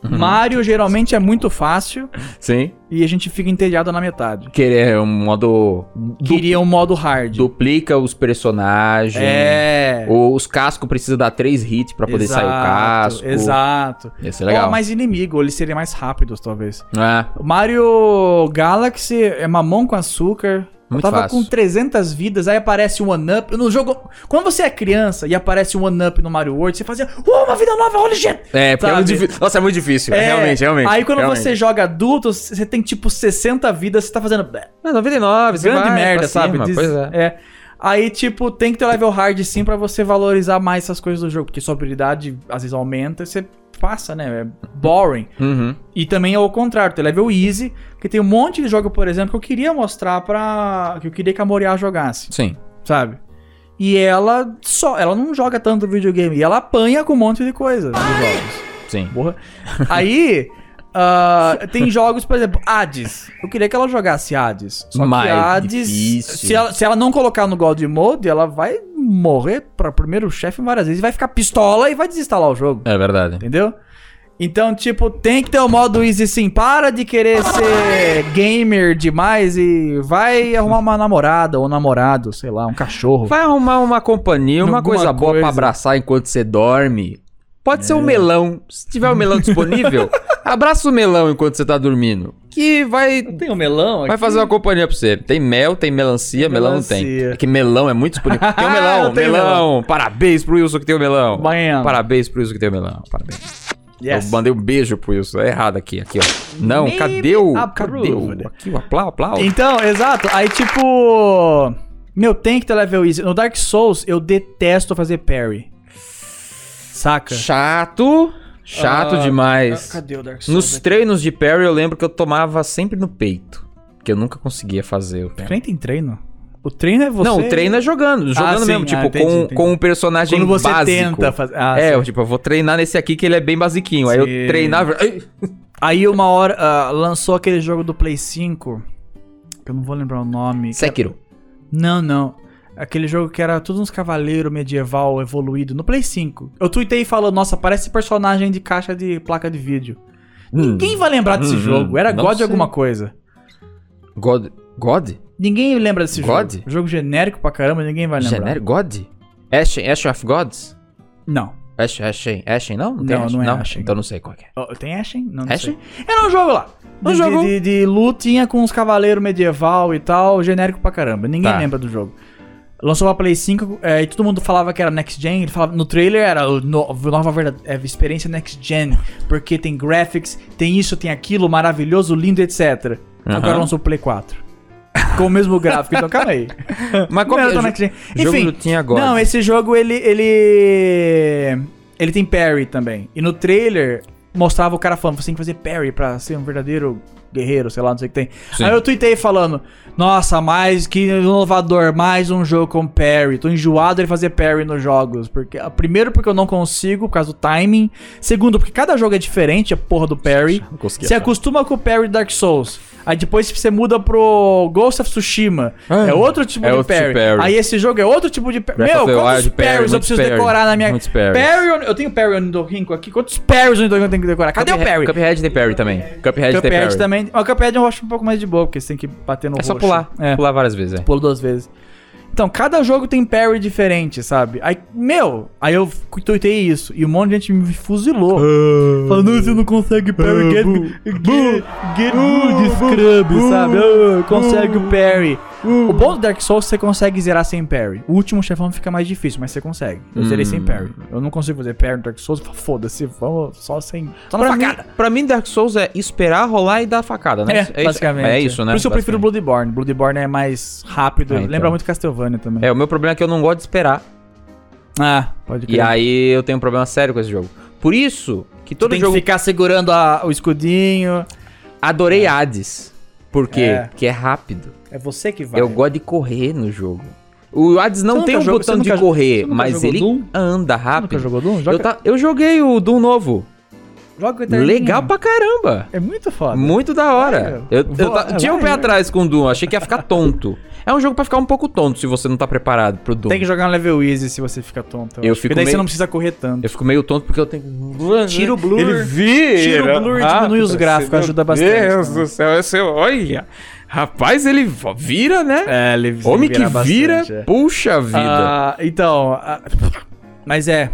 Speaker 1: Uhum.
Speaker 2: Mario geralmente é muito fácil
Speaker 1: Sim.
Speaker 2: e a gente fica entediado na metade.
Speaker 1: Querer um modo.
Speaker 2: Queria um modo hard.
Speaker 1: Duplica os personagens.
Speaker 2: É.
Speaker 1: Ou os cascos precisa dar três hits pra poder sair o casco.
Speaker 2: Exato.
Speaker 1: Isso é legal.
Speaker 2: Ou mais inimigo, eles seriam mais rápidos, talvez.
Speaker 1: É,
Speaker 2: O Mario Galaxy é mamão com açúcar.
Speaker 1: Muito
Speaker 2: eu tava
Speaker 1: fácil.
Speaker 2: com 300 vidas, aí aparece um one-up. No jogo. Quando você é criança e aparece um one-up no Mario World, você fazia. "Uou, uma vida nova, holy shit!
Speaker 1: é porque é muito
Speaker 2: Sabe?
Speaker 1: difícil. Nossa, é muito difícil.
Speaker 2: É,
Speaker 1: realmente, realmente.
Speaker 2: Aí quando
Speaker 1: realmente.
Speaker 2: você joga adulto, você tem tipo 60 vidas, você tá fazendo.
Speaker 1: Não, 99, você
Speaker 2: grande
Speaker 1: vai
Speaker 2: merda,
Speaker 1: pra
Speaker 2: sabe?
Speaker 1: cima,
Speaker 2: Des-
Speaker 1: Pois é.
Speaker 2: Aí, tipo, tem que ter level hard sim pra você valorizar mais essas coisas do jogo, porque sua habilidade às vezes aumenta e você passa, né? É boring.
Speaker 1: Uhum.
Speaker 2: E também é o contrário, tem level easy, que tem um monte de jogo, por exemplo, que eu queria mostrar pra. que eu queria que a Moriá jogasse,
Speaker 1: Sim.
Speaker 2: sabe? E ela só. Ela não joga tanto videogame, e ela apanha com um monte de coisa nos jogos.
Speaker 1: Sim.
Speaker 2: Porra. Aí. ah, tem jogos, por exemplo, Hades. Eu queria que ela jogasse Hades. Só
Speaker 1: Mas é
Speaker 2: que Hades.
Speaker 1: difícil.
Speaker 2: Se ela, se ela não colocar no God Mode, ela vai morrer para primeiro chefe várias vezes. e Vai ficar pistola e vai desinstalar o jogo.
Speaker 1: É verdade.
Speaker 2: Entendeu? Então, tipo, tem que ter o modo easy sim. Para de querer ser gamer demais e vai arrumar uma namorada ou namorado, sei lá, um cachorro.
Speaker 1: Vai arrumar uma companhia, uma
Speaker 2: Alguma
Speaker 1: coisa, boa pra
Speaker 2: coisa. É.
Speaker 1: abraçar enquanto você dorme. Pode ser o melão. Se tiver o melão disponível, abraça o melão enquanto você tá dormindo. Que vai,
Speaker 2: Tem o melão
Speaker 1: vai fazer uma companhia pra você. Tem mel, tem melancia, melão não tem.
Speaker 2: Melancia.
Speaker 1: É que melão é muito disponível. Tem o melão,
Speaker 2: Eu tenho
Speaker 1: melão. Parabéns pro Wilson que tem o melão.
Speaker 2: Baiano.
Speaker 1: Parabéns pro Wilson que tem o melão. Parabéns.
Speaker 2: Yes.
Speaker 1: Eu mandei um beijo pro Wilson. É errado aqui, aqui, ó. Não,
Speaker 2: Maybe
Speaker 1: cadê o. Cadê
Speaker 2: approved.
Speaker 1: o. Aqui, o aplau, aplau.
Speaker 2: Então, exato. Aí, tipo. Meu, tem que ter level easy. No Dark Souls, eu detesto fazer parry. Saca?
Speaker 1: Chato. Chato
Speaker 2: Ah,
Speaker 1: demais.
Speaker 2: Cadê o Dark
Speaker 1: Nos treinos de parry, eu lembro que eu tomava sempre no peito. Que eu nunca conseguia fazer o parry.
Speaker 2: Nem tem treino. O treino é você.
Speaker 1: Não, o treino é jogando. Jogando
Speaker 2: sim,
Speaker 1: mesmo,
Speaker 2: ah,
Speaker 1: tipo,
Speaker 2: entendi,
Speaker 1: com,
Speaker 2: entendi.
Speaker 1: com um personagem
Speaker 2: Quando você
Speaker 1: básico.
Speaker 2: tenta fazer. Ah,
Speaker 1: é,
Speaker 2: sim.
Speaker 1: eu, tipo, eu vou treinar nesse aqui que ele é bem basiquinho. Aí eu
Speaker 2: Sim.
Speaker 1: treinava... Ai!
Speaker 2: Aí uma hora ah, lançou aquele jogo do Play 5. Que eu não vou lembrar o nome.
Speaker 1: Sekiro.
Speaker 2: Não, não. Aquele jogo que era todos uns cavaleiros medieval evoluído no Play 5. Eu tuitei falando, nossa, parece personagem de caixa de placa de vídeo. Ninguém vai lembrar desse
Speaker 1: Hum,
Speaker 2: jogo. Era
Speaker 1: não
Speaker 2: God
Speaker 1: sei.
Speaker 2: alguma coisa.
Speaker 1: God... God?
Speaker 2: Ninguém lembra desse
Speaker 1: God?
Speaker 2: jogo. Jogo genérico pra caramba, ninguém vai lembrar.
Speaker 1: Genérico? God? Ashen, Ashen of Gods?
Speaker 2: Não.
Speaker 1: Ashen, Ashen, Ashen, não?
Speaker 2: Não, não é Ashen.
Speaker 1: Então não sei qual que é.
Speaker 2: Ó, tem Ashen? Não, não
Speaker 1: Ashen?
Speaker 2: sei. Era um jogo lá.
Speaker 1: Um
Speaker 2: de,
Speaker 1: jogo.
Speaker 2: De, de lutinha com uns cavaleiros medieval e tal, genérico pra caramba. Ninguém
Speaker 1: Tá.
Speaker 2: lembra do jogo. Lançou pra Play 5 é, e todo mundo falava que era Next Gen. Ele falava, no trailer era o no- nova verda- é, experiência Next Gen, porque tem graphics, tem isso, tem aquilo, maravilhoso, lindo, etc. Agora
Speaker 1: Aham.
Speaker 2: lançou o Play 4. Com o mesmo gráfico, então calma aí.
Speaker 1: Mas qual
Speaker 2: Não
Speaker 1: que
Speaker 2: era
Speaker 1: é?
Speaker 2: tão
Speaker 1: Jo-
Speaker 2: Next Gen.
Speaker 1: Jogo
Speaker 2: Enfim,
Speaker 1: não tinha God.
Speaker 2: não, esse jogo ele ele ele tem parry também. E no trailer mostrava o cara falando, você tem que fazer parry pra ser um verdadeiro guerreiro, sei lá, não sei o que tem.
Speaker 1: Sim.
Speaker 2: Aí eu tuitei falando, nossa, mais que inovador, mais um jogo com parry. Tô enjoado de fazer parry nos jogos, porque ah, primeiro porque eu não consigo por causa do timing, segundo porque cada jogo é diferente, a porra do parry.
Speaker 1: Não conseguia
Speaker 2: Você
Speaker 1: achar.
Speaker 2: acostuma com o parry do Dark Souls. Aí depois você muda pro Ghost of Tsushima.
Speaker 1: Ah,
Speaker 2: é outro tipo
Speaker 1: é
Speaker 2: de
Speaker 1: outro
Speaker 2: parry.
Speaker 1: tipo de parry.
Speaker 2: Aí esse jogo é outro tipo de parry.
Speaker 1: Breath
Speaker 2: Meu,
Speaker 1: of the
Speaker 2: quantos
Speaker 1: Wild, parry,
Speaker 2: parries eu
Speaker 1: muitos
Speaker 2: preciso
Speaker 1: parries,
Speaker 2: decorar na minha...
Speaker 1: muitos parries.
Speaker 2: Parry on- Eu tenho parry on Dohinko aqui. Quantos parries on Dohinko eu tenho que decorar? Cadê o
Speaker 1: Cuphead-
Speaker 2: parry?
Speaker 1: Cuphead tem parry também. Cuphead, tem parry.
Speaker 2: Cuphead também. Mas o Cuphead eu acho um pouco mais de boa, porque você tem que bater no
Speaker 1: É só
Speaker 2: roxo.
Speaker 1: pular.
Speaker 2: É,
Speaker 1: Pular várias vezes, é.
Speaker 2: pulo duas vezes. Então, cada jogo tem parry diferente, sabe? Aí, meu, aí eu tuitei isso. E um monte de gente me fuzilou. Falando, você não consegue parry, get, get, get good, scrub, sabe? Ah, consegue o parry. O bom do Dark Souls é que você consegue zerar sem parry. O último chefão fica mais difícil, mas você consegue. Eu zerei
Speaker 1: Hum.
Speaker 2: sem parry. Eu não consigo fazer parry no Dark Souls, foda-se, vamos só sem. é, Só na
Speaker 1: Pra mim,
Speaker 2: facada.
Speaker 1: pra mim, Dark Souls é esperar rolar e dar facada, né?
Speaker 2: É, basicamente.
Speaker 1: É isso, né?
Speaker 2: Por isso eu prefiro Bloodborne. Bloodborne é mais rápido,
Speaker 1: Ah, então.
Speaker 2: lembra muito Castlevania também.
Speaker 1: É, o meu problema é que eu não gosto de esperar.
Speaker 2: Ah, pode
Speaker 1: E aí eu tenho um problema sério com esse jogo. Por isso que
Speaker 2: Tu
Speaker 1: todo
Speaker 2: tem
Speaker 1: jogo.
Speaker 2: que ficar segurando a- Ah, o escudinho.
Speaker 1: Adorei Hades. Por quê?
Speaker 2: É.
Speaker 1: Porque é rápido.
Speaker 2: É você que vai.
Speaker 1: Eu gosto de correr no jogo. O Hades não
Speaker 2: Você
Speaker 1: tem um
Speaker 2: nunca jogou-
Speaker 1: botão
Speaker 2: você
Speaker 1: de
Speaker 2: nunca- você
Speaker 1: correr,
Speaker 2: nunca
Speaker 1: mas
Speaker 2: jogou
Speaker 1: ele
Speaker 2: Doom?
Speaker 1: anda
Speaker 2: Nunca
Speaker 1: rápido.
Speaker 2: jogou Doom?
Speaker 1: Eu,
Speaker 2: Joga-
Speaker 1: tá- eu joguei o Doom novo.
Speaker 2: Joga com Eterninha.
Speaker 1: Legal pra caramba.
Speaker 2: É muito foda.
Speaker 1: Muito da hora.
Speaker 2: Vai,
Speaker 1: Eu,
Speaker 2: meu.
Speaker 1: eu
Speaker 2: Vai,
Speaker 1: ta- tinha o pé
Speaker 2: vai.
Speaker 1: atrás com o Doom, achei que ia ficar tonto. É um jogo pra ficar um pouco tonto se você não tá preparado pro Doom.
Speaker 2: Tem que jogar um level easy se você fica tonto.
Speaker 1: Eu
Speaker 2: acho. Porque
Speaker 1: fico
Speaker 2: daí você
Speaker 1: meio-
Speaker 2: não precisa correr tanto.
Speaker 1: Eu fico meio tonto porque eu tenho.
Speaker 2: Tira o blur.
Speaker 1: Ele vira.
Speaker 2: Tira o blur e diminui os
Speaker 1: Ah,
Speaker 2: gráficos,
Speaker 1: meu
Speaker 2: ajuda bastante
Speaker 1: Deus
Speaker 2: também.
Speaker 1: do céu, esse, olha. Rapaz, ele vo- vira, né?
Speaker 2: É, ele
Speaker 1: Homem que vira,
Speaker 2: vida.
Speaker 1: puxa vida.
Speaker 2: então, é. ah, mas é,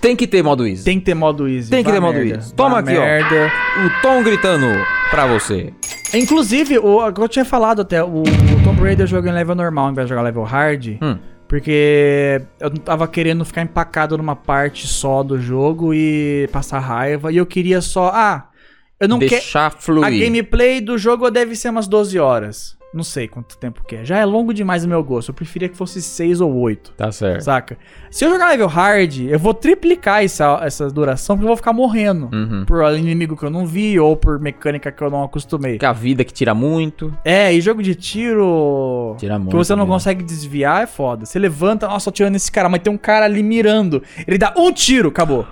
Speaker 1: Tem que ter modo easy.
Speaker 2: tem que ter modo easy.
Speaker 1: Tem que
Speaker 2: Vá
Speaker 1: ter modo
Speaker 2: merda.
Speaker 1: easy. Toma
Speaker 2: Vá
Speaker 1: aqui, ó.
Speaker 2: merda.
Speaker 1: O Tom gritando pra você.
Speaker 2: Inclusive, o, eu tinha falado até, o, o Tomb Raider joga em level normal ao invés de jogar level hard.
Speaker 1: Hum.
Speaker 2: Porque eu não tava querendo ficar empacado numa parte só do jogo e passar raiva. E eu queria só. Ah, eu não quero.
Speaker 1: Deixar fluir.
Speaker 2: A gameplay do jogo deve ser umas 12 horas. Não sei quanto tempo que é. Já é longo demais o meu gosto. Eu preferia que fosse 6 ou 8.
Speaker 1: Tá certo.
Speaker 2: Saca? Se eu jogar level hard, eu vou triplicar essa, essa duração, porque eu vou ficar morrendo.
Speaker 1: Uhum.
Speaker 2: Por inimigo que eu não vi, ou por mecânica que eu não acostumei.
Speaker 1: Porque a vida que tira muito.
Speaker 2: É, e jogo de tiro.
Speaker 1: Tira muito.
Speaker 2: Que você não
Speaker 1: né?
Speaker 2: consegue desviar é foda. Você levanta, nossa, tô tirando esse cara, mas tem um cara ali mirando. Ele dá um tiro, acabou.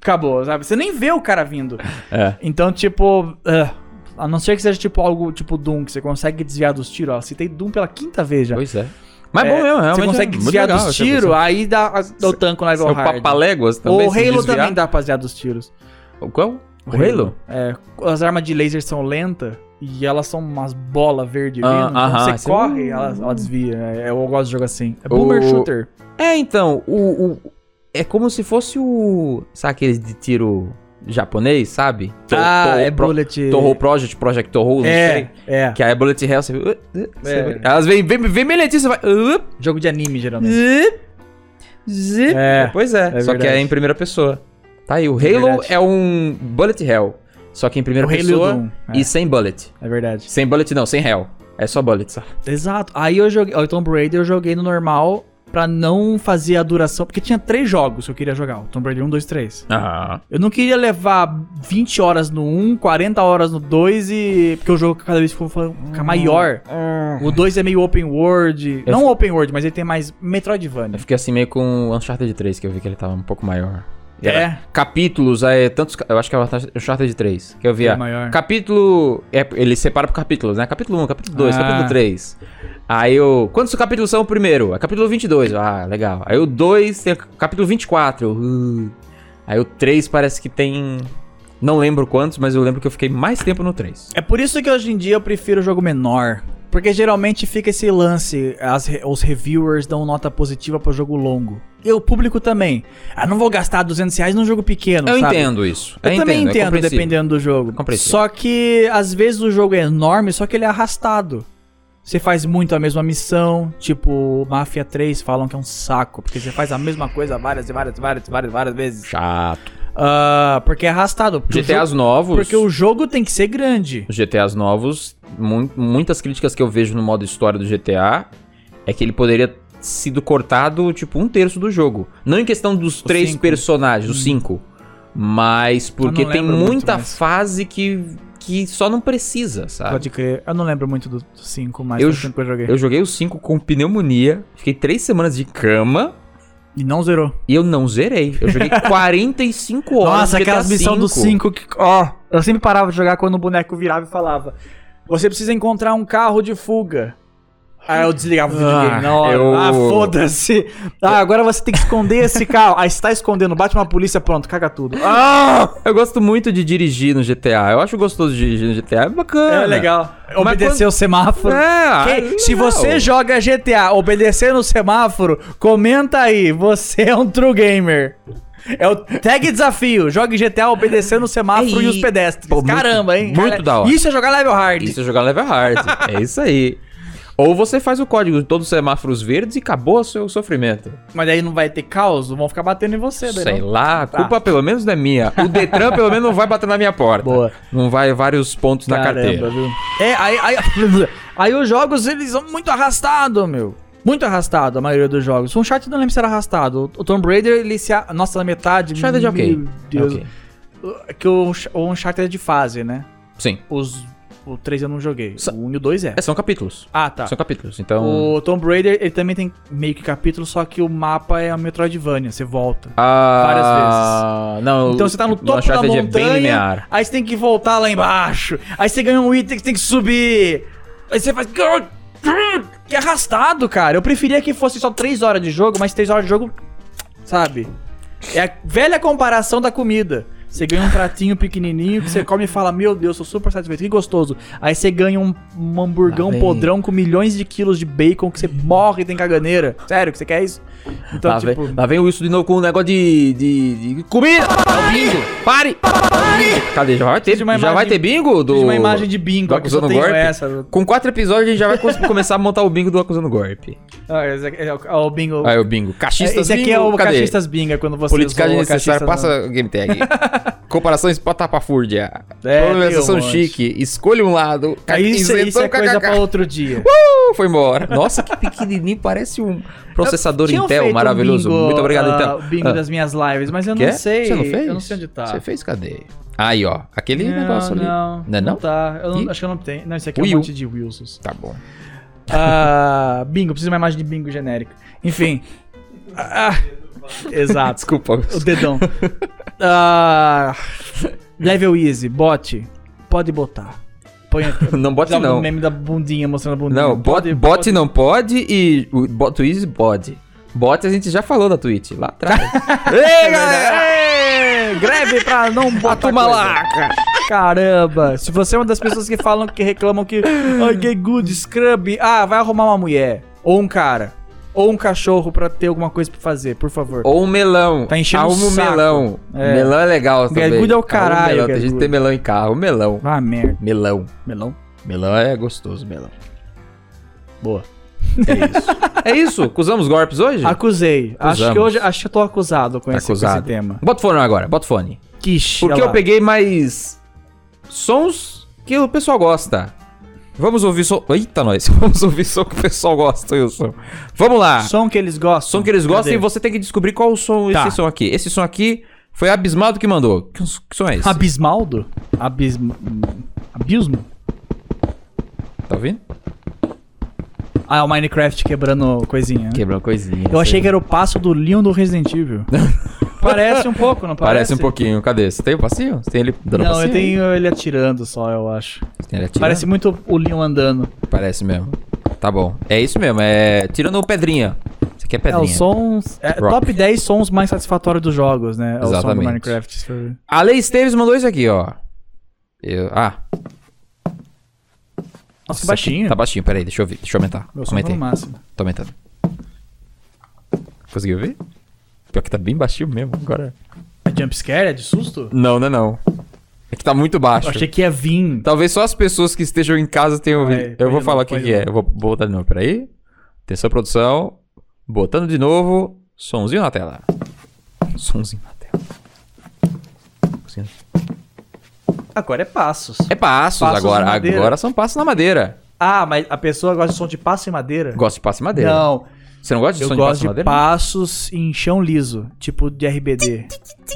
Speaker 2: Acabou, sabe? Você nem vê o cara vindo.
Speaker 1: É.
Speaker 2: Então, tipo. ah, a não ser que seja tipo algo tipo Doom, que você consegue desviar dos tiros. Ó, citei Doom pela quinta vez já.
Speaker 1: Pois é. Mas é
Speaker 2: É,
Speaker 1: bom mesmo, realmente.
Speaker 2: Você consegue
Speaker 1: é muito
Speaker 2: desviar
Speaker 1: legal
Speaker 2: dos
Speaker 1: essa
Speaker 2: tiros,
Speaker 1: versão.
Speaker 2: aí dá, dá o tanco no level
Speaker 1: Seu
Speaker 2: hard.
Speaker 1: papaléguas também.
Speaker 2: o
Speaker 1: se
Speaker 2: Halo
Speaker 1: desviar.
Speaker 2: também dá pra desviar dos tiros.
Speaker 1: O qual? O Halo?
Speaker 2: É, as armas de laser são lentas e elas são umas bolas verde
Speaker 1: Ah,
Speaker 2: vindo. Quando
Speaker 1: aham,
Speaker 2: você
Speaker 1: assim,
Speaker 2: corre,
Speaker 1: hum.
Speaker 2: ela, ela desvia. né? Eu gosto de jogo assim. É boomer
Speaker 1: O-
Speaker 2: shooter.
Speaker 1: É, então, o, o- É como se fosse o. Sabe aquele de tiro japonês, sabe? To-
Speaker 2: Ah,
Speaker 1: to-
Speaker 2: é
Speaker 1: pro,
Speaker 2: bullet.
Speaker 1: Toho Project, Project Toho, não
Speaker 2: é,
Speaker 1: sei.
Speaker 2: é.
Speaker 1: Que aí é Bullet Hell, você. uh, uh, você
Speaker 2: É.
Speaker 1: vai- Elas vêm vem, vem bem lentinho, você vai. uh,
Speaker 2: Jogo de anime, geralmente.
Speaker 1: zip, zip.
Speaker 2: É,
Speaker 1: Pois é,
Speaker 2: é
Speaker 1: só que é
Speaker 2: verdade.
Speaker 1: em primeira pessoa. Tá aí, o
Speaker 2: É
Speaker 1: Halo
Speaker 2: verdade.
Speaker 1: é, um Bullet Hell. Só que em primeira
Speaker 2: O Halo e o
Speaker 1: pessoa
Speaker 2: Doom, é.
Speaker 1: e sem bullet.
Speaker 2: É verdade.
Speaker 1: Sem bullet não, sem Hell. É só bullet. Só.
Speaker 2: Exato. Aí eu joguei. ó, O Tomb Raider eu joguei no normal pra não fazer a duração. Porque tinha três jogos que eu queria jogar: o Tomb Raider 1, 2, 3.
Speaker 1: Ah.
Speaker 2: Eu não queria levar 20 horas no 1, 40 horas no 2 e. Porque o jogo cada vez ficou fica maior. O 2 é meio open world.
Speaker 1: Hum. Eu
Speaker 2: não
Speaker 1: fi-
Speaker 2: open world, mas ele tem mais
Speaker 1: Eu
Speaker 2: Metroidvania.
Speaker 1: fiquei assim meio com o Uncharted 3, que eu vi que ele tava um pouco maior. E era
Speaker 2: É.
Speaker 1: Capítulos, é tantos. ca- Eu acho que é o Uncharted 3, que eu via.
Speaker 2: É maior.
Speaker 1: Capítulo. É, ele separa por capítulos, né? Capítulo 1, capítulo 2,
Speaker 2: Ah.
Speaker 1: capítulo 3. Aí eu. Quantos capítulos são o primeiro? É capítulo 22. Eu, Ah, legal. Aí o 2 tem capítulo 24. eu, "Uh." Aí o 3 parece que tem. Não lembro quantos, mas eu lembro que eu fiquei mais tempo no 3.
Speaker 2: É por isso que hoje em dia eu prefiro jogo menor. Porque geralmente fica esse lance, as re- os reviewers dão nota positiva pro jogo longo. E o público também. Ah, não vou gastar 200 reais num jogo pequeno,
Speaker 1: Eu
Speaker 2: sabe?
Speaker 1: entendo isso.
Speaker 2: Eu, também
Speaker 1: é
Speaker 2: entendo,
Speaker 1: compreensível.
Speaker 2: dependendo do jogo.
Speaker 1: Compreensível.
Speaker 2: Só que às vezes o jogo é enorme, só que ele é arrastado. Você faz muito a mesma missão, tipo Mafia 3 falam que é um saco, porque você faz a mesma coisa várias e várias, várias, várias, várias vezes.
Speaker 1: Chato.
Speaker 2: Ah, porque é arrastado. Porque o
Speaker 1: GTAs
Speaker 2: jogo-
Speaker 1: novos.
Speaker 2: porque o jogo tem que ser grande.
Speaker 1: Os GTAs novos, mu- muitas críticas que eu vejo no modo história do GTA é que ele poderia ter sido cortado, tipo, um terço do jogo. Não em questão dos três
Speaker 2: cinco. Hum.
Speaker 1: personagens, os cinco. Mas porque
Speaker 2: não
Speaker 1: tem
Speaker 2: lembro muito,
Speaker 1: muita
Speaker 2: mas-
Speaker 1: fase que, que só não precisa, sabe?
Speaker 2: Pode crer. Eu não lembro muito do 5, mas
Speaker 1: Eu
Speaker 2: eu,
Speaker 1: ju-
Speaker 2: que eu joguei.
Speaker 1: Eu joguei os cinco com pneumonia, fiquei três semanas de cama
Speaker 2: E não zerou.
Speaker 1: e eu não zerei. Eu joguei 45 horas
Speaker 2: Nossa,
Speaker 1: de GTA
Speaker 2: aquelas missões do
Speaker 1: V.
Speaker 2: 5 que. Ó, eu sempre parava de jogar quando o boneco virava e falava: Você precisa encontrar um carro de fuga. Aí eu desligava o videogame
Speaker 1: Ah,
Speaker 2: na hora.
Speaker 1: eu-
Speaker 2: Ah, foda-se. Ah, agora você tem que esconder esse carro. Aí você tá escondendo, bate uma polícia, pronto, caga tudo.
Speaker 1: Ah! Eu gosto muito de dirigir no GTA. Eu acho gostoso de dirigir no GTA. É bacana.
Speaker 2: É legal.
Speaker 1: Mas
Speaker 2: Obedecer o semáforo.
Speaker 1: É,
Speaker 2: Quem-
Speaker 1: ah,
Speaker 2: se
Speaker 1: legal.
Speaker 2: você joga GTA obedecendo o semáforo, comenta aí, você é um true gamer. É o tag desafio, jogue GTA obedecendo o semáforo
Speaker 1: É,
Speaker 2: e,
Speaker 1: e-
Speaker 2: os pedestres.
Speaker 1: Pô, muito-
Speaker 2: Caramba, hein?
Speaker 1: muito
Speaker 2: Cara,
Speaker 1: da hora.
Speaker 2: Isso é jogar level hard.
Speaker 1: Isso é jogar level hard. é isso aí. Ou você faz o código de todos os semáforos verdes e acabou o seu sofrimento.
Speaker 2: Mas aí não vai ter caos, vão ficar batendo em você, daí,
Speaker 1: Sei
Speaker 2: não?
Speaker 1: lá, a
Speaker 2: Tá.
Speaker 1: culpa pelo menos não é minha. O Detran pelo menos não vai bater na minha porta.
Speaker 2: Boa.
Speaker 1: Não vai vários pontos na carteira.
Speaker 2: viu? É, aí, aí, aí os jogos, eles são muito arrastados, meu. Muito arrastado a maioria dos jogos. O Uncharted não lembro se era arrastado. O Tomb Raider, ele se... a- Nossa, na metade...
Speaker 1: Uncharted é ok.
Speaker 2: Meu Deus.
Speaker 1: Ok.
Speaker 2: um que o, Unch- o Uncharted é de fase, é né?
Speaker 1: Sim.
Speaker 2: Os O 3 eu não joguei. O 1 e o 2 é.
Speaker 1: É, são capítulos.
Speaker 2: Ah, tá.
Speaker 1: São capítulos. Então.
Speaker 2: O Tomb Raider, ele também tem meio que capítulo, só que o mapa é a Metroidvania, você volta.
Speaker 1: Ah, várias vezes. Não,
Speaker 2: Então você tá no topo da
Speaker 1: Uncharted
Speaker 2: montanha,
Speaker 1: é bem linear.
Speaker 2: aí você tem que voltar lá embaixo, aí você ganha um item que tem que subir, aí você faz... Que é arrastado, cara. Eu preferia que fosse só 3 horas de jogo, mas 3 horas de jogo, sabe? É a velha comparação da comida. Você ganha um pratinho pequenininho que você come e fala, meu Deus, sou super satisfeito, que gostoso. Aí você ganha um, um hamburgão
Speaker 1: Lá vem.
Speaker 2: podrão com milhões de quilos de bacon que você morre e tem caganeira. Sério, que você quer isso? Então,
Speaker 1: lá,
Speaker 2: tipo...
Speaker 1: vem, lá vem o Wilson de novo com um negócio de. de, de comida! Tá o bingo! Pare! Cadê? Já vai ter,
Speaker 2: Fiz uma
Speaker 1: já
Speaker 2: imagem-
Speaker 1: vai ter bingo? Do,
Speaker 2: Fiz uma imagem de bingo,
Speaker 1: do
Speaker 2: aqui só
Speaker 1: Acusando
Speaker 2: tenho
Speaker 1: Golpe?
Speaker 2: essa.
Speaker 1: Com quatro episódios a gente já vai cons- começar a montar o bingo do Acusando Golpe.
Speaker 2: Ah, esse aqui é o- é o bingo.
Speaker 1: Aí o bingo. Cachistas
Speaker 2: Esse aqui
Speaker 1: Ah, bingo,
Speaker 2: é o
Speaker 1: cadê?
Speaker 2: Cachistas Bingo, é quando você
Speaker 1: Politicagem
Speaker 2: zoa
Speaker 1: necessária,
Speaker 2: cachistas
Speaker 1: passa a game tag. Comparações pra tapafúrdia.
Speaker 2: É,
Speaker 1: Problematização
Speaker 2: tem um monte.
Speaker 1: chique. Escolha um lado.
Speaker 2: não. Aí isso, isso é
Speaker 1: isenção,
Speaker 2: coisa
Speaker 1: kkk.
Speaker 2: pra outro dia.
Speaker 1: Uh, foi embora. Nossa, que pequenininho. Parece um processador
Speaker 2: Tinham
Speaker 1: Intel
Speaker 2: feito um
Speaker 1: maravilhoso.
Speaker 2: bingo,
Speaker 1: Muito obrigado,
Speaker 2: ah,
Speaker 1: Intel.
Speaker 2: O bingo
Speaker 1: Ah,
Speaker 2: das minhas lives, mas eu não
Speaker 1: quer?
Speaker 2: sei.
Speaker 1: Você não fez?
Speaker 2: Eu não sei onde tá.
Speaker 1: Você fez? Cadê? Aí, ó. Aquele
Speaker 2: não,
Speaker 1: negócio ali.
Speaker 2: Não,
Speaker 1: Não é não?
Speaker 2: tá. Eu não-
Speaker 1: Ih.
Speaker 2: acho que eu não tenho. Não, isso aqui é
Speaker 1: Will.
Speaker 2: um monte de Wilsons.
Speaker 1: Tá bom.
Speaker 2: Ah, bingo, preciso de uma imagem de bingo genérica. Enfim. Ah, exato.
Speaker 1: Ah, Desculpa.
Speaker 2: O dedão. Ah, level easy, bote. Pode botar. Põe aqui.
Speaker 1: Não bote
Speaker 2: Precisava do
Speaker 1: não.
Speaker 2: um meme da bundinha mostrando a bundinha.
Speaker 1: Não, bot,
Speaker 2: Pode-
Speaker 1: bot
Speaker 2: pode-
Speaker 1: não pode e o bot Twitch pode. Bot a gente já falou na Twitch, lá atrás.
Speaker 2: É
Speaker 1: Ei, galera!
Speaker 2: Ei, greve pra não
Speaker 1: A
Speaker 2: botar
Speaker 1: turma
Speaker 2: Tá coisa.
Speaker 1: laca!
Speaker 2: Caramba, se você é uma das pessoas que falam que reclamam que ai que good scrub, ah, vai arrumar uma mulher ou um cara ou um cachorro pra ter alguma coisa pra fazer, por favor.
Speaker 1: Ou um melão.
Speaker 2: Tá enchendo o
Speaker 1: Arruma um
Speaker 2: saco.
Speaker 1: melão.
Speaker 2: É.
Speaker 1: Melão é legal também.
Speaker 2: Guergudo é
Speaker 1: Arruma
Speaker 2: o
Speaker 1: um
Speaker 2: caralho,
Speaker 1: melão. Tem gente que
Speaker 2: guergudo.
Speaker 1: tem melão em carro. Um Melão.
Speaker 2: Vá Ah, merda,
Speaker 1: Melão.
Speaker 2: melão.
Speaker 1: Melão é gostoso, melão.
Speaker 2: Boa.
Speaker 1: É isso? Acusamos golpes hoje?
Speaker 2: Acusei. Acho
Speaker 1: Acusamos.
Speaker 2: que hoje, acho que eu tô acusado com, esse, com
Speaker 1: Tá Acusado.
Speaker 2: esse tema.
Speaker 1: Bota o fone agora, bota o fone.
Speaker 2: Quiche.
Speaker 1: Porque
Speaker 2: olha
Speaker 1: eu
Speaker 2: lá.
Speaker 1: peguei mais sons que o pessoal gosta. Vamos ouvir som. Eita, nós. Vamos ouvir som que o pessoal gosta, Wilson. Vamos lá.
Speaker 2: um som que eles gostam.
Speaker 1: Som que eles gostam
Speaker 2: Cadê?
Speaker 1: e você tem que descobrir qual o som
Speaker 2: Tá.
Speaker 1: esse som aqui. Esse som aqui foi Abismaldo que mandou. Que que som é esse?
Speaker 2: Abismaldo? Abismo. Abismo?
Speaker 1: Tá ouvindo?
Speaker 2: Ah, é o Minecraft quebrando coisinha. né?
Speaker 1: Quebrou coisinha.
Speaker 2: Eu achei que era um o passo do Leon do Resident Evil. parece um pouco, não
Speaker 1: Parece
Speaker 2: parece?
Speaker 1: um pouquinho. Cadê? Você tem o passinho? Você tem ele dando
Speaker 2: Não,
Speaker 1: passinho?
Speaker 2: eu tenho ele atirando só, eu acho.
Speaker 1: Você tem ele atirando?
Speaker 2: Parece um- muito o Leon andando.
Speaker 1: Parece mesmo. Tá bom. É isso mesmo. É tirando o pedrinha. Isso aqui é
Speaker 2: É o
Speaker 1: pedrinha.
Speaker 2: som. é,
Speaker 1: Rock.
Speaker 2: top 10 sons mais satisfatórios dos jogos, né? É o som do
Speaker 1: Exatamente.
Speaker 2: Minecraft. se for ver.
Speaker 1: A Lei Esteves mandou isso aqui, ó. Eu... Ah,
Speaker 2: Nossa, que
Speaker 1: isso
Speaker 2: baixinho.
Speaker 1: aqui Tá baixinho, peraí, deixa eu ver, deixa eu aumentar.
Speaker 2: Meu som tá
Speaker 1: Aumentei.
Speaker 2: no máximo.
Speaker 1: Tô aumentando. Conseguiu ver? Pior que tá bem baixinho mesmo agora.
Speaker 2: É jumpscare? É de susto?
Speaker 1: Não, não é não. É que tá muito baixo.
Speaker 2: Eu achei que ia vir.
Speaker 1: Talvez só as pessoas que estejam em casa tenham
Speaker 2: Vai,
Speaker 1: ouvido.
Speaker 2: põe
Speaker 1: Eu vou
Speaker 2: de
Speaker 1: falar
Speaker 2: novo,
Speaker 1: o que,
Speaker 2: põe
Speaker 1: que
Speaker 2: de
Speaker 1: é. Eu vou botar de novo, peraí. Atenção, produção. Botando de novo. Sonzinho na tela. Sonzinho na tela. Sonzinho.
Speaker 2: Agora é passos.
Speaker 1: É passos,
Speaker 2: Passos na
Speaker 1: agora.
Speaker 2: madeira.
Speaker 1: Agora são passos na madeira.
Speaker 2: Ah, mas a pessoa gosta de som de passo em madeira?
Speaker 1: Gosto de passo em madeira.
Speaker 2: Não,
Speaker 1: Você não gosta de
Speaker 2: eu
Speaker 1: som de passo
Speaker 2: gosto
Speaker 1: em
Speaker 2: de,
Speaker 1: madeira?
Speaker 2: passos em chão liso, tipo de RBD.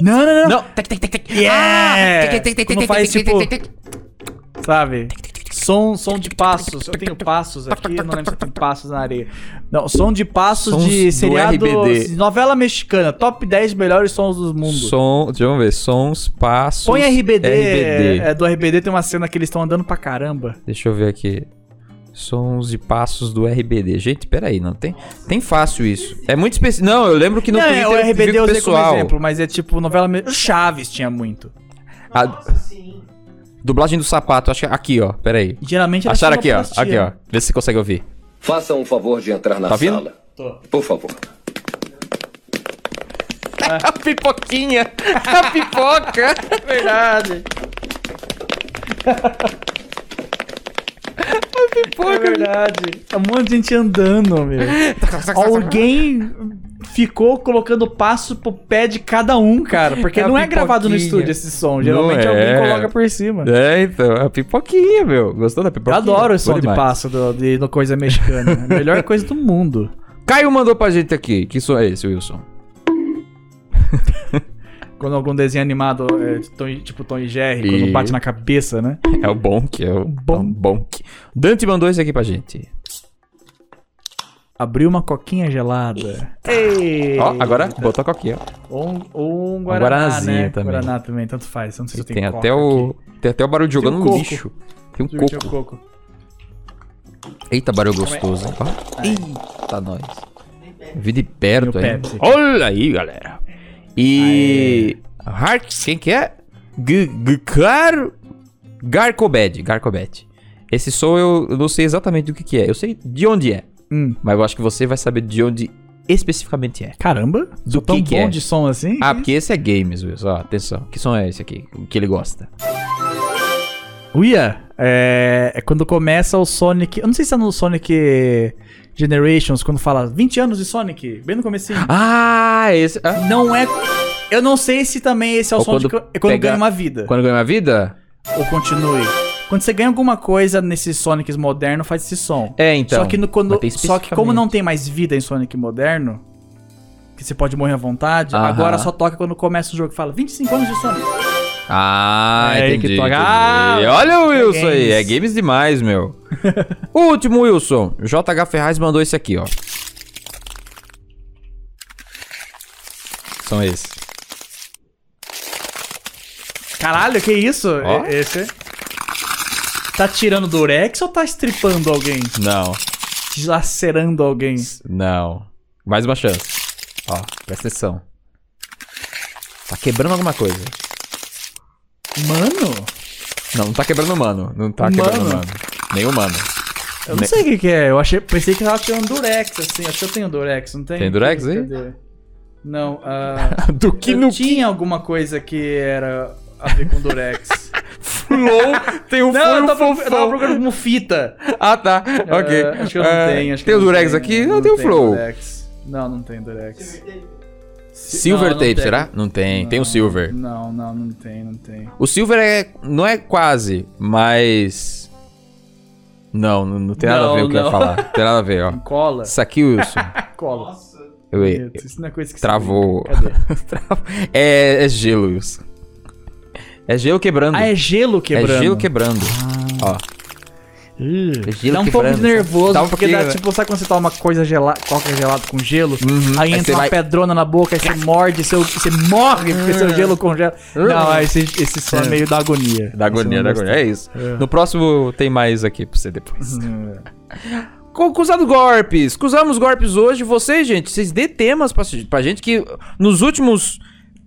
Speaker 2: não, não, não, não.
Speaker 1: Não, tec, tec, tec, tec.
Speaker 2: Yeah!
Speaker 1: Ah! Tec, tec, tec,
Speaker 2: Quando
Speaker 1: tec,
Speaker 2: faz,
Speaker 1: tec,
Speaker 2: tipo,
Speaker 1: tec, tec, tec.
Speaker 2: Sabe? Som, som de passos. Eu tenho passos aqui, eu não lembro se tem passos na areia. Não, som de passos
Speaker 1: Sons
Speaker 2: de
Speaker 1: do
Speaker 2: seriado.
Speaker 1: RBD.
Speaker 2: Novela mexicana, top 10 melhores sons do mundo.
Speaker 1: Som, deixa eu ver. Sons, passos.
Speaker 2: Põe RBD.
Speaker 1: RBD.
Speaker 2: É, do RBD tem uma cena que eles estão andando pra caramba.
Speaker 1: Deixa eu ver aqui. Sons e passos do RBD. Gente, peraí, não tem. Tem fácil isso. É muito específico. Não, eu lembro que no
Speaker 2: não, é, o
Speaker 1: Twitter eu vi
Speaker 2: RBD
Speaker 1: com
Speaker 2: eu
Speaker 1: o
Speaker 2: usei
Speaker 1: pessoal.
Speaker 2: como exemplo, mas é tipo novela mexicana. Chaves tinha muito.
Speaker 1: A- Dublagem do sapato, acho que é aqui, ó. Peraí.
Speaker 2: E Geralmente era
Speaker 1: Acharam aqui, ó.
Speaker 2: sonoplastia.
Speaker 1: Aqui, ó. Vê se você consegue ouvir.
Speaker 3: Façam o um favor de entrar na
Speaker 1: Tá vindo?
Speaker 3: sala. Por favor.
Speaker 1: A pipoquinha! A pipoca!
Speaker 2: Verdade. É verdade. É um monte de gente andando, meu. Alguém ficou colocando passo pro pé de cada um, cara. Porque
Speaker 1: É a
Speaker 2: não é gravado no
Speaker 1: pipoquinha.
Speaker 2: estúdio esse som.
Speaker 1: Não
Speaker 2: Geralmente
Speaker 1: é.
Speaker 2: alguém coloca por cima.
Speaker 1: É, então, a pipoquinha, meu. Gostou da
Speaker 2: Eu
Speaker 1: pipoquinha?
Speaker 2: adoro o som
Speaker 1: Bom
Speaker 2: de
Speaker 1: demais.
Speaker 2: passo do, de, do coisa mexicana. É Melhor coisa do mundo.
Speaker 1: Caio mandou pra gente aqui. Que som é esse, Wilson?
Speaker 2: Quando algum desenho animado, é, de Tom- tipo Tom e Jerry, quando
Speaker 1: E-
Speaker 2: bate na cabeça, né?
Speaker 1: É o Bonk, é o
Speaker 2: Bonk.
Speaker 1: Bonk. Bonk. Dante mandou isso aqui pra gente.
Speaker 2: Abriu uma coquinha gelada. Ei!
Speaker 1: Ó, agora botou a coquinha.
Speaker 2: Ou um, ou um Guaraná,
Speaker 1: guaranazinho
Speaker 2: né?
Speaker 1: também.
Speaker 2: Guaraná também, tanto faz. eu Não sei se
Speaker 1: E
Speaker 2: eu
Speaker 1: tem,
Speaker 2: tenho
Speaker 1: até
Speaker 2: coca
Speaker 1: o.
Speaker 2: aqui.
Speaker 1: Tem até o barulho jogando
Speaker 2: um
Speaker 1: no
Speaker 2: coco.
Speaker 1: lixo. Tem um
Speaker 2: Tinha- tinha
Speaker 1: coco.
Speaker 2: o coco.
Speaker 1: Eita, barulho gostoso. hein? Ó. Eita, nós. Vi de perto
Speaker 2: Meu
Speaker 1: aí.
Speaker 2: Pepsi aqui.
Speaker 1: Olha aí, galera. E. Harks, quem que é? G- G- Gar... Garcobed. Garcobed. Esse som eu eu não sei exatamente do que, que é. Eu sei de onde é.
Speaker 2: Hum.
Speaker 1: Mas eu acho que você vai saber de onde especificamente é.
Speaker 2: Caramba,
Speaker 1: Do
Speaker 2: sou tão
Speaker 1: que que
Speaker 2: bom
Speaker 1: é?
Speaker 2: de som assim?
Speaker 1: Ah, porque esse é games, Wilson. Ó, atenção. Que som é esse aqui? O que ele gosta?
Speaker 2: Uia, é, é quando começa o Sonic. Eu não sei se é no Sonic Generations, quando fala 20 anos de Sonic, bem no comecinho.
Speaker 1: Ah, esse. ah.
Speaker 2: Não é. Eu não sei se também esse é o
Speaker 1: Ou
Speaker 2: Sonic
Speaker 1: quando
Speaker 2: quando, quando
Speaker 1: pega-
Speaker 2: ganha uma vida.
Speaker 1: Quando ganhou minha vida?
Speaker 2: Ou continue. Quando você ganha alguma coisa nesses Sonics modernos, faz esse som.
Speaker 1: É, então.
Speaker 2: só que no,
Speaker 1: mas
Speaker 2: quando.
Speaker 1: tem
Speaker 2: Só que como não tem mais vida em Sonic moderno, que você pode morrer à vontade,
Speaker 1: Aham.
Speaker 2: agora só toca quando começa o jogo que fala 25 anos de Sonic.
Speaker 1: Ah,
Speaker 2: É aí
Speaker 1: entendi.
Speaker 2: que toca.
Speaker 1: entendi.
Speaker 2: Ah,
Speaker 1: Olha o Wilson aí,
Speaker 2: games.
Speaker 1: é games demais, meu. o último Wilson, JH Ferraz mandou esse aqui, ó. São esses.
Speaker 2: Caralho, que isso?
Speaker 1: Ó.
Speaker 2: E- Esse. Tá tirando durex ou tá estripando alguém?
Speaker 1: Não,
Speaker 2: Dilacerando alguém?
Speaker 1: não. Mais uma chance. Ó, presta atenção. Tá quebrando alguma coisa.
Speaker 2: Mano,
Speaker 1: Não, não tá quebrando humano. Não tá quebrando
Speaker 2: Humano?
Speaker 1: humano. Nem humano.
Speaker 2: eu não
Speaker 1: Ne-
Speaker 2: sei o que, que é. Eu achei, pensei que tava tirando durex, assim. Acho que eu tenho durex, não tem?
Speaker 1: Tem durex aí?
Speaker 2: Cadê? Não, ah,
Speaker 1: Do que
Speaker 2: eu
Speaker 1: no
Speaker 2: tinha alguma coisa que era a ver com durex.
Speaker 1: flow tem um
Speaker 2: não, eu tava,
Speaker 1: fofão.
Speaker 2: eu tava procurando como fita.
Speaker 1: Ah, tá. ok.
Speaker 2: Ah, acho que eu não
Speaker 1: Ah,
Speaker 2: tenho. Acho que
Speaker 1: tem
Speaker 2: eu
Speaker 1: o
Speaker 2: não
Speaker 1: Durex
Speaker 2: tenho.
Speaker 1: aqui? né? Eu
Speaker 2: Não
Speaker 1: tenho o
Speaker 2: tenho
Speaker 1: Flow.
Speaker 2: Durex. Não, não tem durex.
Speaker 1: Silver
Speaker 2: Não, não
Speaker 1: Tape,
Speaker 2: tem.
Speaker 1: será? Não tem. tem o
Speaker 2: Não,
Speaker 1: Silver.
Speaker 2: Não, não, não tem, não tem.
Speaker 1: O Silver é, não é quase, mas. Não, não, não tem nada a ver
Speaker 2: Não,
Speaker 1: o que eu ia
Speaker 2: não.
Speaker 1: falar. Não tem nada a ver, ó.
Speaker 2: Cola?
Speaker 1: Isso aqui, Wilson.
Speaker 2: Cola.
Speaker 1: Eu, eu-
Speaker 2: Bonito. Isso não é coisa que se
Speaker 1: travou.
Speaker 2: brinca. Cadê?
Speaker 1: Travou. é, é gelo, Wilson. É gelo quebrando.
Speaker 2: Ah, é gelo quebrando. Ah.
Speaker 1: É gelo quebrando. Ó.
Speaker 2: Ih,
Speaker 1: É gelo
Speaker 2: dá um pouco
Speaker 1: quebrando,
Speaker 2: de nervoso,
Speaker 1: sabe? Dá um
Speaker 2: porque dá,
Speaker 1: pouquinho, né?
Speaker 2: tipo, sabe quando você toma coisa gelada, coca gelada com gelo?
Speaker 1: Uhum.
Speaker 2: Aí
Speaker 1: Aí
Speaker 2: entra
Speaker 1: você
Speaker 2: uma
Speaker 1: vai-
Speaker 2: pedrona na boca, aí você morde, seu, você morre porque seu gelo congela. Não, aí esse, esse som é meio da agonia.
Speaker 1: Uhum. Da agonia,
Speaker 2: Esse
Speaker 1: da
Speaker 2: eu não
Speaker 1: agonia. É isso.
Speaker 2: É.
Speaker 1: No próximo tem mais aqui pra você depois.
Speaker 2: gostei.
Speaker 1: Co- Cusado Gorpes. Cusamos Gorpes hoje. Vocês, gente, vocês dê temas pra, pra gente que nos últimos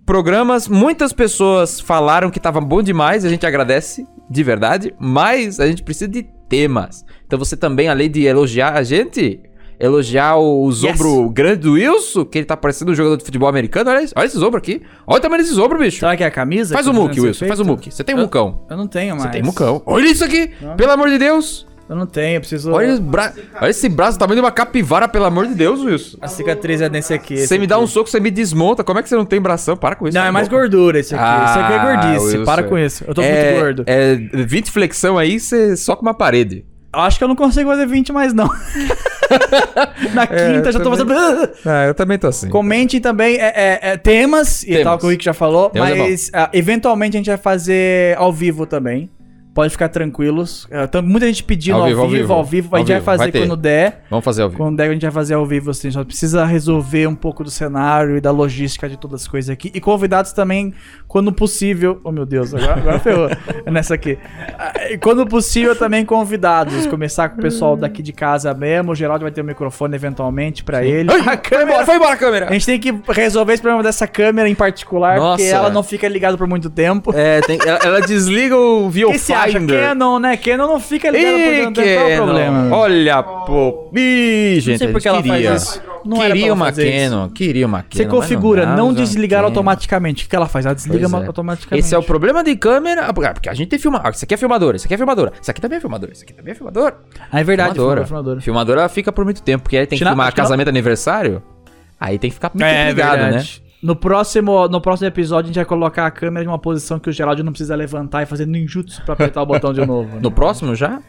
Speaker 1: programas muitas pessoas falaram que tava bom demais. A gente agradece, de verdade. Mas a gente precisa de temas. Então você também, além de elogiar a gente, elogiar o, o zobro grande do Wilson, que ele tá parecendo um jogador de futebol americano. Olha, isso, olha esse zobro aqui. Olha o tamanho desse zobro, bicho.
Speaker 2: Será que é a camisa?
Speaker 1: Faz
Speaker 2: que
Speaker 1: o
Speaker 2: tá
Speaker 1: muque,
Speaker 2: fazendo
Speaker 1: Wilson.
Speaker 2: esse
Speaker 1: Faz o
Speaker 2: efeito?
Speaker 1: muque. Você tem um mucão.
Speaker 2: Eu não tenho mais.
Speaker 1: Você tem mucão. Olha isso aqui! Pelo amor de Deus!
Speaker 2: Eu não tenho, eu preciso...
Speaker 1: Olha, os bra... Olha esse braço do tamanho de uma capivara, pelo amor de Deus, Wilson.
Speaker 2: A cicatriz é nesse aqui. esse
Speaker 1: Você me dá
Speaker 2: aqui.
Speaker 1: um soco, você me desmonta. Como é que você não tem bração? Para com isso.
Speaker 2: Não,
Speaker 1: tá
Speaker 2: é mais
Speaker 1: louco.
Speaker 2: gordura esse aqui. esse aqui é
Speaker 1: Ah,
Speaker 2: gordice.
Speaker 1: Wilson.
Speaker 2: Para com isso. Eu tô
Speaker 1: é,
Speaker 2: muito gordo.
Speaker 1: É 20 flexão aí, você soca uma parede.
Speaker 2: Eu acho que eu não consigo fazer 20 mais, não. Na quinta já tô
Speaker 1: É, também.
Speaker 2: fazendo.
Speaker 1: Ah, eu também tô assim.
Speaker 2: Comentem também é, é, é, temas, e
Speaker 1: Temas.
Speaker 2: tal que o Rick já falou,
Speaker 1: Temas é
Speaker 2: mas ah, eventualmente a gente vai fazer ao vivo também. Pode ficar tranquilos. Ah, tá muita gente pedindo
Speaker 1: Ao
Speaker 2: ao
Speaker 1: vivo,
Speaker 2: vivo,
Speaker 1: ao
Speaker 2: ao vivo,
Speaker 1: vivo.
Speaker 2: A
Speaker 1: Ao
Speaker 2: gente vai
Speaker 1: vivo, vai
Speaker 2: fazer
Speaker 1: ter.
Speaker 2: quando der.
Speaker 1: Vamos fazer ao vivo.
Speaker 2: Quando der, a gente vai fazer ao vivo, assim. Só precisa resolver um pouco do cenário e da logística de todas as coisas aqui. E convidados também, quando possível. Oh, meu Deus, agora, agora ferrou. É Nessa aqui. Ah, e Quando possível, também convidados. Começar com o pessoal daqui de casa mesmo. O Geraldo vai ter o microfone eventualmente pra ele.
Speaker 1: Ai, foi embora, foi embora a câmera.
Speaker 2: A gente tem que resolver esse problema dessa câmera em particular, porque
Speaker 1: Nossa.
Speaker 2: ela não fica ligada por muito tempo.
Speaker 1: É, tem- ela, ela desliga o
Speaker 2: O que você
Speaker 1: viewfinder.
Speaker 2: acha? Canon, né? Canon não fica ligada por
Speaker 1: Ih,
Speaker 2: muito tempo. Qual é o
Speaker 1: Canon.
Speaker 2: problema?
Speaker 1: Olha, pô. Ih, gente,
Speaker 2: sei
Speaker 1: a
Speaker 2: por
Speaker 1: gente
Speaker 2: que ela faz
Speaker 1: queria.
Speaker 2: isso. Não era pra
Speaker 1: Queria
Speaker 2: ela
Speaker 1: uma
Speaker 2: fazer isso.
Speaker 1: Canon, queria uma Canon.
Speaker 2: Você
Speaker 1: mas
Speaker 2: configura, não,
Speaker 1: dá,
Speaker 2: desligar
Speaker 1: Canon.
Speaker 2: automaticamente. O que ela faz? Ela desliga
Speaker 1: Pois é.
Speaker 2: automaticamente.
Speaker 1: Esse é o problema de câmera. Ah, Porque a gente tem filmador. Isso aqui é filmadora, isso aqui é filmadora. Isso aqui também é filmadora, isso aqui também é filmadora.
Speaker 2: Ah, é
Speaker 1: filmadora.
Speaker 2: verdade, filmadora, filmadora.
Speaker 1: Filmadora, ela fica por muito tempo, porque aí tem que
Speaker 2: Tira-
Speaker 1: filmar
Speaker 2: acho que ela-
Speaker 1: casamento aniversário. Aí tem que ficar muito
Speaker 4: É,
Speaker 1: ligado, né?
Speaker 2: No próximo, no próximo episódio, a gente vai colocar a câmera em uma posição que o Geraldo não precisa levantar e fazer ninjutsu pra apertar o botão de novo. né?
Speaker 1: No próximo já?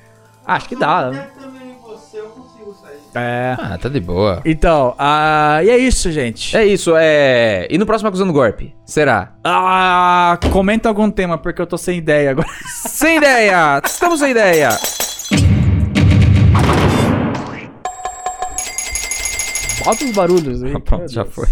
Speaker 2: Ah, acho que dá. né?
Speaker 4: Até também em você eu consigo sair.
Speaker 2: É.
Speaker 4: Ah, tá de boa.
Speaker 2: Então, ah, e é isso, gente.
Speaker 1: É isso, é. E no próximo acusando golpe? Será?
Speaker 2: Ah, comenta algum tema, porque eu tô sem ideia agora.
Speaker 1: sem ideia! Estamos sem ideia!
Speaker 2: Bota os barulhos aí.
Speaker 4: Pronto, já foi.